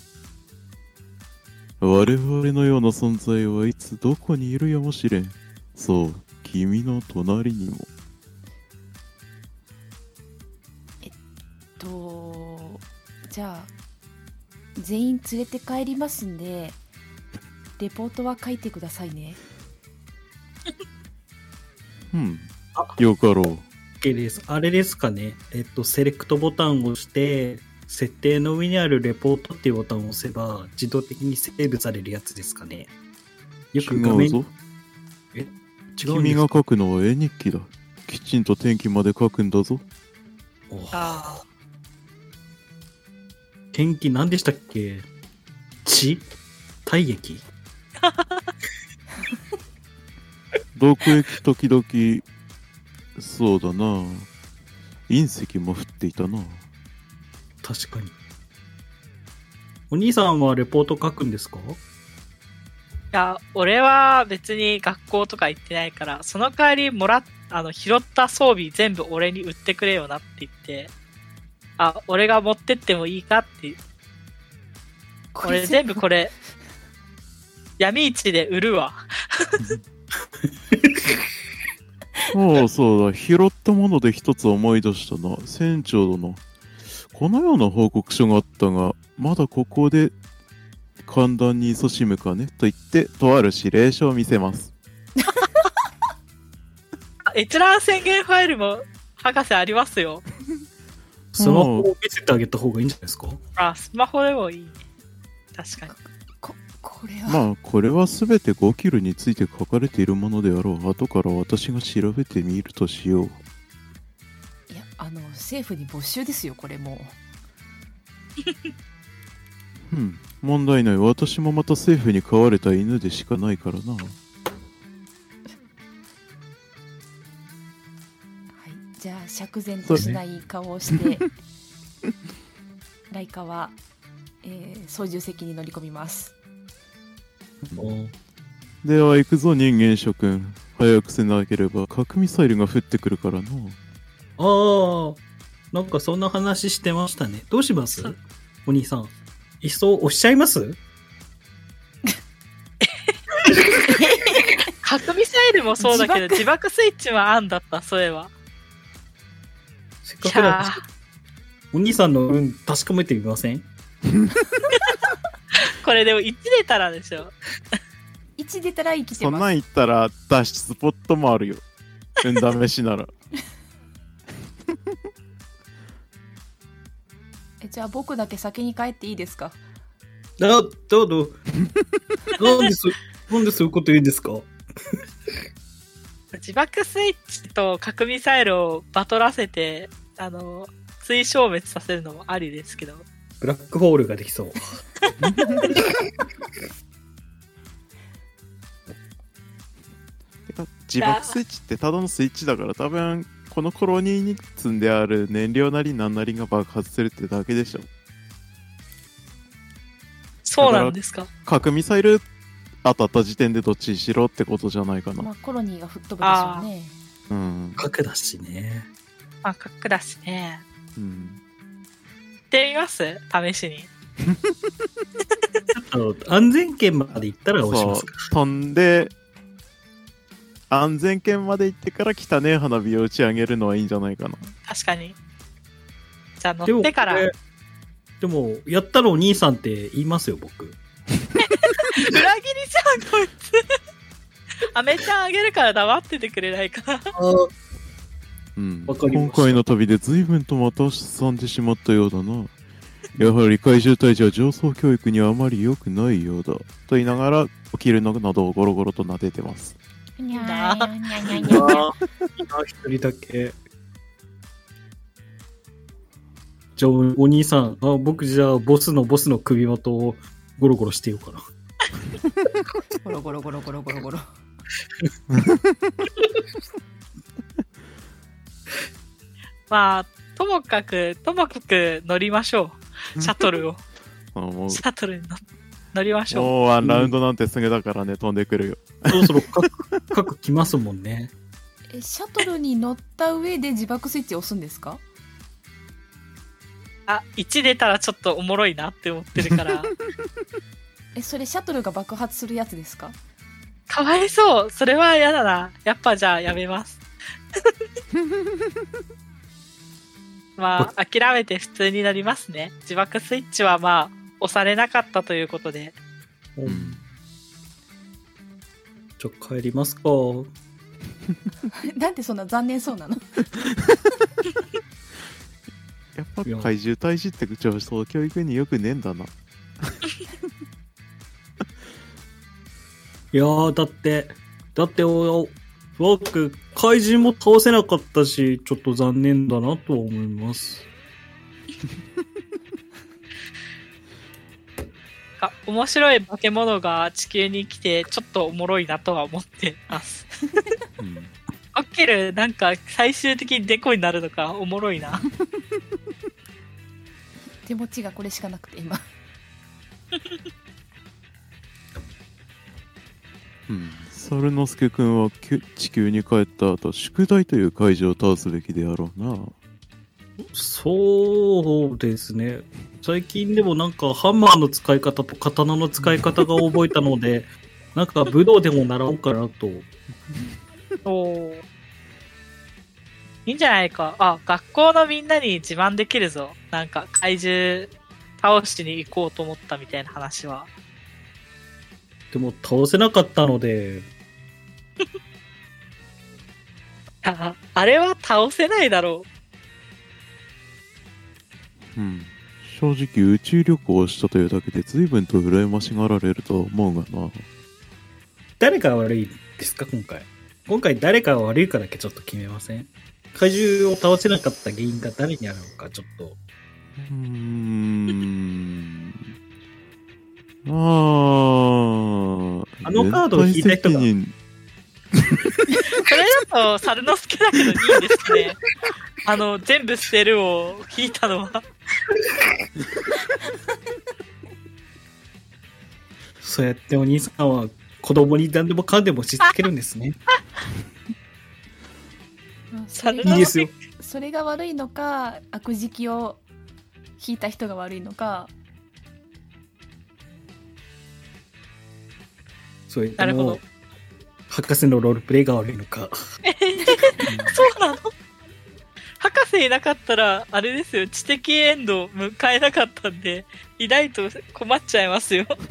[SPEAKER 1] 我々のような存在はいつどこにいるやもしれん。そう、君の隣にも。
[SPEAKER 2] とじゃあ全員連れて帰りますんでレポートは書いてくださいね
[SPEAKER 1] うん
[SPEAKER 4] あ。
[SPEAKER 1] よかろう。
[SPEAKER 4] OK です。あれですかね。えっと、セレクトボタンを押して、設定の上にあるレポートっていうボタンを押せば、自動的にセーブされるやつですかね。よく画
[SPEAKER 1] 違
[SPEAKER 4] 面
[SPEAKER 1] うぞ。
[SPEAKER 4] 違うんで
[SPEAKER 1] 君
[SPEAKER 4] す
[SPEAKER 1] が
[SPEAKER 4] か
[SPEAKER 1] 書くのは絵日記だ。きちんと天気まで書くんだぞ。
[SPEAKER 4] おー
[SPEAKER 3] あ
[SPEAKER 4] 天気何でしたっけ血体液
[SPEAKER 1] 毒液時々、そうだな。隕石も降っていたな。
[SPEAKER 4] 確かに。お兄さんはレポート書くんですか
[SPEAKER 3] あ。いや、俺は別に学校とか行ってないから、その代わりもらっ、あの、拾った装備全部俺に売ってくれよなって言って、あ、俺が持ってってもいいかって、
[SPEAKER 2] こ
[SPEAKER 3] 俺全部こ れ、闇市で売るわ。
[SPEAKER 1] そうそうだ、拾ったもので一つ思い出したな。船長殿、このような報告書があったが、まだここで寒暖に勤しむかねと言って、とある指令書を見せます。
[SPEAKER 3] あ閲覧宣言ファイルも博士ありますよ。
[SPEAKER 4] スマホを見せてあげた方がいいんじゃないですか
[SPEAKER 3] あ、スマホでもいいね。確かに。
[SPEAKER 2] ここれは、
[SPEAKER 1] まあ、これはすべて5キルについて書かれているものであろう。後から私が調べてみるとしよう。
[SPEAKER 2] いやあの政府に没収ですよこれも
[SPEAKER 1] うん、問題ない。私もまた政府に飼われた犬でしかないからな。
[SPEAKER 2] うはいじゃあ釈然としない顔をして、ライカは、えー操縦席に乗り込みます
[SPEAKER 1] では行くぞ、人間諸君。早くせなければ核ミサイルが降ってくるからな。
[SPEAKER 4] ああ、なんかそんな話してましたね。どうします
[SPEAKER 3] そう
[SPEAKER 4] お兄さん。いっそ押しちゃいます
[SPEAKER 3] 核ミサイルもそうだけど、自爆スイッチはアンだった、それは。
[SPEAKER 4] せっ
[SPEAKER 3] い
[SPEAKER 4] かく
[SPEAKER 3] や
[SPEAKER 4] だお兄さんの運確かめてみません
[SPEAKER 3] ーこれでも1出たらでしょ。
[SPEAKER 2] 1出たら生きて
[SPEAKER 1] そんな
[SPEAKER 2] ま
[SPEAKER 1] ん
[SPEAKER 2] す
[SPEAKER 1] 言ったら脱出スポットもあるよ。運試し なら。
[SPEAKER 2] えじゃあ僕だけ先に帰っていいですか
[SPEAKER 4] あ、どうど うなんです、なんでそういうこと言うんですか
[SPEAKER 3] 自爆スイッチと核ミサイルをバトらせて、あの、追消滅させるのもありですけど。
[SPEAKER 4] ブラックホールができそう。
[SPEAKER 1] てか自爆スイッチってただのスイッチだから多分このコロニーに積んである燃料なりなんなりが爆発するってだけでしょ。
[SPEAKER 3] そうなんですか。
[SPEAKER 1] 核ミサイル当たった時点でどっちにしろってことじゃないか
[SPEAKER 2] ま
[SPEAKER 1] な。
[SPEAKER 2] あコロニーが吹っ飛ぶでしょうね
[SPEAKER 1] うん。
[SPEAKER 4] 核だしね。
[SPEAKER 3] まあ、核だしね。
[SPEAKER 1] うん、
[SPEAKER 3] 行ってみます試しに。
[SPEAKER 4] あの、安全圏まで行ったら押し
[SPEAKER 1] そ
[SPEAKER 4] ますか。
[SPEAKER 1] う飛んで安全圏まで行ってから汚ねえ花火を打ち上げるのはいいんじゃないかな。
[SPEAKER 3] 確かに。じゃあ乗
[SPEAKER 4] でも
[SPEAKER 3] ってから。
[SPEAKER 4] こ
[SPEAKER 3] 裏
[SPEAKER 4] れでも、やったらお兄さんって言いますよ、僕。
[SPEAKER 3] 切りじゃん、こいつ。アメちゃんあげるから黙っててくれないかな。
[SPEAKER 1] うん、
[SPEAKER 4] わかりま
[SPEAKER 1] 今
[SPEAKER 4] した
[SPEAKER 1] 回の旅で随分とまた進んでしまったようだな。やはり怪獣退治は上層教育にはあまり良くないようだ。と言いながら、お昼のなどをゴロゴロと撫でてます。
[SPEAKER 2] にゃ
[SPEAKER 3] な
[SPEAKER 2] ーにゃにゃにゃ にゃ
[SPEAKER 4] あ一人だけ。じゃあ、お兄さん、あ僕じゃあ、ボスのボスの首元をゴロゴロしてようかな。
[SPEAKER 2] ゴロゴロゴロゴロゴロゴロ
[SPEAKER 3] まあ、ともかく、ともかく乗りましょう。シャトルを。
[SPEAKER 1] あもう
[SPEAKER 3] シャトルに乗乗りましょう。
[SPEAKER 1] もうワンラウンドなんてすぐだからね、飛んでくるよ。
[SPEAKER 4] そろそろ 核、核来ますもんね。
[SPEAKER 2] えシャトルに乗った上で自爆スイッチ押すんですか
[SPEAKER 3] あ、1出たらちょっとおもろいなって思ってるから。
[SPEAKER 2] えそれシャトルが爆発するやつですか
[SPEAKER 3] かわいそう。それは嫌だな。やっぱじゃあやめます。 まあ、諦めて普通になりますね。自爆スイッチはまあ、押されなかったということで。
[SPEAKER 1] うん
[SPEAKER 4] ちょ、帰りますか。
[SPEAKER 2] なんでそんな残念そうなの
[SPEAKER 1] やっぱ怪獣退治って上層教育によくねえんだな。
[SPEAKER 4] いやー、だって、だって、お、お僕、怪人も倒せなかったし、ちょっと残念だなとは思います。
[SPEAKER 3] あ面白い化け物が地球に来て、ちょっとおもろいなとは思ってます。
[SPEAKER 1] うん
[SPEAKER 3] オッケル、なんか最終的にデコになるのか、おもろいな。
[SPEAKER 2] 手持ちがこれしかなくて 今
[SPEAKER 1] うん、猿之助君はきゅ地球に帰った後、宿題という怪獣を倒すべきであろうな。
[SPEAKER 4] そうですね。最近でもなんかハンマーの使い方と刀の使い方が覚えたので、 なんか武道でも習おうかなと。
[SPEAKER 3] おーいいんじゃないか。あ、学校のみんなに自慢できるぞ。なんか怪獣倒しに行こうと思ったみたいな話は。
[SPEAKER 4] でも倒せなかったので、
[SPEAKER 3] ああれは倒せないだろ
[SPEAKER 1] うん、正直宇宙旅行をしたというだけで随分と羨ましがられると思うがな
[SPEAKER 4] 誰が悪いですか今回。今回誰が悪いかだけちょっと決めません怪獣を倒せなかった原因が誰にあるのかちょっと。
[SPEAKER 1] うーんあー
[SPEAKER 4] あのカードを引いた人が
[SPEAKER 1] 連帯責任
[SPEAKER 3] う。それだと猿之助だけど2位ですね。あの、全部捨てるを引いたのは。
[SPEAKER 4] そうやってお兄さんは子供に何でもかんでもしつけるんですね。
[SPEAKER 2] うんそ
[SPEAKER 3] サ
[SPEAKER 2] れ
[SPEAKER 3] ル
[SPEAKER 2] が
[SPEAKER 4] いいですよ。
[SPEAKER 2] それが悪いのか悪じきを引いた人が悪いのか
[SPEAKER 4] それ
[SPEAKER 3] な
[SPEAKER 4] と
[SPEAKER 3] るほ
[SPEAKER 4] も
[SPEAKER 3] ど、
[SPEAKER 4] 博士のロールプレイが悪いのか。
[SPEAKER 3] そうなの博士いなかったら、あれですよ、知的エンドを迎えなかったんで、いないと困っちゃいますよ。
[SPEAKER 4] 確か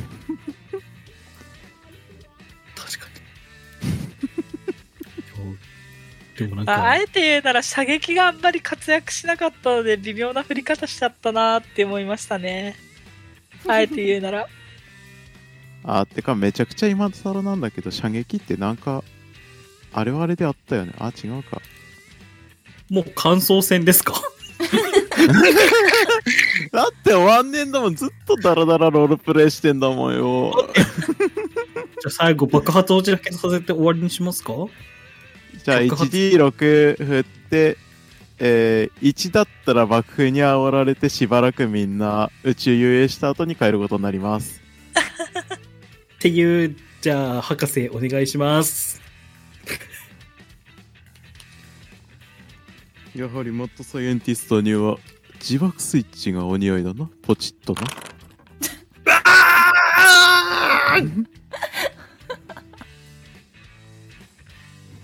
[SPEAKER 4] に。 でもなん
[SPEAKER 3] ああ
[SPEAKER 4] か、
[SPEAKER 3] えて言うなら射撃があんまり活躍しなかったので微妙な振り方しちゃったなって思いました ね。あえて言うなら。
[SPEAKER 1] あーてかめちゃくちゃ今更なんだけど射撃ってなんかあれはあれであったよねあ違うか
[SPEAKER 4] もう感想戦ですか
[SPEAKER 1] だって終わんねえんだもんずっとダラダラロールプレイしてんだもんよ
[SPEAKER 4] じゃあ最後爆発落ちだけさせて終わりにしますか
[SPEAKER 1] じゃあ 1D6 振って、えー1だったら爆風に煽られてしばらくみんな宇宙遊泳した後に帰ることになります
[SPEAKER 4] っていう、じゃあ、博士お願いします。
[SPEAKER 1] やはりマッドサイエンティストには自爆スイッチがお似合いだなポチッとな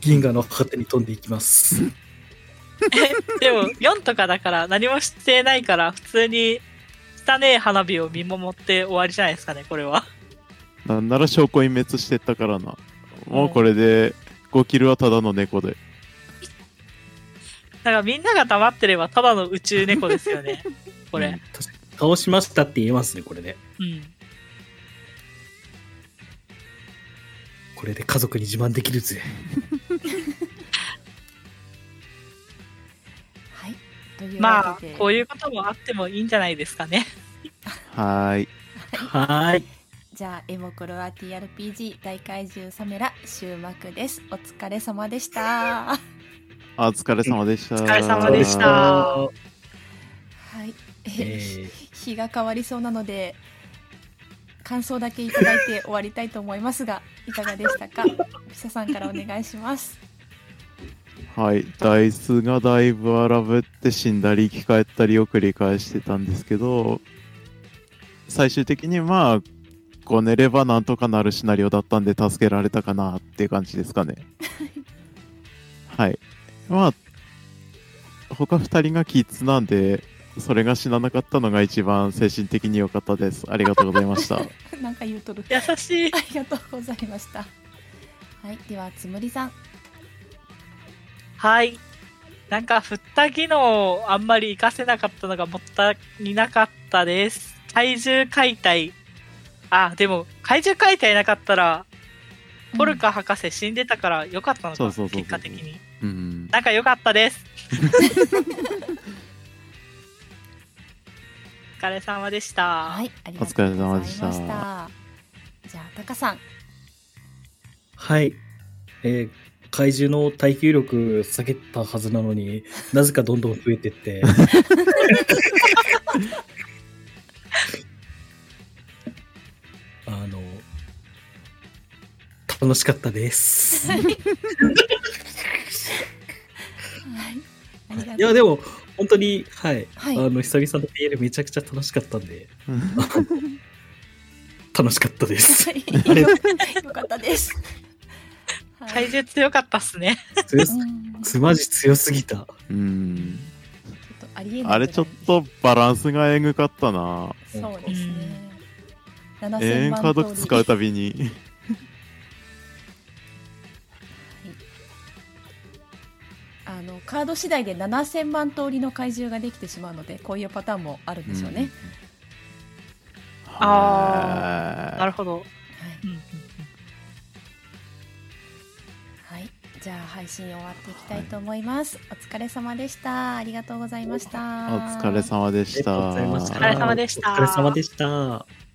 [SPEAKER 4] 銀河の果てに飛んでいきます。
[SPEAKER 3] でも4とかだから何もしてないから普通に汚い花火を見守って終わりじゃないですかね、これは。
[SPEAKER 1] なんなら証拠隠滅してったからなもうこれで5キルはただの猫で
[SPEAKER 3] だからみんなが黙ってればただの宇宙猫ですよ ね、こ
[SPEAKER 4] うん
[SPEAKER 3] れ。。
[SPEAKER 4] 確かに倒しましたって言えますね、これで。
[SPEAKER 3] うん。
[SPEAKER 4] これで家族に自慢できるぜ。
[SPEAKER 2] はいという
[SPEAKER 3] ま
[SPEAKER 2] わ
[SPEAKER 3] あ
[SPEAKER 2] けで、、
[SPEAKER 3] こういうこともあってもいいんじゃないですかね。
[SPEAKER 1] はーい
[SPEAKER 4] はーい。
[SPEAKER 2] じゃあエモクロア TRPG 大怪獣サメラ終幕ですお疲れ様でした。
[SPEAKER 1] お疲れ様でした。お
[SPEAKER 3] お疲れ様でした
[SPEAKER 2] はい、え
[SPEAKER 4] え
[SPEAKER 2] ー
[SPEAKER 4] ー
[SPEAKER 2] 日が変わりそうなので感想だけいただいて終わりたいと思いますがいかがでし たかピサさんからお願いします
[SPEAKER 1] はい、ダイスがだいぶ荒ぶって死んだり生き返ったりを繰り返してたんですけど、最終的にまあ、こねればなんとかなるシナリオだったんで助けられたかなっていう感じですかね。はい。まあ、他2人がキッズなんで、それが死ななかったのが一番精神的に良かったです。ありがとうございました。
[SPEAKER 2] なんか言うとる
[SPEAKER 3] 優しい
[SPEAKER 2] あ。りがとうございましたはいではつむりさん
[SPEAKER 3] はい。なんか振った技能をあんまり活かせなかったのがもったいなかったです。怪獣解体。あ、でも怪獣解体なかったら、ポルカ博士死んでたから良かったのか、
[SPEAKER 1] そうそうそうそう
[SPEAKER 3] 結果的に。
[SPEAKER 1] うん。
[SPEAKER 3] なんか良かっ たです。お疲れ様でした。
[SPEAKER 2] うんはいありが
[SPEAKER 1] お
[SPEAKER 2] と
[SPEAKER 1] 疲れ
[SPEAKER 2] うござい
[SPEAKER 1] 様
[SPEAKER 2] ま
[SPEAKER 1] でし
[SPEAKER 2] したたじゃあタカさん
[SPEAKER 4] はい。えー怪獣の耐久力下げたはずなのに、なぜかどんどん増えてって。 あの、楽しかったです。
[SPEAKER 2] はいありがとう
[SPEAKER 4] いや、でも、本当に、はい。
[SPEAKER 2] はい
[SPEAKER 4] あの、久々の PL めちゃくちゃ楽しかったんで、楽しかったです。あれ
[SPEAKER 2] はいよかったですは
[SPEAKER 3] 怪
[SPEAKER 2] い、
[SPEAKER 3] 獣強かったっすね。
[SPEAKER 4] 強
[SPEAKER 2] う
[SPEAKER 4] す
[SPEAKER 2] んちょ
[SPEAKER 4] つまじ強すぎた。
[SPEAKER 1] うん。
[SPEAKER 2] っとありえない
[SPEAKER 1] あれちょっとバランスがえぐかったな。
[SPEAKER 2] そうですね
[SPEAKER 1] 永
[SPEAKER 2] 7000
[SPEAKER 1] 遠
[SPEAKER 2] 万
[SPEAKER 1] カード
[SPEAKER 2] 通り
[SPEAKER 1] 使うたび に
[SPEAKER 2] あのカード次第で7000万通りの怪獣ができてしまうのでこういうパターンもあるんでしょうね、
[SPEAKER 3] あな
[SPEAKER 1] は
[SPEAKER 3] るほど。うんうん
[SPEAKER 2] はい、はい、じゃあ配信終わっていきたいと思います、お疲れ様でしたありがとうございました
[SPEAKER 1] いお疲れ様でした
[SPEAKER 4] ありがとうございまし
[SPEAKER 3] お
[SPEAKER 4] た
[SPEAKER 3] 疲れ様でした
[SPEAKER 4] お疲れ様でした。